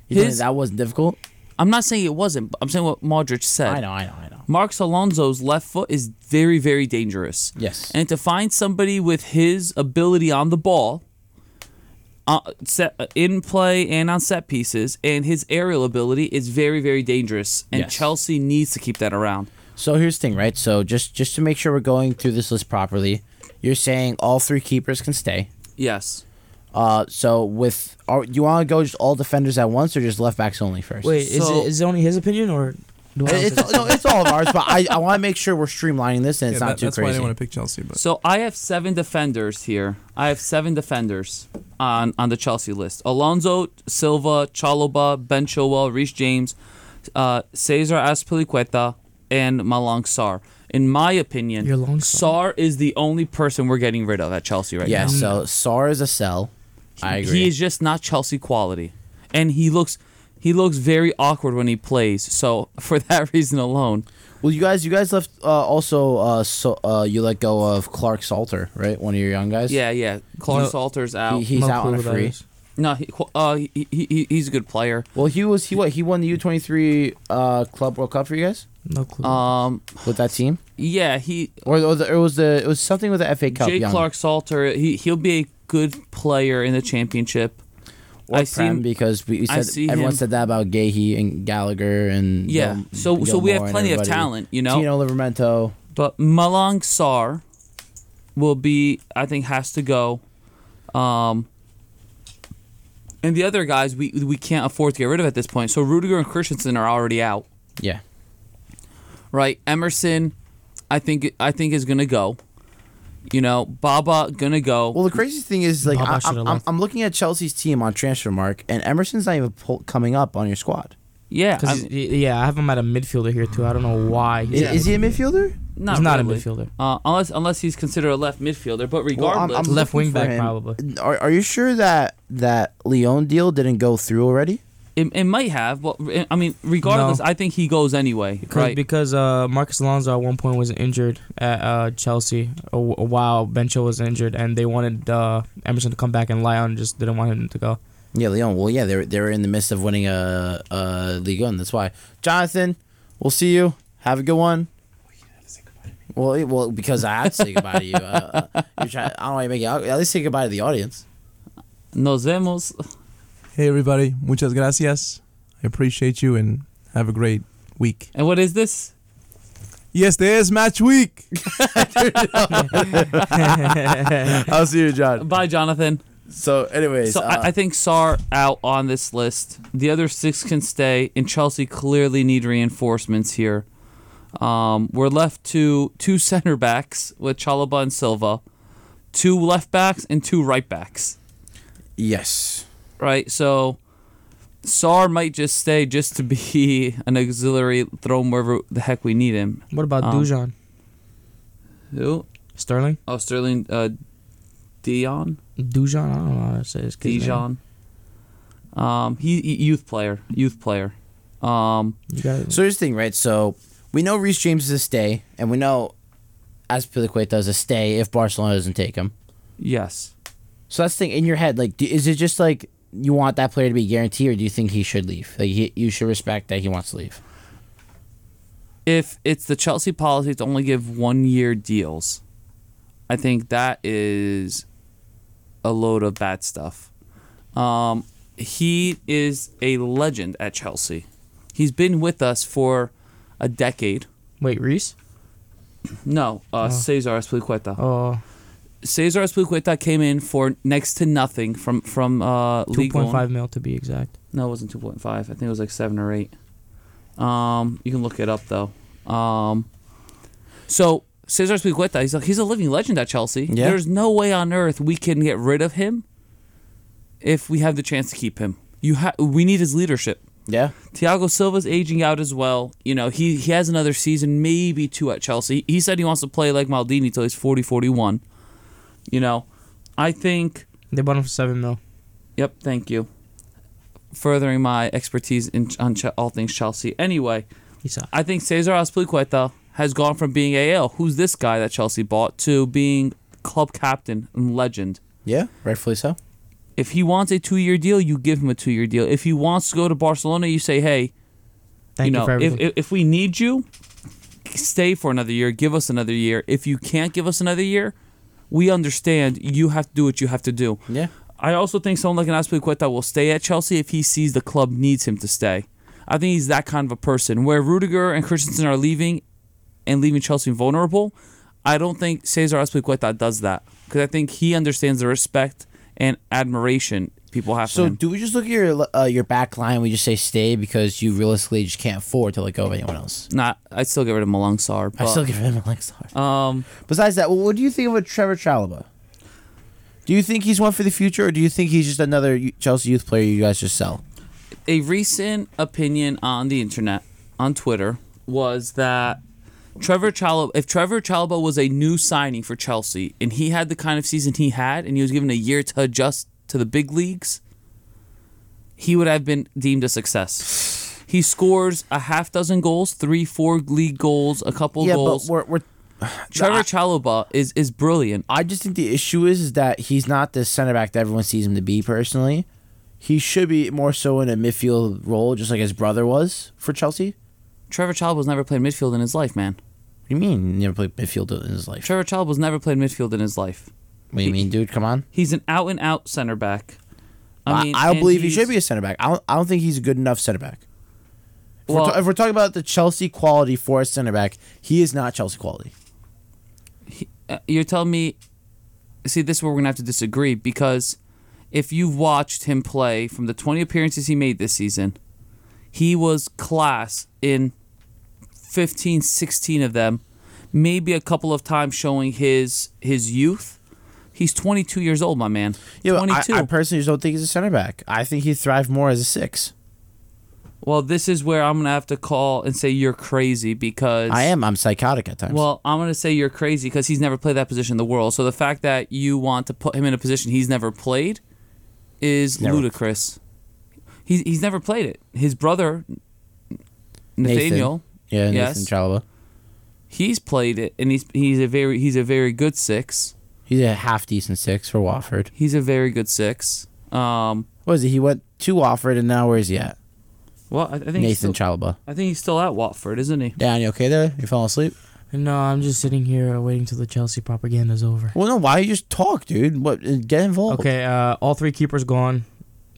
You think
His-
that wasn't difficult.
I'm not saying it wasn't. But I'm saying what Modric said.
I know, I know, I know.
Marcus Alonso's left foot is very, very dangerous.
Yes.
And to find somebody with his ability on the ball, uh, set, uh, in play and on set pieces, and his aerial ability is very, very dangerous. And
Yes.
Chelsea needs to keep that around.
So here's the thing, right? So just just to make sure we're going through this list properly, you're saying all three keepers can stay.
Yes.
Uh, so with are, you want to go just all defenders at once or just left backs only first?
Wait, is
So-
it is it only his opinion or? Do I have
it's
to-
all, no, it's all of ours, but I, I want to make sure we're streamlining this and it's
yeah,
not
that-
too
that's why I
crazy.
didn't want to pick Chelsea. But
So I have seven defenders here. I have seven defenders on, on the Chelsea list: Alonso, Silva, Chaloba, Ben Chilwell, Reece James, uh, Cesar Azpilicueta, and Malang Sar. In my opinion,
Your Long Sar?
Sar is the only person we're getting rid of at Chelsea right
yeah,
now.
so Sar is a sell. I agree.
He is just not Chelsea quality, and he looks he looks very awkward when he plays. So <laughs> for that reason alone,
well, you guys, you guys left uh, also. Uh, so uh, you let go of Clark Salter, right? One of your young guys.
yeah, yeah, Clark
No.
Salter's out.
he, he's
<laughs> No
out on
clue
a
who that
free.
is.
no, he, uh, he, he, he- he's a good player.
Well, he was he what he won the U twenty three Club World Cup for you guys
No clue.
Um,
with that team,
yeah, he
or, or the, it was the it was something with the FA Cup.
Jay
young.
Clark Salter. He he'll be a good player in the championship.
or
I
Prem,
seen-
because we we
I
said
see
everyone
him-
said that about Gahey and Gallagher and
Yeah,
Gil-
so so we
Gilmore
have
and
plenty of
everybody.
talent, you know.
Tino Livermento.
But Malang Sar will be, I think, has to go. Um, and the other guys we we can't afford to get rid of at this point. So Rudiger and Christensen are already out,
Yeah.
right? Emerson, I think I think is gonna go. You know, Baba gonna go.
Well, the crazy thing is, like,
Baba
I,
should've
I'm, I'm,
left.
I'm looking at Chelsea's team on Transfermark, and Emerson's not even pull, coming up on your squad.
yeah,
'Cause
I'm-
he's- yeah, I have him at a midfielder here too. I don't know why.
Is,
He's
is he a midfielder?
not
he's not a
really.
midfielder.
Uh, unless unless he's considered a left midfielder, but
Well,
regardless,
Left
looking
wing
for
back,
him.
probably.
Are, are you sure that that Leon deal didn't go through already?
it, it might have. But eh, I mean, regardless,
No.
I think he goes anyway.
Because,
Right?
because uh, Marcus Alonso at one point was injured at uh, Chelsea a, wh- a while. Bencho was injured, and they wanted uh, Emerson to come back, and Lyon just didn't want him to go.
Yeah, Leon. Well, yeah, they were, they were in the midst of winning a, a league one. That's why. Jonathan, we'll see you. Have a good one. Well, it- well, because I had to say goodbye to you. Uh, uh, you're trying, I don't want to make it. awkward. At least say goodbye to the audience.
Nos vemos.
hey, everybody, muchas gracias. I appreciate you and have a great week.
And what is this?
Yes, there is match week.
<laughs> I'll see you, John.
Bye, Jonathan.
So, anyways, uh,
So I, I think Sar out on this list. The other six can stay, and Chelsea clearly need reinforcements here. Um, we're left to two <laughs> center backs with Chalaba and Silva, two left backs, and two right backs.
yes.
Right, so Sar might just stay just to be <laughs> an auxiliary, throw him wherever the heck we need him.
What about
Um,
Dujan
Who?
Sterling?
Oh, Sterling uh, Dion.
Dujan, I don't know how to say his kid's name.
Dijon. Um, he, he- youth player, youth player. Um,
You got
So here's the thing, right? So we know Reece James is a stay, and we know Aspilicueta is a stay if Barcelona doesn't take him.
yes.
So that's the thing in your head. Like, do, is it just like you want that player to be guaranteed, or do you think he should leave? Like, he, you should respect that he wants to leave.
If it's the Chelsea policy to only give one year deals, I think that is a load of bad stuff. Um, he is a legend at Chelsea. He's been with us for a decade.
Wait, Reese?
No, uh, Cesar Azpilicueta.
Oh,
Cesar Azpilicueta came in for next to nothing from from uh, League One.
2.5 mil to be exact.
No, it wasn't two point five. I think it was like seven or eight. Um, you can look it up though. Um, so Cesar Spigueta, he's like he's a living legend at Chelsea.
Yeah.
There's no way on earth we can get rid of him if we have the chance to keep him. You ha- we need his leadership.
Yeah.
Thiago Silva's aging out as well. You know, he, he has another season, maybe two at Chelsea. He said he wants to play like Maldini till he's 40, 41. You know, I think,
They bought him for seven mil.
yep, thank you. Furthering my expertise in on Ch- all things Chelsea. Anyway,
He's a
I think Cesar Azpilicueta has gone from being AL, who's this guy that Chelsea bought, to being club captain and legend.
Yeah. Rightfully so.
If he wants a two year deal, you give him a two year deal. If he wants to go to Barcelona, you say, hey,
thank you,
you know,
for everything.
If, if, if we need you, stay for another year. Give us another year. If you can't give us another year, we understand you have to do what you have to do.
Yeah.
I also think someone like an Aspilicueta will stay at Chelsea if he sees the club needs him to stay. I think he's that kind of a person. Where Rudiger and Christensen are leaving and leaving Chelsea vulnerable, I don't think Cesar Azpilicueta does that because I think he understands the respect and admiration people have
So
for him.
do we just look at your uh, your back line? We just say stay because you realistically just can't afford to let go of anyone else.
Not, I'd still get rid of Malung Sarr.
I
but,
still give him a like star.
um,
Besides that, what do you think of a Trevor Chalaba? Do you think he's one for the future, or do you think he's just another y- Chelsea youth player you guys just sell?
a recent opinion on the internet on Twitter was that Trevor Chalaba, if Trevor Chalaba was a new signing for Chelsea and he had the kind of season he had and he was given a year to adjust to the big leagues, he would have been deemed a success. He scores a half dozen goals, three, four league goals, a couple
yeah,
goals.
but we're, <sighs> we're
Trevor Chalaba is is brilliant.
I just think the issue is, is that he's not the center back that everyone sees him to be. Personally, he should be more so in a midfield role, just like his brother was for Chelsea.
Trevor Chalaba's never played midfield in his life, man.
What do you mean? He never played midfield in his life.
Trevor Chalaba's never played midfield in his life.
What do you mean, dude? Come on.
He's an out and out center back.
I,
mean,
I,
and
don't believe he
he's-
should be a center back. I don't, I don't think he's a good enough center back. If,
Well-
we're ta- if we're talking about the Chelsea quality for a center back, he is not Chelsea quality.
uh, you're telling me see this is where we're gonna have to disagree because if you've watched him play from the 20 appearances he made this season he was class in 15 16 of them maybe a couple of times showing his his youth he's 22 years old my man
Yeah, but I,
22
I personally just don't think he's a center back. I think he thrived more as a six.
well this is where i'm gonna have to call and say you're crazy because
I am. I'm psychotic at times.
Well, I'm going to say you're crazy because he's never played that position in the world. So the fact that you want to put him in a position he's never played is
Never.
ludicrous. He's, he's never played it. His brother, Nathaniel,
yeah,
yes.
Nathan Chalaba.
he's played it, and he's he's a very he's a very good six.
He's a half decent six for Wofford.
He's a very good six. Um,
What is it? He went to Wofford, and now where is he at?
well, I, I think he's
Nathan
still,
Chalaba.
I think he's still at Watford, isn't he?
Dan, you okay there? You falling asleep?
no, I'm just sitting here uh, waiting till the Chelsea propaganda is over.
Well, no. Why you just talk, dude? What? Get involved.
Okay, uh, all three keepers gone.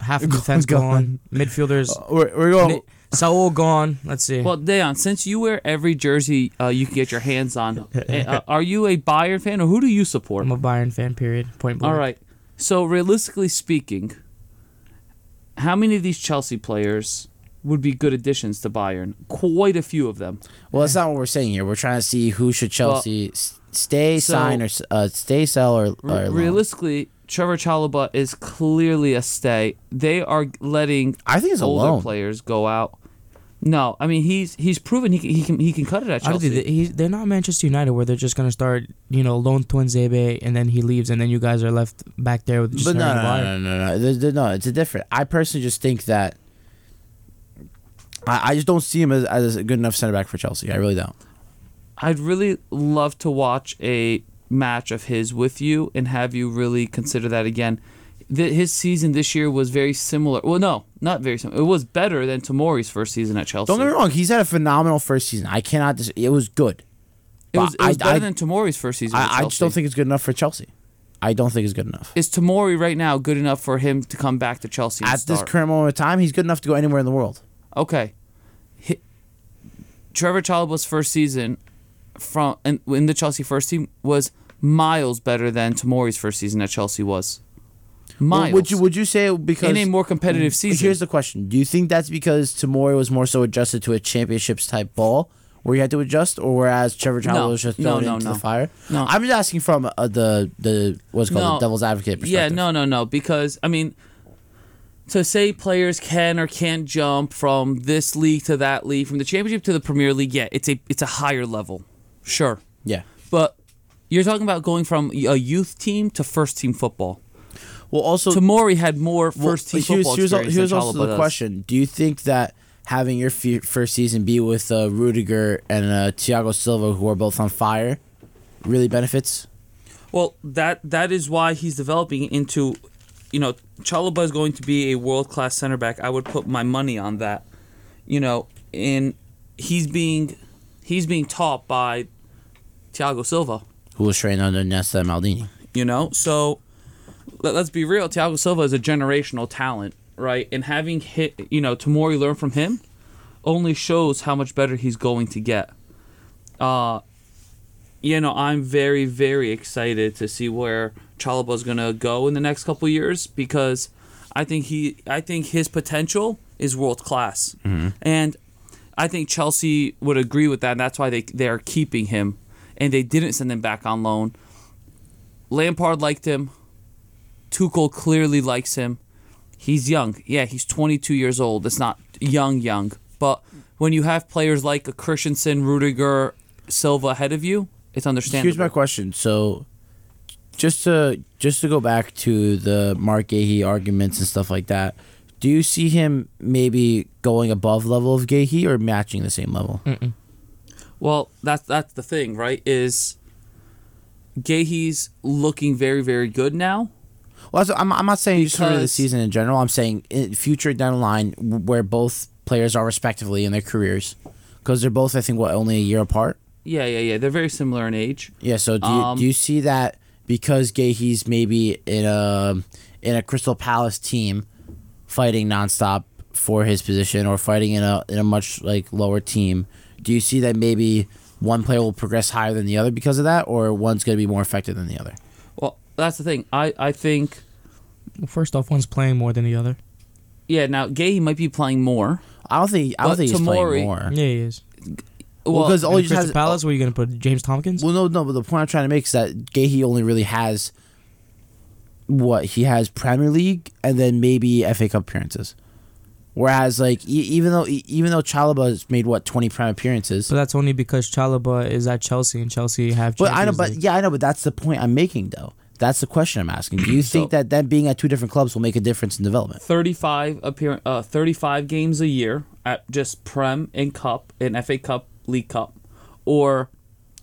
Half of the <laughs> defense gone. Oh.
Gone.
Midfielders.
Uh, We're, we're going.
Ni- Saul gone. Let's see.
Well, Dayon, since you wear every jersey uh, you can get your hands on, <laughs> uh, are you a Bayern fan or who do you support?
I'm a Bayern fan, period. Point blank.
All right. So realistically speaking, how many of these Chelsea players would be good additions to Bayern? Quite a few of them.
Well, that's not what we're saying here. We're trying to see who should Chelsea s- stay,
so-
sign, or s- uh, stay, sell, or, or
Re-
loan.
realistically, Trevor Chalaba is clearly a stay. They are letting
I think it's a
older
loan.
players go out. No, I mean he's he's proven he can, he can he can cut it at
I don't
Chelsea.
think that he- they're not Manchester United where they're just gonna start, you know, loan Twinzebe and then he leaves and then you guys are left back there with just
But no,
Harry
no,
Maguire.
no, no, no, no. There's- there- no, It's a different. I personally just think that. I, I just don't see him as, as a good enough center back for Chelsea. I really don't.
I'd really love to watch a match of his with you and have you really consider that again. Th his season this year was very similar. Well, no, not very similar. It was better than Tomori's first season at Chelsea.
Don't get me wrong. He's had a phenomenal first season. I cannot. Dis- it was good.
It was, it
but
was
I-
better
I-
than Tomori's first season. at
I, I just don't
Chelsea.
think it's good enough for Chelsea. I don't think it's good enough.
is Tomori right now good enough for him to come back to Chelsea and
At this
start?
current moment of time, he's good enough to go anywhere in the world.
Okay. Hi- Trevor Chalaba's first season from in, in the Chelsea first team was miles better than Tomori's first season at Chelsea was. miles
Would you would you say because Mm,
in a more competitive season.
Here's the question: Do you think that's because Tamori was more so adjusted to a championships type ball, where you had to adjust, or whereas Trevor John
No,
was just
no,
thrown
no,
into
no.
the fire?
No.
I'm just asking from uh, the the what's called
No.
the devil's advocate perspective.
Yeah, no, no, no. Because I mean, to say players can or can't jump from this league to that league, from the championship to the Premier League, yeah, it's a it's a higher level, sure.
Yeah.
But you're talking about going from a youth team to first team football.
Well, also
Tamori had more
well,
first team
here's,
football
here's, al-
experience
here's
than
also
Chalobah
the
does.
question: Do you think that having your fe- first season be with uh, Rudiger and uh, Thiago Silva, who are both on fire, really benefits?
Well, that that is why he's developing into, you know, Chalobah is going to be a world class center back. I would put my money on that. You know, and he's being he's being taught by Thiago Silva.
Who was trained under Nesta and Maldini?
You know, so let, us be real. Thiago Silva is a generational talent, right? And having hit, you know, Tamori learn from him only shows how much better he's going to get. Uh, you know, I'm very, very excited to see where Chalaba's gonna go in the next couple years because I think he, I think his potential is world class, and I think Chelsea would agree with that. And that's why they they are keeping him, and they didn't send him back on loan. Lampard liked him. Tuchel clearly likes him. He's young. Yeah, he's 22 years old. It's not young, young. But when you have players like a Christensen, Rudiger, Silva ahead of you, it's understandable.
Here's my question. So, just to just to go back to the Mark Gahey arguments and stuff like that, do you see him maybe going above level of Gahey or matching the same level?
Well, that's that's the thing, right? Is Gahey's looking very, very good now.
Well, that's- I'm, I'm not saying just for the
Because-
season in general. I'm saying in future down the line w- where both players are respectively in their careers, because they're both I think what only a year apart.
Yeah, yeah, yeah. They're very similar in age.
Yeah. So do you,
Um,
do you see that because Gahey's maybe in a in a Crystal Palace team fighting nonstop for his position or fighting in a in a much like lower team? Do you see that maybe one player will progress higher than the other because of that, or one's going to be more effective than the other?
Well, that's the thing. I, I think,
First off, one's playing more than the other.
yeah, now Gahey might be playing more.
I don't think I don't
But
think he's
Tomori-
playing more.
Yeah, he is.
Well, because all
Oh,
he
you
just
Crystal
has
Palace? Where are you gonna put James Tompkins?
Well, no, no. But the point I'm trying to make is that Gahey only really has what he has Premier League and then maybe FA Cup appearances. Whereas, like, e- even though e- even though Chalaba has made what 20 Prem appearances,
But that's only because Chalaba is at Chelsea and Chelsea have.
but I know,
Champions
but
League.
yeah, I know, but that's the point I'm making though. That's the question I'm asking.
<clears throat>
Do you think that them being at two different clubs will make a difference in development?
35 appear uh, 35 games a year at just prem and cup and FA Cup, League Cup or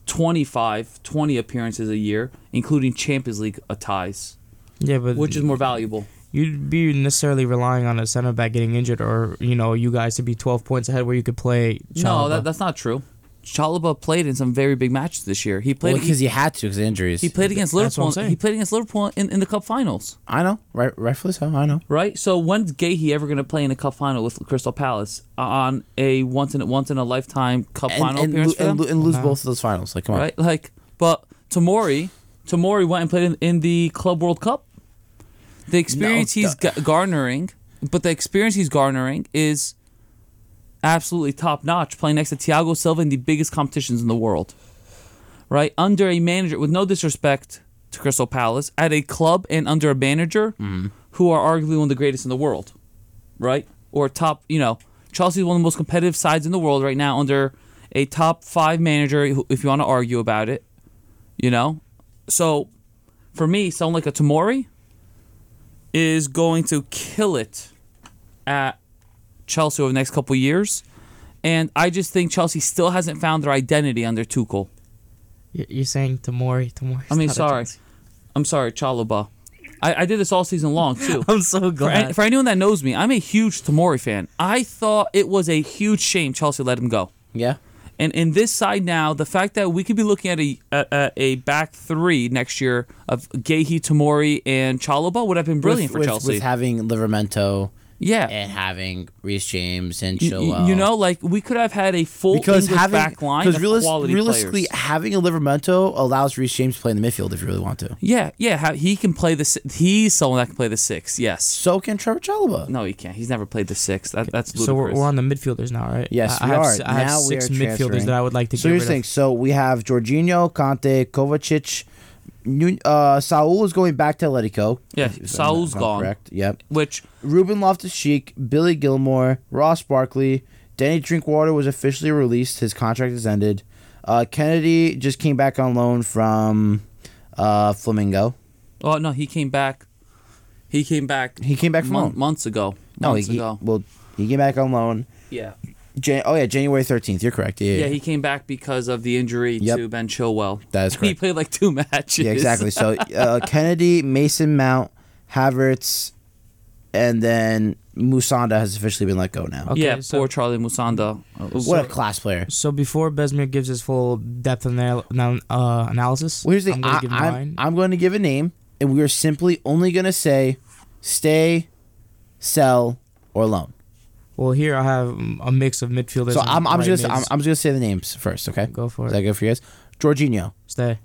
25 20 appearances a year including Champions League uh, ties,
yeah, but
which is more valuable.
you'd be necessarily relying on a center back getting injured or you know you guys to be 12 points ahead where you could play
No,
Chalaba.
that, that's not true. Chalaba played in some very big matches this year. He
Well,
played
because
he,
he had to because injuries.
he played against
That's what I'm
Liverpool.
saying.
He played against Liverpool in, in the cup finals,
I know, right? Rightfully so. I know.
right? So when's Gahey ever going to play in a cup final with Crystal Palace Uh, on a once in a once in a lifetime cup
And,
final
and,
appearance
lo-
for them?
and, lo- and lose both of those finals. Like, come on.
right? Like, but Tamori, Tamori went and played in, in the Club World Cup. The experience he's
duh.
ga- garnering, but the experience he's garnering is absolutely top notch. Playing next to Thiago Silva in the biggest competitions in the world, right? Under a manager, with no disrespect to Crystal Palace, at a club and under a manager
Mm-hmm.
who are arguably one of the greatest in the world, right? Or top, you know, Chelsea is one of the most competitive sides in the world right now under a top five manager, who- if you want to argue about it, you know? So for me, someone like a Tamori is going to kill it at Chelsea over the next couple years. And I just think Chelsea still hasn't found their identity under Tuchel.
Y- you're saying Tamori Tamori
I mean, sorry. I'm sorry, Chalobah. I, I did this all season
<laughs>
long, too.
<laughs> I'm so
For, an-
glad
for anyone that knows me, I'm a huge Tamori fan. I thought it was a huge shame Chelsea let him go.
Yeah.
And in this side now, the fact that we could be looking at a at, at a back three next year of Gahey, Tamori, and Chalobah would have been brilliant
with-
for
with-
Chelsea.
With having Livermento
Yeah.
and having Reese James and
Y- y-
Chilwell.
You know, like we could have had a full
because
English
having
back line
because
of
realis-
quality
realistically
players.
having a Livermento allows Reece James to play in the midfield if you really want to.
Yeah, yeah. How he can play the si- he's someone that can play the six. Yes.
So can Trevor Chalaba.
No, he can't. He's never played the six. That, that's ludicrous.
So we're, we're on the midfielders now, right?
Yes,
I,
we
I have,
are.
s- I have
Now we
six
are
midfielders
transferring.
that I would like to
So
get
here's
rid
the
of.
thing. So we have Jorginho, Conte, Kovacic. Nu- uh, Saul is going back to Atletico.
Yeah,
If I'm
Saul's
not
gone.
Correct. Yep.
Which
Ruben Loftus-Cheek, Billy Gilmore, Ross Barkley, Danny Drinkwater was officially released. His contract has ended. Uh, Kennedy just came back on loan from uh, Flamingo.
oh no, he came back. He came back.
He came back from
mon-
loan.
months ago.
No,
months
he,
ago.
well, he came back on loan.
yeah.
Jan- oh yeah, January thirteenth. You're correct. Yeah,
Yeah, he came back because of the injury
Yep.
to Ben Chilwell.
That is
<laughs> He
correct.
played like two matches.
yeah,
<laughs>
exactly. So uh, Kennedy, Mason Mount, Havertz, and then Musonda has officially been let go now.
Okay,
yeah,
so-
poor Charlie Musonda. Uh,
What a class player!
So before Besmir gives his full depth anal- anal- uh, analysis,
Well, here's the thing.
I'm gonna
I,
give
I'm,
mine.
I'm going to give a name, and we are simply only going to say stay, sell, or loan.
well, here I have um, a mix of midfielders.
so
and
I'm, I'm
right
just gonna, I'm,
mids.
I'm just gonna say the names first. Okay,
go for
is
it.
that good for you guys? Jorginho,
Stay.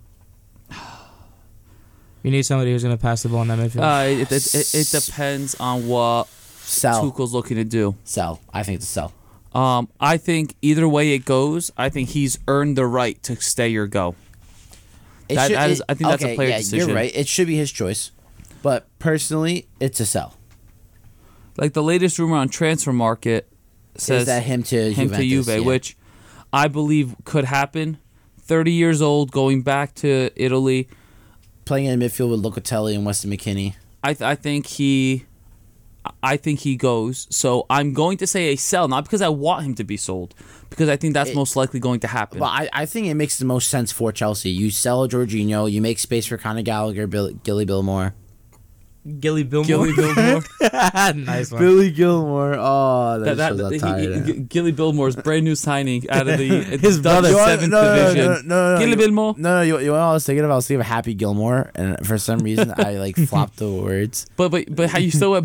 You need somebody who's gonna pass the ball in that midfield.
Uh, it, it, it, it depends on what
sell,
Tuchel's looking to do.
sell. I think it's a sell.
Um, I think either way it goes, I think he's earned the right to stay or go.
It
That- that is- I think that's a
okay,
player
yeah,
decision.
You're right. It should be his choice, but personally, it's a sell.
Like the latest rumor on transfer market says
is that him to
him
Juventus,
to Juve,
yeah.
which I believe could happen. Thirty years old, going back to Italy.
playing in midfield with Locatelli and Weston McKinney.
I th- I think he, I think he goes. So I'm going to say a sell, not because I want him to be sold, because I think that's
It-
most likely going to happen.
Well, I, I think it makes the most sense for Chelsea. You sell Jorginho, you make space for Conor Gallagher, Bill, Gilly Billmore.
Gilly Billmore.
Gilly Billmore.
<laughs> nice one.
Billy Gilmore. Oh,
that, that, he- he- Gilly Billmore's brand
<laughs>
new signing out of the his
No,
brother
no,
seventh
no, no, no,
division.
No, no, no, no,
Gilly
you-
Billmore.
No, no, you, you know what I was thinking of? I was thinking of Happy Gilmore, and for some reason
<laughs>
I like flopped the words.
But but but how you still at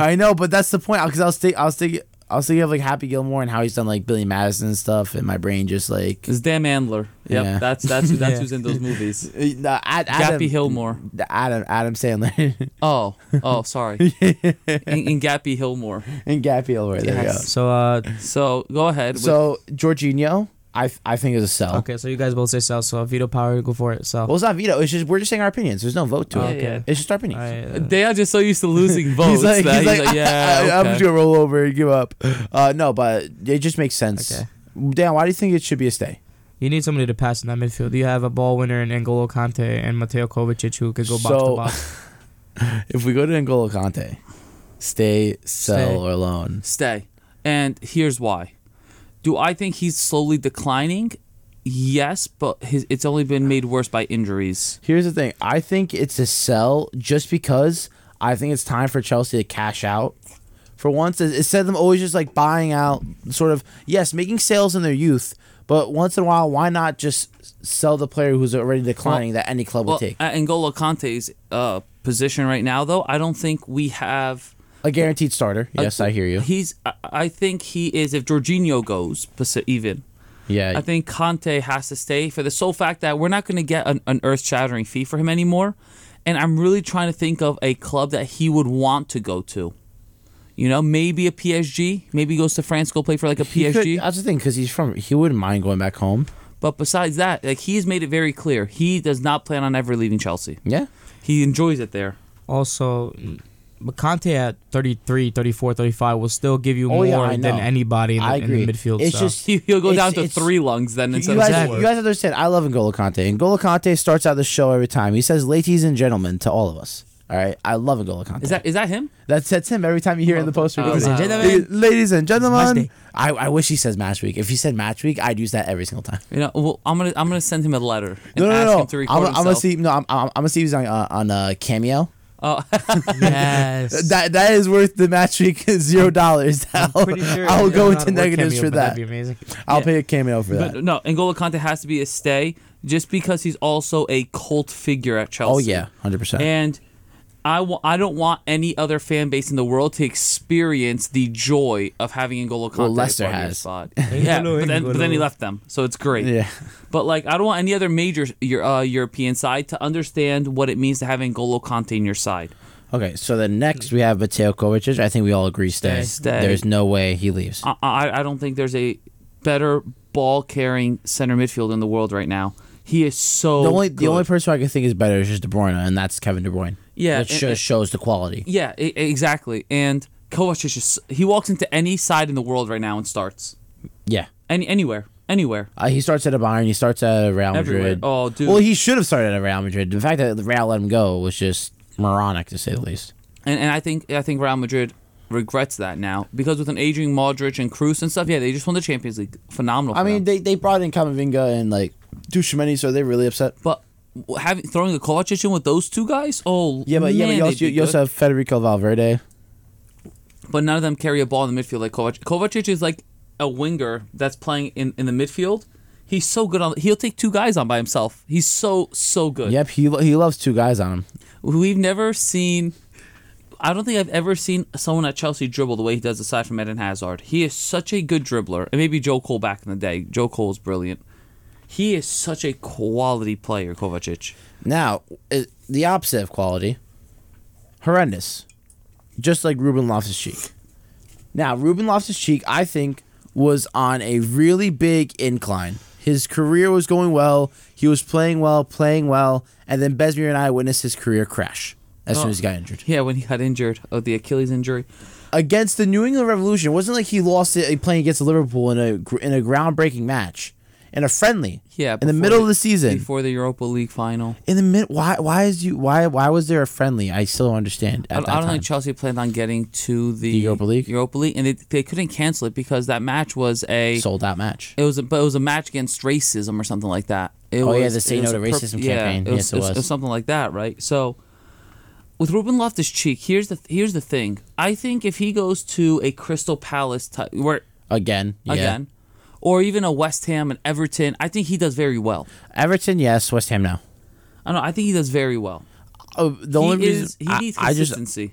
<laughs> I know, but that's the point. Because I was think, I was thinking, I was thinking of like Happy Gilmore and how he's done like Billy Madison and stuff, and my brain just like.
Is Dan Andler. Yep,
Yeah.
that's that's who, that's
Yeah.
<laughs>
who's in those movies.
Uh, No, Ad, Adam,
Gappy Hillmore.
Adam, Adam Sandler, <laughs>
Oh, oh, sorry. in, in Gappy Hillmore.
and Gappy Hillmore. There you go.
So uh,
So go ahead. with-
So Jorginho, I I think is a sell.
okay, so you guys both say sell. So Vito Power, go for it. Sell.
Well, it's not veto. It's just we're just saying our opinions. There's no vote to
Yeah,
it.
yeah.
It's just our opinions.
I, uh,
they are just so used to losing
<laughs>
votes.
He's like,
that
he's like,
yeah,
I, am
okay.
just gonna roll over and give up. Uh, no, but it just makes sense.
Okay.
Dan, why do you think it should be a stay?
You need somebody to pass in that midfield. You have a ball winner in N'Golo Kante and Mateo Kovacic who could go box
So-
to box.
If we go to N'Golo Conte, stay, sell,
Stay.
or loan.
stay. And here's why. Do I think he's slowly declining? Yes, but his, it's only been made worse by injuries.
Here's the thing. I think it's a sell just because I think it's time for Chelsea to cash out. For once, instead of them always just like buying out, sort of yes, making sales in their youth, but once in a while, why not just sell the player who's already declining that any club
Well,
will take?
at N'Golo Kante's uh, position right now, though, I don't think we have.
A guaranteed starter. Yes, I hear you.
He's. I, I think he is. If Jorginho goes, pos- even
Yeah,
I think Conte has to stay for the sole fact that we're not going to get an, an earth shattering fee for him anymore. And I'm really trying to think of a club that he would want to go to. You know, maybe a PSG. Maybe he goes to France, go play for like
<laughs>
a
He could- uh,
PSG.
that's the thing because he's from. He wouldn't mind going back home.
but besides that, like he's made it very clear he does not plan on ever leaving Chelsea.
Yeah,
He enjoys it there. <laughs>
Also, mm, but Kante at 33, 34, 35 will still give you
Oh, yeah,
more
I
than
know.
anybody in the,
I
in the
agree.
midfield.
It's
so.
just
He, he'll go
It's-
down to
it's-
three lungs then
you
instead of
guys,
four.
you guys understand. I love N'Golo Kante. N'Golo Kante starts out the show every time. He says, "Ladies and gentlemen," to all of us. All right, I love N'Golo Kante.
is that Oh, is that him?
That's that's him every time you hear it in the poster.
Ladies
He
and
goes,
gentlemen.
ladies and gentlemen.
Match day.
I, I wish he says match week. If he said match week, I'd use that every single time.
You know, well, I'm gonna I'm gonna send him a letter and
No, no,
ask
no.
him to
no.
record
I'm, I'm gonna
himself.
see. No, I'm, I'm, I'm gonna see if he's on uh, on uh, cameo.
Oh,
<laughs> yes.
That that is worth the match week <laughs> zero dollars. I'll,
<laughs> Pretty sure
I'll
it's
go
not
into
a word
negatives
cameo,
for
but
that.
That'd be amazing.
I'll
Yeah.
pay a cameo for that.
But no, N'Golo Kante has to be a stay just because he's also a cult figure at Chelsea.
Oh yeah, hundred percent.
And I w- I don't want any other fan base in the world to experience the joy of having N'Golo Conte
Well, Leicester
as part of your
has.
squad. yeah,
N'Golo,
but then, but then he
N'Golo.
left them, so it's great.
Yeah.
But like, I don't want any other major Eu- uh, European side to understand what it means to have N'Golo Conte in your side.
Okay, so then next we have Mateo Kovacic. I think we all agree stays.
Stay. Oh,
There's no way he leaves.
I, I, I don't think there's a better ball carrying center midfield in the world right now. He is so
the only
good.
the only person I can think is better is just De Bruyne, and that's Kevin De Bruyne.
Yeah,
which
and-
just
and-
shows the quality.
yeah e- e- exactly. And Kovacic is he walks into any side in the world right now and starts
Yeah,
any anywhere anywhere.
uh, he starts at a Bayern. He starts at a Real Madrid.
Everywhere. Oh, dude.
Well, he should have started at Real Madrid. The fact that the Real let him go was just moronic, to say the least.
And, and I think I think Real Madrid regrets that now because with an Adrian Modric and Cruz and stuff, yeah, they just won the Champions League. Phenomenal.
I
for
mean,
them.
they, they brought in Kamavinga and like Dushmeni, so they're really upset.
but w- having throwing a Kovacic in with those two guys, oh
Yeah, but yeah, but you
man, they'd
also,
be
you also
good.
have Federico Valverde.
but none of them carry a ball in the midfield like Kovacic. Kovacic is like a winger that's playing in, in the midfield. He's so good on. He'll take two guys on by himself. He's so so good.
Yep, he lo- he loves two guys on him.
We've never seen. I don't think I've ever seen someone at Chelsea dribble the way he does, aside from Eden Hazard. He is such a good dribbler, and maybe Joe Cole back in the day. Joe Cole is brilliant. He is such a quality player, Kovacic.
Now, uh, the opposite of quality, horrendous, just like Ruben Loftus Cheek. Now, Ruben Loftus Cheek, I think, was on a really big incline. His career was going well. He was playing well, playing well, and then Besmir and I witnessed his career crash as soon
Oh.
as he got injured
Yeah, when he got injured, oh the Achilles injury.
against the New England Revolution. It wasn't like he lost it playing against Liverpool in a gr- in a groundbreaking match, in a friendly.
Yeah,
in the
before
middle of the season.
before the Europa League final.
in the mid, why why is you why why was there a friendly? I still don't understand.
I,
At that
I don't
time.
think Chelsea planned on getting to the,
Europa League?
Europa League, and they, they couldn't cancel it because that match was a
sold out match.
It was, a, but it was a match against racism or something like that. It
Oh,
was,
yeah, the Say
it was
No to
a
Racism
yeah,
campaign.
It was,
Yes, it
it was-
was.
it was something like that, right? So, with Ruben Loftus Cheek, here's the here's the thing. I think if he goes to a Crystal Palace type, where
Again, yeah.
again, or even a West Ham and Everton, I think he does very well.
Everton, yes. West Ham, no.
I don't know. I think he does very well.
Uh, the
He
only reason
is. He
I-
needs
I, just
consistency.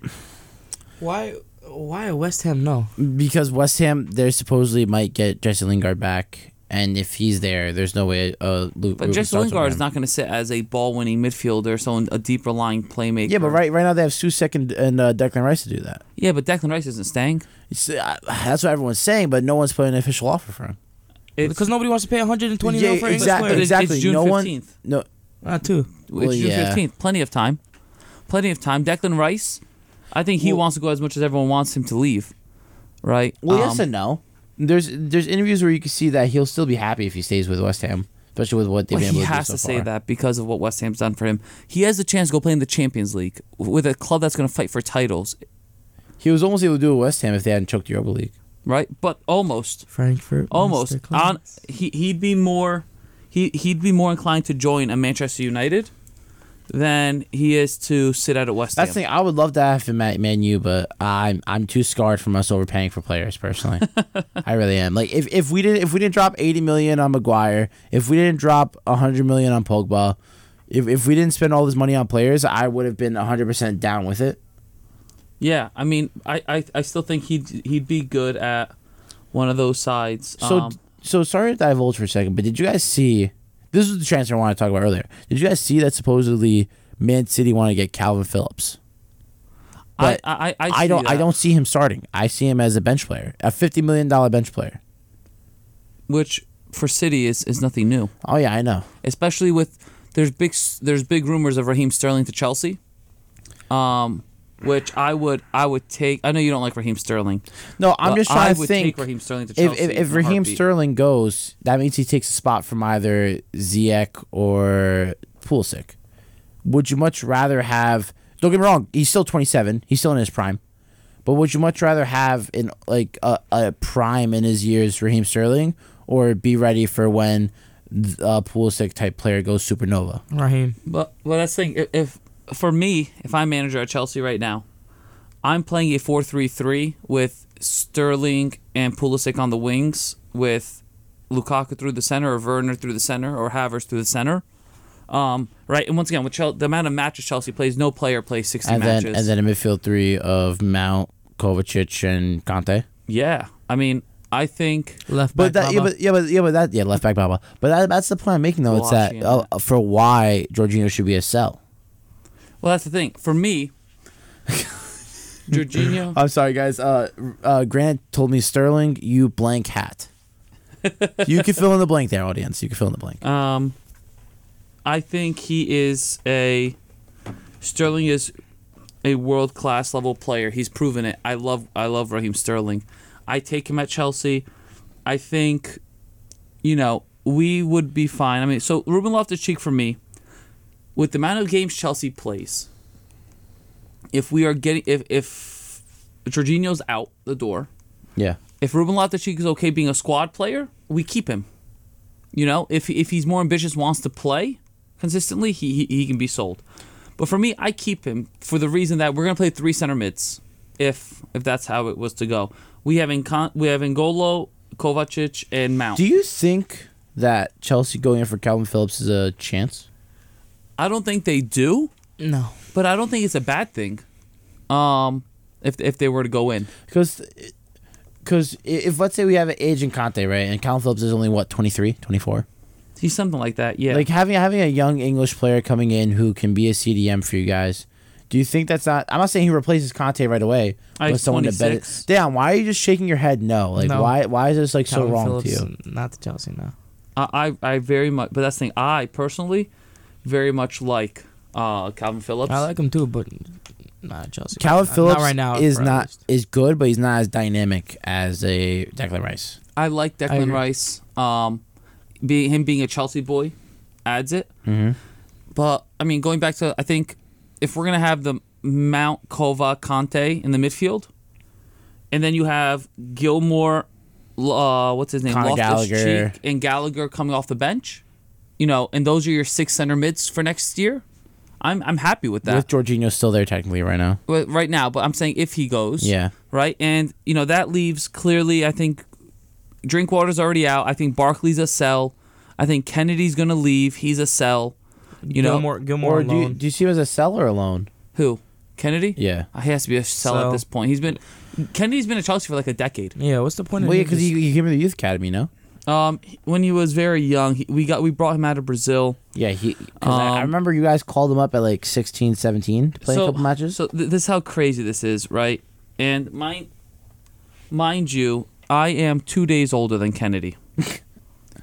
Why? Why West Ham? No.
because West Ham they supposedly might get Jesse Lingard back, and if he's there, there's no way. Uh, Luke,
but Jesse Lingard is not going to sit as a ball-winning midfielder, so a deeper line playmaker.
Yeah, but right right now they have Susek and, and uh, Declan Rice to do that.
Yeah, but Declan Rice isn't staying.
It's, uh, that's what everyone's saying, but no one's put an official offer for him.
because nobody wants to pay 120
yeah,
mil for an English
exactly.
But it-
player.
it's
exactly.
June
no one.
15th.
No.
Ah, too.
It's
Well,
June
yeah.
fifteenth. Plenty of time. Plenty of time. Declan Rice, I think he
Well-
wants to go as much as everyone wants him to leave. Right.
Well,
Um,
yes and no. There's there's interviews where you can see that he'll still be happy if he stays with West Ham, especially with what they've
well,
been able
he
to do
has
so
to say
far.
that because of what West Ham's done for him. He has the chance to go play in the Champions League with a club that's going to fight for titles,
He was almost able to do it with West Ham if they hadn't choked the Europa League.
right? But almost,
Frankfurt.
almost
Master
on.
Class.
He he'd be more, he he'd be more inclined to join a Manchester United than he is to sit out at West
That's the
Ham.
thing. I would love to have him at Man U, but I'm I'm too scarred from us overpaying for players
<laughs>
personally. I really am. Like if, if we didn't if we didn't drop 80 million on Maguire, if we didn't drop 100 million on Pogba, if if we didn't spend all this money on players, I would have been 100% down with it.
yeah, I mean, I, I I still think he'd he'd be good at one of those sides.
So
um,
so sorry to divulge for a second, but did you guys see this was the transfer I wanted to talk about earlier. Did you guys see that supposedly Man City want to get Calvin Phillips? But
I, I, I,
I,
see
don't I
that,
don't see him starting. I see him as a bench player, a 50 million dollar bench player.
Which for City is, is nothing new,
Oh yeah, I know.
especially with there's big s- there's big rumors of Raheem Sterling to Chelsea, um, which I would I would take. I know you don't like Raheem Sterling.
No, I'm
but
just trying
I
to
would
think.
Take Raheem Sterling to
if
Chelsea
if, if
in a
Raheem
heartbeat.
Sterling goes, that means he takes a spot from either Ziyech or Pulisic. Would you much rather have? Don't get me wrong. He's still 27. He's still in his prime. But would you much rather have in like a, a prime in his years, Raheem Sterling, or be ready for when th- a Pulisic type player goes supernova?
Raheem.
But well, that's the thing. If, if for me, if I'm manager at Chelsea right now, I'm playing a four-three-three with Sterling and Pulisic on the wings, with Lukaku through the center, or Werner through the center, or Havers through the center. Um, right, and once again, with Chel- the amount of matches Chelsea plays, no player plays sixty
and
matches.
then and then a midfield three of Mount Kovacic and Conte.
yeah, I mean, I think
Left
But
back.
that, yeah,
Baba.
but yeah, but yeah, but that, yeah, left back Baba. But that, that's the point I'm making though. It's that
Bolasie,
uh, for why Jorginho should be a sell.
Well, that's the thing. For me,
<laughs>
Jorginho.
I'm sorry, guys. Uh, uh, Grant told me Sterling, you blank hat. you can fill in the blank there, audience. You can fill in the blank.
Um, I think he is a Sterling is a world class level player. He's proven it. I love I love Raheem Sterling. I take him at Chelsea. I think, you know, we would be fine. I mean, so Ruben Loftus Cheek for me, with the amount of games Chelsea plays, if we are getting if if Jorginho's out the door,
Yeah.
if Ruben Loftus-Cheek is okay being a squad player, we keep him. You know, if if he's more ambitious, wants to play consistently, he he, he can be sold. But for me, I keep him for the reason that we're gonna play three center mids. If if that's how it was to go, we have Incon- we have Ngolo, Kovacic, and Mount.
Do you think that Chelsea going in for Calvin Phillips is a chance?
I don't think they do,
no.
but I don't think it's a bad thing. Um, if if they were to go in,
Because, because uh, if let's say we have an aging Conte right, and Calvin Phillips is only what 23, 24?
he's something like that. Yeah,
Like having having a young English player coming in who can be a CDM for you guys. Do you think that's not? I'm not saying he replaces Conte right away,
Ah,
but
he's
someone to better.
26.
Damn, why are you just shaking your head? Oh, No, like
No.
why why is this like
Calvin
so wrong
Phillips,
to you?
Not the Chelsea now.
I, I I very much, but that's the thing. I personally very much like uh, Calvin Phillips.
I like him too, but not Chelsea.
Calvin
Not-
Phillips
not right now.
is
for at
not
least.
is good, but he's not as dynamic as a Declan Rice.
I like
I
Declan
agree.
Rice. Um, be, him being a Chelsea boy adds it.
Mm-hmm.
Mhm.
But I mean, going back to I think if we're gonna have the Mount Kova Conte in the midfield, and then you have Gilmore, uh, what's his name,
Conor Gallagher.
Loftus-Cheek and Gallagher coming off the bench, you know, and those are your six center mids for next year. I'm I'm happy with that.
With Jorginho still there technically right now.
Well, right now, but I'm saying if he goes.
Yeah.
Right? And, you know, that leaves clearly, I think Drinkwater's already out. I think Barkley's a sell. I think Kennedy's going to leave. He's a sell. You know,
Gilmore, Gilmore
Or do you,
alone.
do you see him as a seller alone?
who? Kennedy? Uh,
Yeah.
He has to be a sell
Sell.
at this point. He's been, Kennedy's been at Chelsea for like a decade.
yeah, what's the point?
Well, yeah,
of him
because
just-
you, you came to the youth academy, no?
Um, when he was very young, he, we got we brought him out of Brazil.
Yeah, he. 'cause I, I
Um,
remember you guys called him up at like 16, 17 to play a couple matches.
So th- this is how crazy this is, right? And mind, mind you, I am two days older
<laughs>
than Kennedy.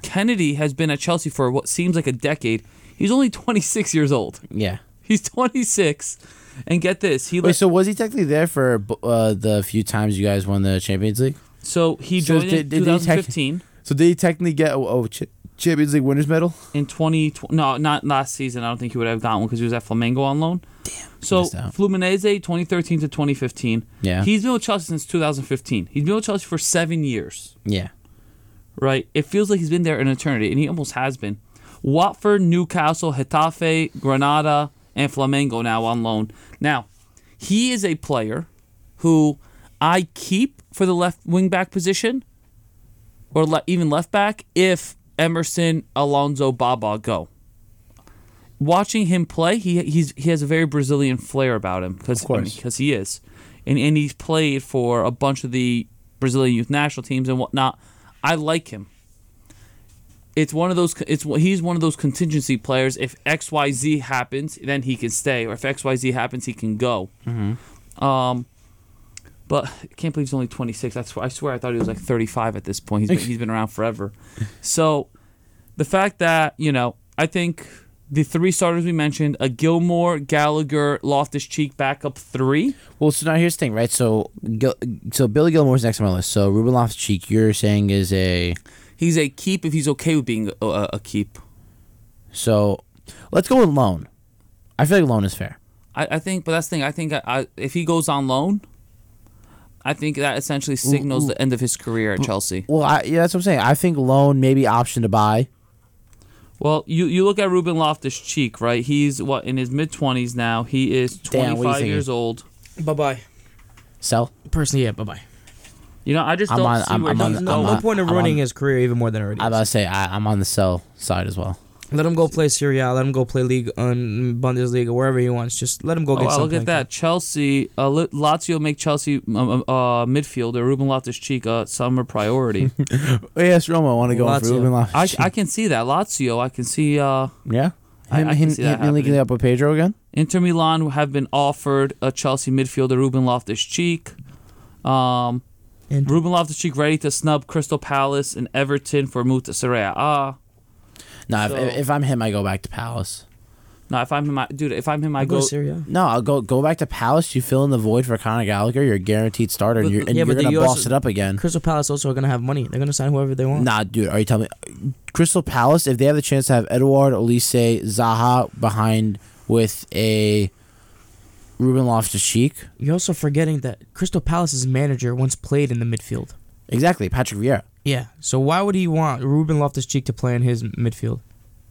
Kennedy has been at Chelsea for what seems like a decade. He's only 26 years old.
yeah.
He's 26, and get this, he
Wait,
le-
so was he technically there for bu- uh, the few times you guys won the Champions League?
so he
so
joined
did-
in
did he tec-
2015.
So did he technically get a oh, ch- Champions League winners medal?
in 2020 no not last season i don't think he would have gotten one because he was at flamengo on loan damn so
missed out.
fluminense 2013 to 2015
Yeah.
he's been with chelsea since 2015 he's been with chelsea for seven years
Yeah.
right it feels like he's been there an eternity and he almost has been watford newcastle hetafe granada and flamengo now on loan now he is a player who i keep for the left wing back position or le- even left back if Emerson, Alonso, Baba go. Watching him play, he he's he has a very Brazilian flair about him because
Of course.
he is, and and he's played for a bunch of the Brazilian youth national teams and whatnot. I like him. It's one of those. It's he's one of those contingency players. If X Y Z happens, then he can stay, or if X Y Z happens, he can go.
Mm-hmm.
Um, but I can't believe he's only 26. That's I swear I thought he was like 35 at this point. He's been, he's been
<laughs>
around forever. So the fact that you know, I think the three starters we mentioned, a Gilmore, Gallagher, Loftus Cheek backup three.
Well, so now here's the thing, right? So, Gil- so Billy Gilmore's next on my list. So Ruben Loftus-Cheek, you're saying is a
He's a keep if he's okay with being a, a, a keep.
so. Let's go with loan. I feel like loan is fair.
I, I think, but that's the thing. I think I, I, if he goes on loan, I think that essentially signals the end of his career at Chelsea.
Well, I, yeah, that's what I'm saying. I think loan, maybe option to buy.
Well, you, you look at Ruben Loftus Cheek, right? He's what in his mid twenties now. He is
Dan, what are you
twenty five years
thinking?
old.
bye bye.
Sell.
Personally, yeah, bye bye.
You know, I just
I'm
don't
on-
see
I'm-
where
I'm
he's
on-
going.
I'm
No,
on-
no point of
I'm
ruining
on-
his career even more than it already
I'm about
is.
to say I, I'm on the sell side as well.
Let him go play Serie A. Let him go play League on Bundesliga, wherever he wants. Just let him go
Oh,
get
wow, look
something.
at that. Chelsea, uh, Li- Lazio make Chelsea um, um, uh, midfielder Ruben Loftus-Cheek a summer
<laughs>
priority.
Oh, yes, Roma. I want to go on for
Lazio.
Ruben
I,
Loftus.
I can see that. Lazio, I can see uh,
yeah.
I-
Him,
I can
him,
see that
him linking
happening.
up with Pedro again.
Inter Milan have been offered a Chelsea midfielder Ruben Loftus-Cheek. Um,
And-
Ruben Loftus-Cheek ready to snub Crystal Palace and Everton for a move to Serie A.
No,
So-
if, if I'm him, I go back to Palace.
No, if I'm him, I, dude, if I'm him, I
I go
go.
to Serie A.
No, I'll go go back to Palace. You fill in the void for Conor Gallagher. You're a guaranteed starter, and
But-
you're, and
yeah,
you're
but
gonna
you
boss
also-
it up again.
Crystal Palace also are gonna have money. They're gonna sign whoever they want.
Nah, dude, are you telling me Crystal Palace? If they have the chance to have Eduard, Olise, Zaha behind with a Ruben Loftus-Cheek,
You're also forgetting that Crystal Palace's manager once played in the midfield.
exactly Patrick Vieira,
Yeah. So why would he want Ruben Loftus-Cheek to play in his midfield?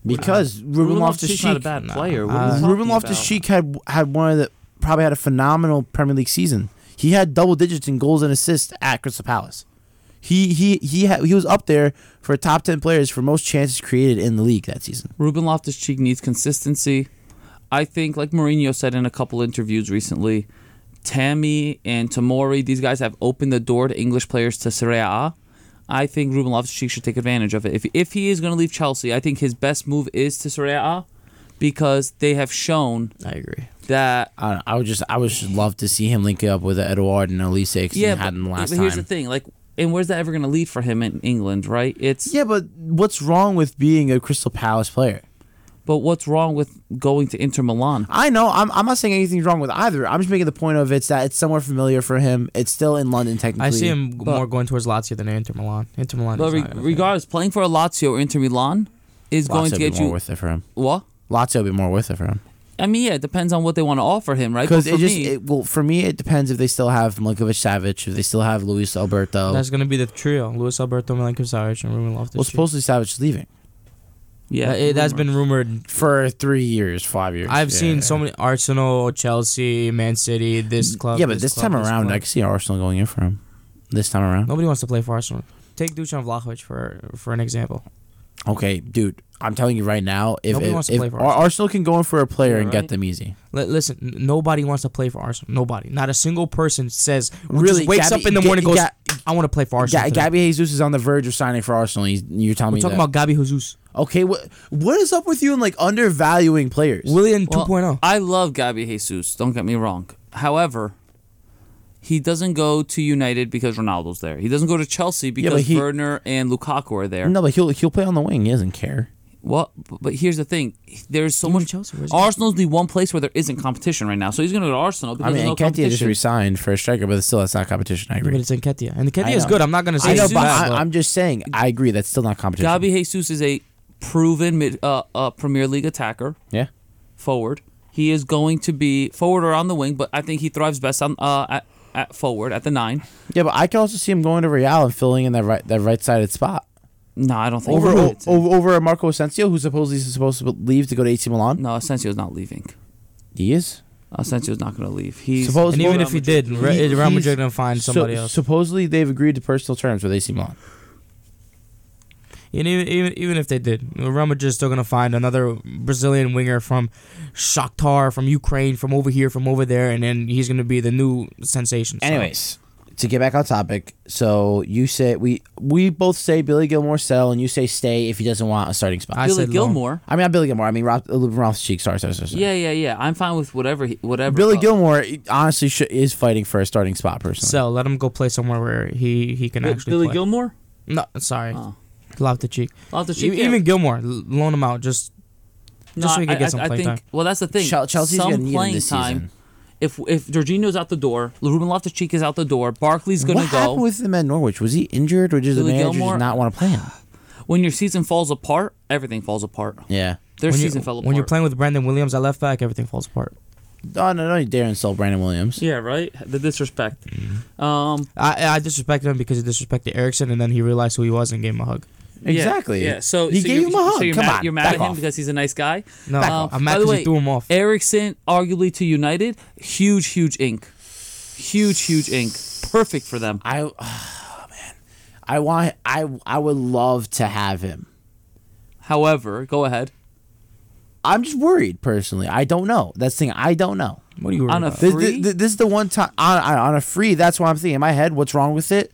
because Ruben,
Ruben Loftus-Cheek's
Loftus-Cheek,
not a bad player. What are you
Uh,
talking
Ruben
about?
Loftus-Cheek had had one of the probably had a phenomenal Premier League season. He had double digits in goals and assists at Crystal Palace. He he he had, he was up there for top ten players for most chances created in the league that season.
Ruben Loftus Cheek needs consistency. I think, like Mourinho said in a couple interviews recently, Tammy and Tamori, these guys have opened the door to English players to Serie A. I think Ruben Loftus Cheek should take advantage of it. If, if he is going to leave Chelsea, I think his best move is to Serie A because they have shown
I agree.
that.
I, don't know, I would just I would just love to see him link up with Eduard and Elise because
Yeah,
he had
but,
him last
but
time.
here's the thing. Like, and where's that ever going to lead for him in England, right? It's
Yeah, but what's wrong with being a Crystal Palace player?
but what's wrong with going to Inter Milan?
I know. I'm, I'm not saying anything's wrong with either. I'm just making the point of it's that it's somewhere familiar for him. It's still in London technically.
I see him
But-
more going towards Lazio than Inter Milan. Inter Milan.
But
is
re-
not gonna
regardless, playing for a Lazio or Inter Milan
Lazio
is going
would
to
be
get
more
you
worth it for him.
what?
Lazio would be more worth it for him
I mean, yeah, it depends on what they want to offer him, right?
because
But for
it just
me,
it, well for me it depends if they still have Milinkovic Savic if they still have Luis Alberto.
fit. That's gonna be the trio: Luis Alberto, Milinkovic Savic, and Ruben Loftus.
well, supposedly Savic's leaving
yeah,
it, has been rumored.
for three years, five years.
I've
Yeah.
seen so many Arsenal, Chelsea, Man City, this club.
Mm, yeah, but this,
club,
time around,
club.
I can see Arsenal going in for him. This time around.
nobody wants to play for Arsenal. Take Dusan Vlahovic for for an example.
Okay, dude, I'm telling you right now, if,
Nobody
if,
wants to
if
play for
Ar-
Arsenal.
Arsenal can go in for a player
Yeah,
and
right.
get them easy.
Li- listen, n- nobody wants to play for Arsenal. Nobody, not a single person says.
Really,
Really, wakes
Gabby-
up in the
Ga-
morning, and goes,
Ga-
"I want to play for Arsenal."
Ga-
today."
Gabby Jesus is on the verge of signing for Arsenal. He's, you're telling
We're
me
talking
that.
about Gabi Jesus,
okay, what what is up with you and like undervaluing players?
William
Well,
2.0.
I love Gabi Jesus. Don't get me wrong. However, he doesn't go to United because Ronaldo's there. He doesn't go to Chelsea
but
because
he-
Werner and Lukaku are there.
no, but he'll he'll play on the wing. He doesn't care.
Well, but here's the thing: there's so
He went
much.
to Chelsea, where's he?
Arsenal's the one place where there isn't competition right now. So he's going to go to Arsenal because
I mean,
there's no
Nketiah just
competition.
resigned for a striker, but still, that's not competition. I
Yeah,
agree.
but it's Nketiah, and Nketiah is
know.
good. I'm not gonna say
I know,
he's
but
bad,
I, I'm just saying. I agree. That's still not competition.
Gabi Jesus is a proven mid, uh, uh, Premier League attacker.
yeah.
forward. He is going to be forward or on the wing, but I think he thrives best on uh, at, at forward at the nine.
Yeah, but I can also see him going to Real and filling in that right that right sided spot
No, I don't think
over
He'll
o-
do it.
over over Marco Asensio, who supposedly is supposed to leave to go to AC Milan.
No, Asensio's not leaving.
He is.
Asensio's not going to leave. He's
Suppose-
and
Real
even if he did, Re-
He-
Real
he's-
Madrid gonna find somebody
So-
else.
Supposedly, they've agreed to personal terms with AC Milan.
And even even even if they did, Real Madrid's still gonna find another Brazilian winger from Shakhtar, from Ukraine, from over here, from over there, and then he's gonna be the new sensation. so.
Anyways, to get back on topic, so you say we we both say Billy Gilmore sell, and you say stay if he doesn't want a starting spot.
I
I,
Billy
said loan.
Gilmore.
mean, not Billy Gilmore. I mean, Rob, uh, Ross Cheek. Sorry, sorry, sorry. sorry.
Yeah, yeah, yeah. I'm fine with whatever. He, whatever.
Billy
uh,
Gilmore honestly sh- is fighting for a starting spot personally.
So let him go play somewhere where he he can
Bi-
actually
Billy
play.
Gilmore.
No, sorry,
Oh.
love the cheek.
Off the
E- Even Gilmore, l- loan him out. Just
no,
just so he
I,
could get
I-
some
I
playing
think,
time.
Well, that's the thing.
Chel- Chelsea's
some
gonna need him
playing
this
time. If if Jorginho's out the door, Ruben Loftus-Cheek is out the door. Barkley's going
what
to go.
happened with him at Norwich? Was he injured, or did the
Billy
manager
Gilmore-
just not want to play
<sighs>
him?
when your season falls apart, everything falls apart.
Yeah.
Their
when, you,
season fell apart.
when you're playing with Brandon Williams at left back, everything falls apart.
Oh no, no, dare insult Brandon Williams.
Yeah, right. The disrespect.
Mm-hmm.
Um,
I, I disrespected him because he disrespected Erickson, and then he realized who he was and gave him a hug.
Exactly.
Yeah. yeah. So
he
so
gave
you're-
him a hug.
So you're
Come
mad,
on,
you're mad
back
at him
off.
because he's a nice guy.
No,
Um,
I'm
by
mad
the
because
way,
he threw him off.
Erickson, arguably to United, huge, huge ink, huge, huge ink. Perfect for them.
I, <sighs> oh, man, I want. I I would love to have him.
However, go ahead.
I'm just worried personally. I don't know. That's the thing. I don't know.
What are you worried
On a
about?
f-
This,
Free?
this, this is the one time on, on, on a free. That's what I'm thinking in my head. What's wrong with it?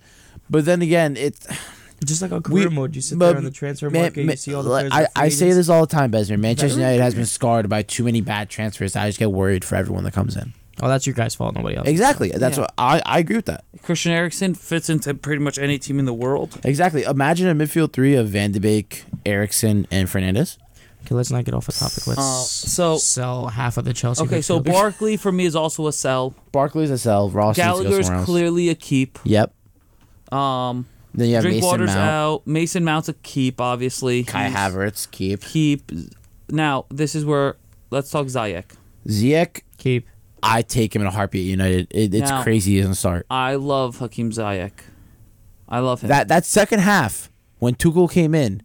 But then again, it's
Just like a career
we-
mode, you sit
but-
there on the transfer
man,
market, you
man,
see all the
like,
players.
I,
that are
I
free
say
agents.
this all the time, Besmer. Manchester
Better?
United has been scarred by too many bad transfers. I just get worried for everyone that comes in.
Oh, that's your guy's fault, nobody else.
Exactly. That's
Yeah.
what I, I agree with that.
Christian Eriksen fits into pretty much any team in the world.
Exactly. Imagine a midfield three of Van de Beek, Erickson, and Fernandez.
Okay, let's not get off the topic. Let's
Uh, so-
sell half of the Chelsea.
Okay, so
midfield.
Barkley for me is also a sell.
Barkley's a sell. Ross needs to go
Gallagher's
somewhere else.
clearly a keep.
Yep.
Um,
Then you have Mason
Drinkwater's
Mount,
out. Mason Mount's a keep, obviously.
Kai
He's
Havertz, keep
keep. Now this is where let's talk Zayek.
Ziyech.
keep.
I take him in a heartbeat. at United. It, it's
Now-
crazy he doesn't start.
I love Hakeem Zayek. I love him.
That that second half when Tuchel came in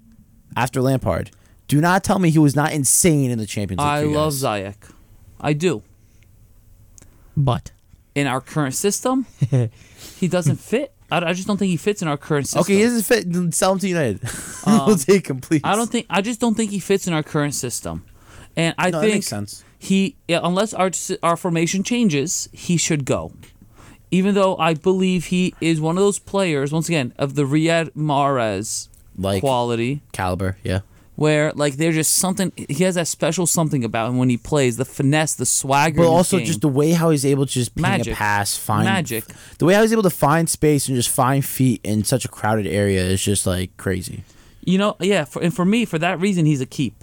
after Lampard. Do not tell me he was not insane in the Champions League.
I
for you
love
guys.
Zayek. I do.
But
In our
<laughs>
current system, he doesn't fit. I, I just don't think he fits in our current system.
Okay, he doesn't fit. then Sell him to United. <laughs> we'll take him, please.
Um, I don't think. I just don't think he fits in our current system. And I
No, that
think
makes sense.
he, yeah, unless our s- our formation changes, he should go. Even though I believe he is one of those players, once again, of the Riyad Mahrez
Like-
quality,
caliber. Yeah.
where like there's just something he has that special something about him when he plays, the finesse, the swagger,
But
in his
also
game.
just the way how he's able to just ping
Magic.
a pass, find
Magic.
The way how he's able to find space and just find feet in such a crowded area is just like crazy.
You know, yeah, for, and for me, for that reason, he's a keep.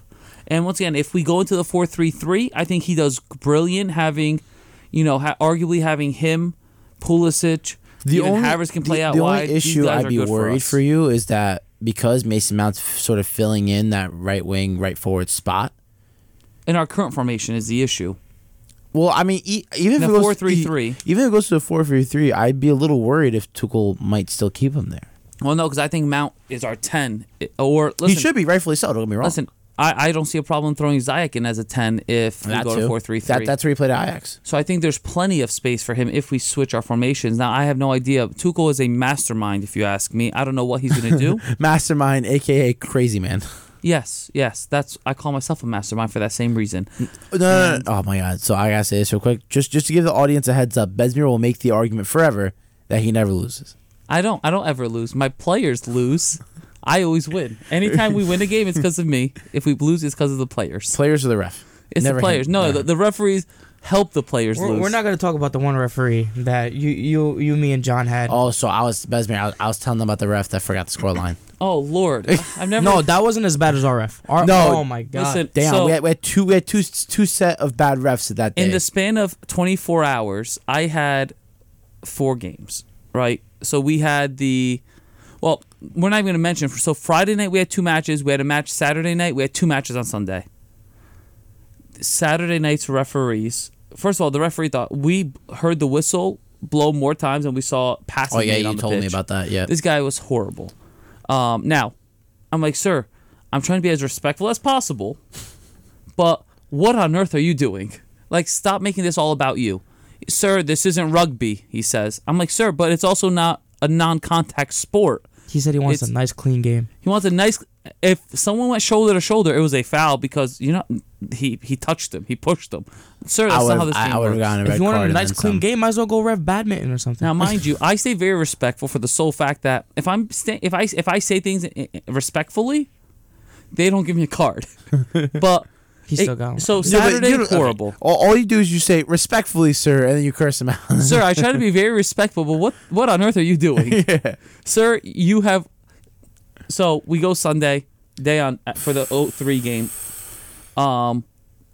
And once again, if we go into the four three three, I think he does brilliant having, you know, ha- arguably having him, Pulisic,
The
even
only
Havers can
the-
play out
the
wide.
only
These
issue
guys
I'd
are
be
good
worried
us.
for, you is that because Mason Mount's f- sort of filling in that right wing, right forward spot.
In our current formation is the issue.
Well, I mean, e- even
The
if it goes
4-3-3.
e- even if it goes to a four three three, I'd be a little worried if Tuchel might still keep him there.
Well, no, because I think Mount is our ten. It- Or listen,
he should be rightfully so. Don't get me wrong.
listen. I, I don't see a problem throwing Zayek in as a ten if we
that
go
too.
to four three three.
That, that's where he played at Ajax.
So I think there's plenty of space for him if we switch our formations. Now I have no idea. Tuchel is a mastermind, if you ask me. I don't know what he's going
<laughs>
to do.
Mastermind, aka Crazy
<laughs>
Man.
yes, yes, that's I call myself a mastermind for that same reason.
No, no, no. Oh my god. So I gotta say this real quick. Just just to give the audience a heads up, Besmir will make the argument forever that he never loses.
I don't, I don't ever lose. My players lose. I always win. Anytime we win a game, it's because of me. If we lose, it's because of the players.
Players or the ref.
It's
Never
the players.
him.
No,
Never.
the, the referees help the players
we're,
lose.
we're not going to talk about the one referee that you, you, you, me, and John had.
Oh, so I was Besmir. I was, I was telling them about the ref that forgot the score line. <laughs>
Oh Lord, I've never.
no, that wasn't as bad as our ref. Our,
No.
oh my god.
listen.
Damn,
so-
we, had, we had two we had two two set of bad refs at that day.
in the span of 24 hours i had four games right so we had the well we're not even going to mention so friday night we had two matches we had a match saturday night we had two matches on sunday saturday night's referees first of all the referee thought we heard the whistle blow more times than we saw passes
oh yeah,
made
you
on the
told me
pitch.
about that. Yeah.
This guy was horrible. Um, now, I'm like, sir, I'm trying to be as respectful as possible, but what on earth are you doing? Like, stop making this all about you. Sir, this isn't rugby, he says. I'm like, sir, but it's also not a non contact sport.
he said he wants
it's-
a nice, clean game.
He wants a nice. If someone went shoulder to shoulder, it was a foul because you know he he touched him, he pushed him. Sir,
I
that's not
would
how this game
I, I would have
works.
gotten a red
If you
card
want a
and
nice,
then
clean
some.
game, might as well go ref badminton or something.
Now, mind you, I stay very respectful for the sole fact that if I'm sta- if I if I say things i- i- respectfully, they don't give me
<laughs>
a card. but
<laughs> he still got one.
Yeah,
so
but
Saturday
you don't- okay. <laughs>
horrible.
All, all you do is you say respectfully, sir, and then you curse him out.
Sir, I try to be very respectful, but what what on earth are
<laughs>
you doing? Sir, you have So, we go Sunday day on for the 03 game. Um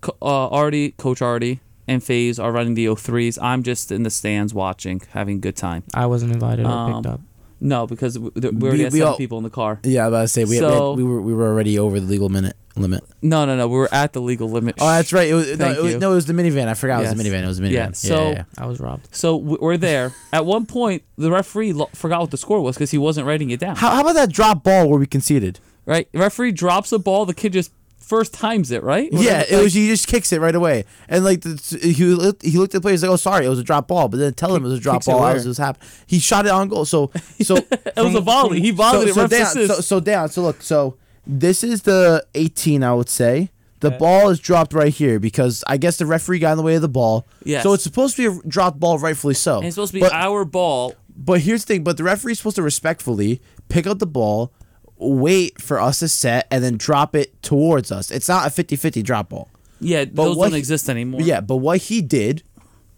co- uh, Artie, coach Artie and FaZe are running the 03s. I'm just in the stands watching, having a good time.
I wasn't invited or picked
Um,
up.
No, because we, there- we
We-
already had
we
seven
all-
people in the car.
yeah, I was about to say we, had- we, had-
So-
we were we were already over the legal minute limit.
No, no, no. We were at the legal limit.
Oh, that's right. It was, no,
Thank
it was,
you.
no, it was the minivan. I forgot it was the
Yes.
minivan. It was the minivan.
Yeah,
Yeah.
so-
yeah, yeah.
I was robbed.
So we- we're there. At one point, the referee lo- forgot what the score was because he wasn't writing it down.
How, how about that drop ball where we conceded?
Right? Referee drops the ball. The kid just first times it. Right?
yeah,
Whatever,
it was.
like-
He just kicks it right away, and like the, he looked, he looked at the player. He's like, "Oh, sorry, it was a drop ball." But then tell him it was a drop
kicks it
ball. I
where?
was just happy. He shot it on goal. So so
<laughs> It was a volley. He
so
volleyed it.
so
ref's
down.
assist.
So, so down. So look. So this is the 18. I would say The
Okay.
ball is dropped right here because I guess the referee got in the way of the ball.
Yes.
So it's supposed to be a dropped ball, rightfully so.
And it's supposed to be
But,
our ball.
but here's the thing: but the referee's supposed to respectfully pick up the ball, wait for us to set, and then drop it towards us. It's not a 50-50 drop ball.
Yeah, those
what
don't
he-
exist anymore.
Yeah, but what he did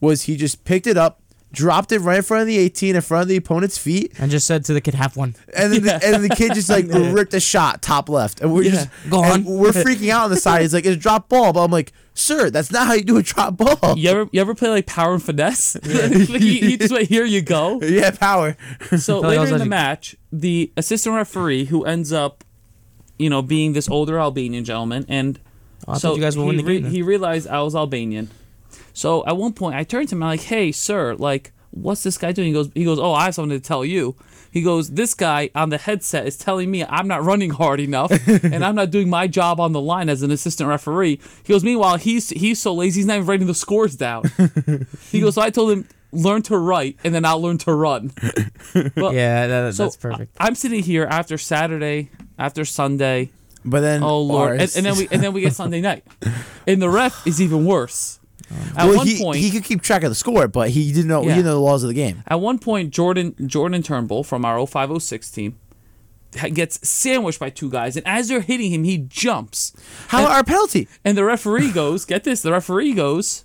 was he just picked it up, dropped it right in front of the 18, in front of the opponent's feet,
And just said to the kid, have one.
and then the, and the kid just
<laughs>
like ripped a shot top left, and we're just
Go on.
and We're freaking out on the side. He's like, "It's a drop ball," but I'm like, "Sir, that's not how you do a drop ball."
You ever you ever play like power and finesse? <laughs> like, you, you just like, here
<laughs>
you
<laughs>
go.
Yeah, power.
<laughs>
So
Tell you I
later
was
in the
like-
match, the assistant referee who ends up, you know, being this older Albanian gentleman, and
Oh, I
so
thought you guys were
he,
winning the
re-
game then.
he realized I was Albanian. So at one point, I turned to him. I'm like, "Hey, sir, like, what's this guy doing?" He goes, "He goes, oh, I have something to tell you." He goes, "This guy on the headset is telling me I'm not running hard
<laughs>
enough, and I'm not doing my job on the line as an assistant referee." He goes, "Meanwhile, he's he's so lazy, he's not even writing the scores down."
<laughs>
he goes, "So I told him." Learn to write, and then I'll learn to run. Well,
Yeah, that,
so
that's perfect.
I- I'm sitting here after Saturday, after Sunday.
But then,
Oh lord! And,
ours-
and then we and then we get Sunday night, and the ref is even worse. At
Oh, Well,
one
he,
point,
he could keep track of the score, but he didn't know. He
Yeah.
didn't know the laws of the game.
at one point, Jordan Jordan Turnbull from our 0506 team ha- gets sandwiched by two guys, and as they're hitting him, he jumps.
How about our penalty?
And the referee goes, get this, the referee goes,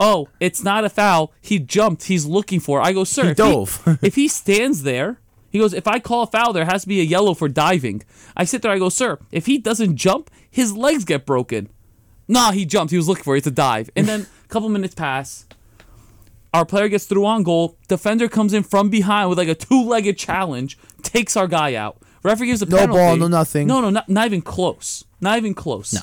Oh, it's not a foul. He jumped. He's looking for it." I go, sir.
He
if
dove. <laughs>
if he stands there, he goes, if I call a foul, there has to be a yellow for diving. I sit there, I go, sir, if he doesn't jump, his legs get broken. Nah, he jumped. He was looking for it. It's a dive. And then a couple minutes pass. Our player gets through on goal. Defender comes in from behind with like a two-legged challenge, takes our guy out. Referee gives a
No
penalty.
ball, no nothing.
No, no, not, not even close. Not even close. No.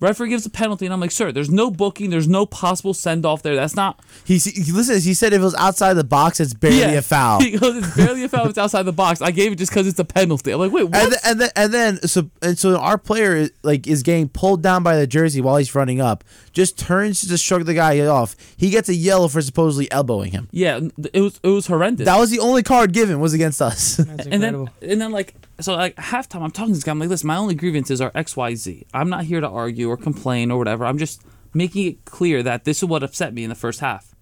Referee gives a penalty, and I'm like, sir, there's no booking. There's no possible send off there. That's not.
He, s- he listen. He said if it was outside the box, it's <laughs> barely a foul.
<laughs> He goes, it's barely a foul. It's outside the box. I gave it just because it's a penalty. I'm like, wait, what?
And then, and then and then so and so our player is, like is getting pulled down by the jersey while he's running up. Just turns to just shrug the guy off. He gets a yellow for supposedly elbowing him.
yeah, n- it was it was horrendous.
That was the only card given was against us. <laughs>
That's
and
incredible.
then and then like so like halftime, I'm talking to this guy. I'm like, listen, my only grievances are X, Y, Z. I'm not here to argue or complain or whatever. I'm just making it clear that this is what upset me in the first half.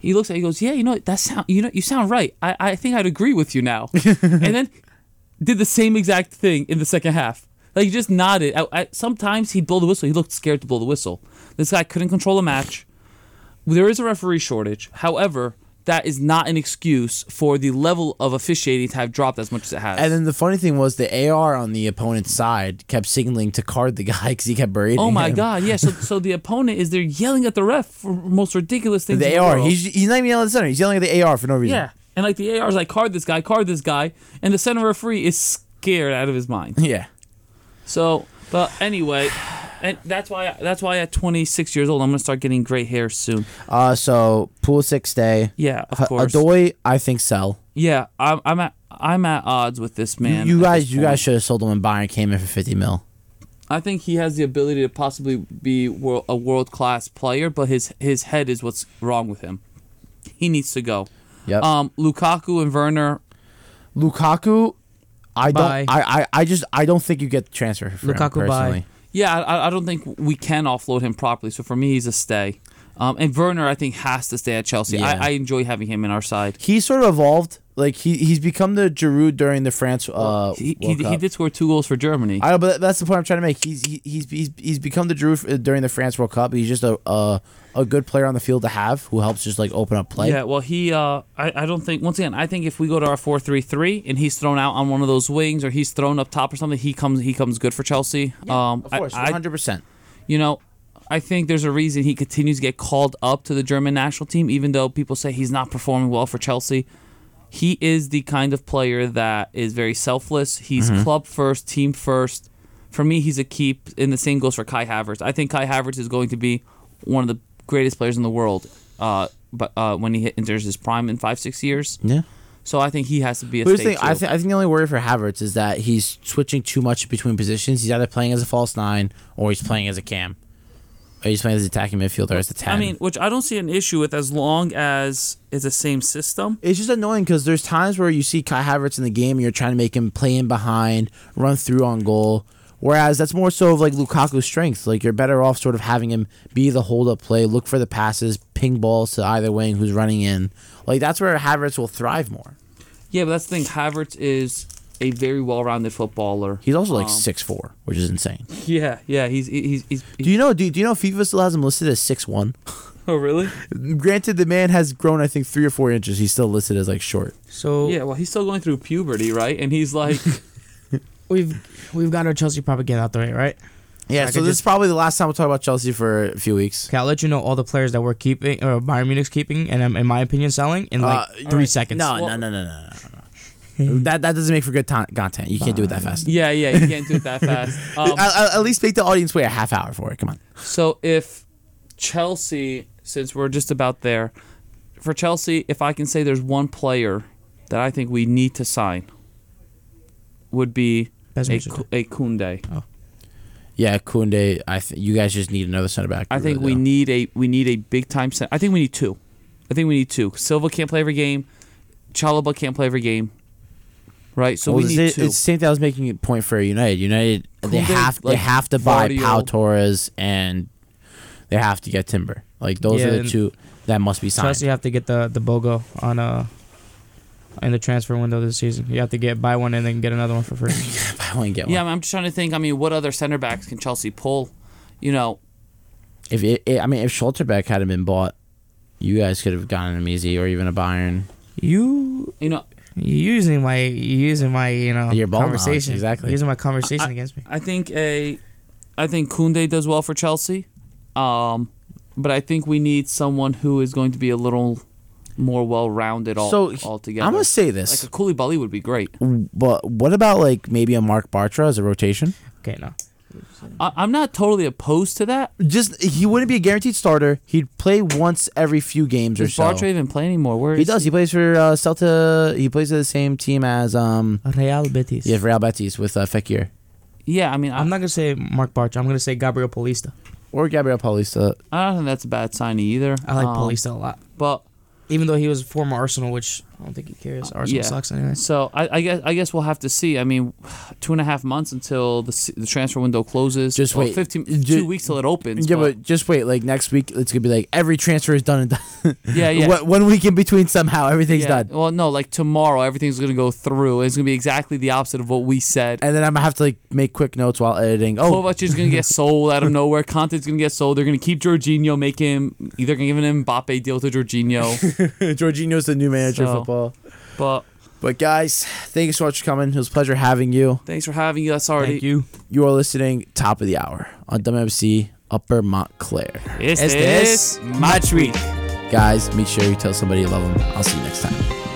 He looks at me, he goes, yeah, you know what, that sound you know you sound right. I I think I'd agree with
<laughs>
you now. and then did the same exact thing in the second half. Like he just nodded. I, I, sometimes he'd blow the whistle. He looked scared to blow the whistle. This guy couldn't control a match. There is a referee shortage. However, that is not an excuse for the level of officiating to have dropped as much as it has.
And then the funny thing was the AR on the opponent's side kept signaling to card the guy <laughs> because he kept berating.
oh my
him.
god,
<laughs>
yeah. So so the opponent is there yelling at the ref for most ridiculous things. in
The
the
AR.
world.
He's he's not even yelling at the center. He's yelling at the AR for no reason.
yeah, and like the AR is like card this guy, card this guy, and the center referee is scared out of his mind.
<laughs> Yeah.
So, but anyway, and that's why that's why at 26 years old I'm gonna start getting gray hair soon.
Uh, so pool six day.
Yeah, of
H-
course.
Adoy, I think sell.
yeah, I'm, I'm at I'm at odds with this man.
you
at
guys,
this
you
point.
guys should have sold him when Byron came in for fifty mil.
I think he has the ability to possibly be wor- a world class player, but his his head is what's wrong with him. He needs to go.
Yep.
Um, Lukaku and Werner.
Lukaku, I
Bye.
don't. I, I I just I don't think you get the transfer for
Lukaku,
him
bye.
personally.
Yeah, I, I don't think we can offload him properly. So for me, he's a stay. Um, and Werner, I think, has to stay at Chelsea.
Yeah.
I, I enjoy having him in our side.
He sort of evolved. Like he he's become the Giroud during the France. Uh,
he, he,
World
he
Cup.
did score two goals for Germany.
I know, but that's the point I'm trying to make. He's he, he's he's he's become the Giroud f- during the France World Cup. He's just a a, a good player on the field to have who helps just like open up play.
yeah, well, he. Uh, I, I don't think. Once again, I think if we go to our four three three and he's thrown out on one of those wings or he's thrown up top or something, he comes. He comes good for Chelsea. um,
of course,
I, I-
100. percent
you know, I think there's a reason he continues to get called up to the German national team, even though people say he's not performing well for Chelsea. He is the kind of player that is very selfless. He's
Mm-hmm.
club first, team first. For me, he's a keep, and the same goes for Kai Havertz. I think Kai Havertz is going to be one of the greatest players in the world. Uh, but uh, when he hit- enters his prime in five, six years,
Yeah.
so I think he has to be a
But here's
stay
the thing, I
too.
think I think the only worry for Havertz is that he's switching too much between positions. He's either playing as a false nine or he's playing as a cam. Or he's playing as attacking midfielder as the ten.
I mean, which I don't see an issue with as long as it's the same system.
It's just annoying because there's times where you see Kai Havertz in the game, and you're trying to make him play in behind, run through on goal. Whereas that's more so of like Lukaku's strength. Like you're better off sort of having him be the hold up play, look for the passes, ping balls to either wing who's running in. Like that's where Havertz will thrive more.
Yeah, but that's the thing. Havertz is a very well-rounded footballer.
He's also like
Um,
six four, which is insane.
Yeah, yeah. He's he's he's.
Do you know? Do, do you know FIFA still has him listed as six one?
oh, really?
Granted, the man has grown, I think, three or four inches. He's still listed as like short.
So
Yeah. Well, he's still going through puberty, right? And
<laughs>
he's like,
we've we've got our Chelsea propaganda out the way, right?
Yeah,
I
so
could
this
just-
is probably the last time we'll talk about Chelsea for a few weeks.
Okay, I'll let you know all the players that we're keeping or Bayern Munich's keeping, and um, in my opinion, selling in like
Uh,
three seconds.
No, no,
Well-
no, no, no, no, no. that that doesn't make for good ton- content. You can't do it that fast.
yeah, yeah. You can't do it that
<laughs>
fast. Um,
I, I, at least make the audience wait a half hour for it. Come on.
So if Chelsea, since we're just about there, for Chelsea, if I can say there's one player that I think we need to sign, would be
That's what
a,
you said.
Ku- a Kunde.
Yeah, Kunde. I th- you guys just need another center back.
I
You
think
really
we
do.
need a we need a big time center. I think we need two. I think we need two. Silva can't play every game. Chalaba can't play every game. Right. So
Well,
we
it's-
need
it's
two.
the same thing I was making a point for United. United, they
Kunde,
have they
like,
have to buy
Vardy
Pau
or-
Torres and they have to get Timber. Like those
Yeah,
are
and-
the two that must be signed.
Chelsea
<laughs>
have to get the the BOGO on uh in the transfer window this season. You have to get buy one and then get another one for <laughs> free.
I wouldn't get one.
yeah, I'm just trying to think. I mean, what other center backs can Chelsea pull? You know,
If it, it, I mean, if Schulterbeck hadn't been bought, you guys could have gotten him easy, or even a Bayern.
you
you know.
you using my you using my you know
Your ball knowledge,
conversation
exactly.
You're using my conversation against me.
I think a, I think Kunde does well for Chelsea, um, but I think we need someone who is going to be a little more well-rounded all
So,
altogether.
I'm gonna say
like
this,
a Koulibaly would be great.
but what about like maybe a Mark Bartra as a rotation?
Okay, no.
I, I'm not totally opposed to that.
Just he wouldn't be a guaranteed starter. He'd play once every few games or
Does
so.
Bartra even play anymore? Where
He
is
does. He plays for uh, Celta. He plays for the same team as um
Real Betis.
yeah Real Betis with uh, Fekir
Yeah, I mean,
I'm
I'm not,
not gonna say Mark Bartra. I'm gonna say Gabriel Polista.
or Gabriel Paulista.
I don't think that's a bad sign either.
I like
Um,
Polista a lot,
but
even though he was a former Arsenal, which I don't think he cares. Arsenal
yeah.
sucks anyway.
So I, I guess I guess we'll have to see. I mean, <sighs> two and a half months until the, s- the transfer window closes.
Just
Well,
wait.
15,
Ju-
two weeks till it opens.
Yeah,
but-
but just wait. Like next week, it's gonna be like every transfer is done and done.
yeah,
<laughs>
yeah.
One- One week in between, somehow everything's
Yeah,
done,
Well, no, like tomorrow, everything's gonna go through. It's gonna be exactly the opposite of what we said.
and then I'm gonna have to like make quick notes while editing. Oh,
Kovac is gonna get sold out of nowhere. Conte's gonna get sold. They're gonna keep Jorginho, make him either gonna give an Mbappe deal to Jorginho.
<laughs> <laughs> Jorginho's the new manager
So-
of football.
but
But guys, thank you so much for coming. It was a pleasure having you.
thanks for having us already.
Thank you.
You are listening top of the hour on WMC Upper Montclair.
It's
Este
this
es
match week.
Guys, make sure you tell somebody you love them. I'll see you next time.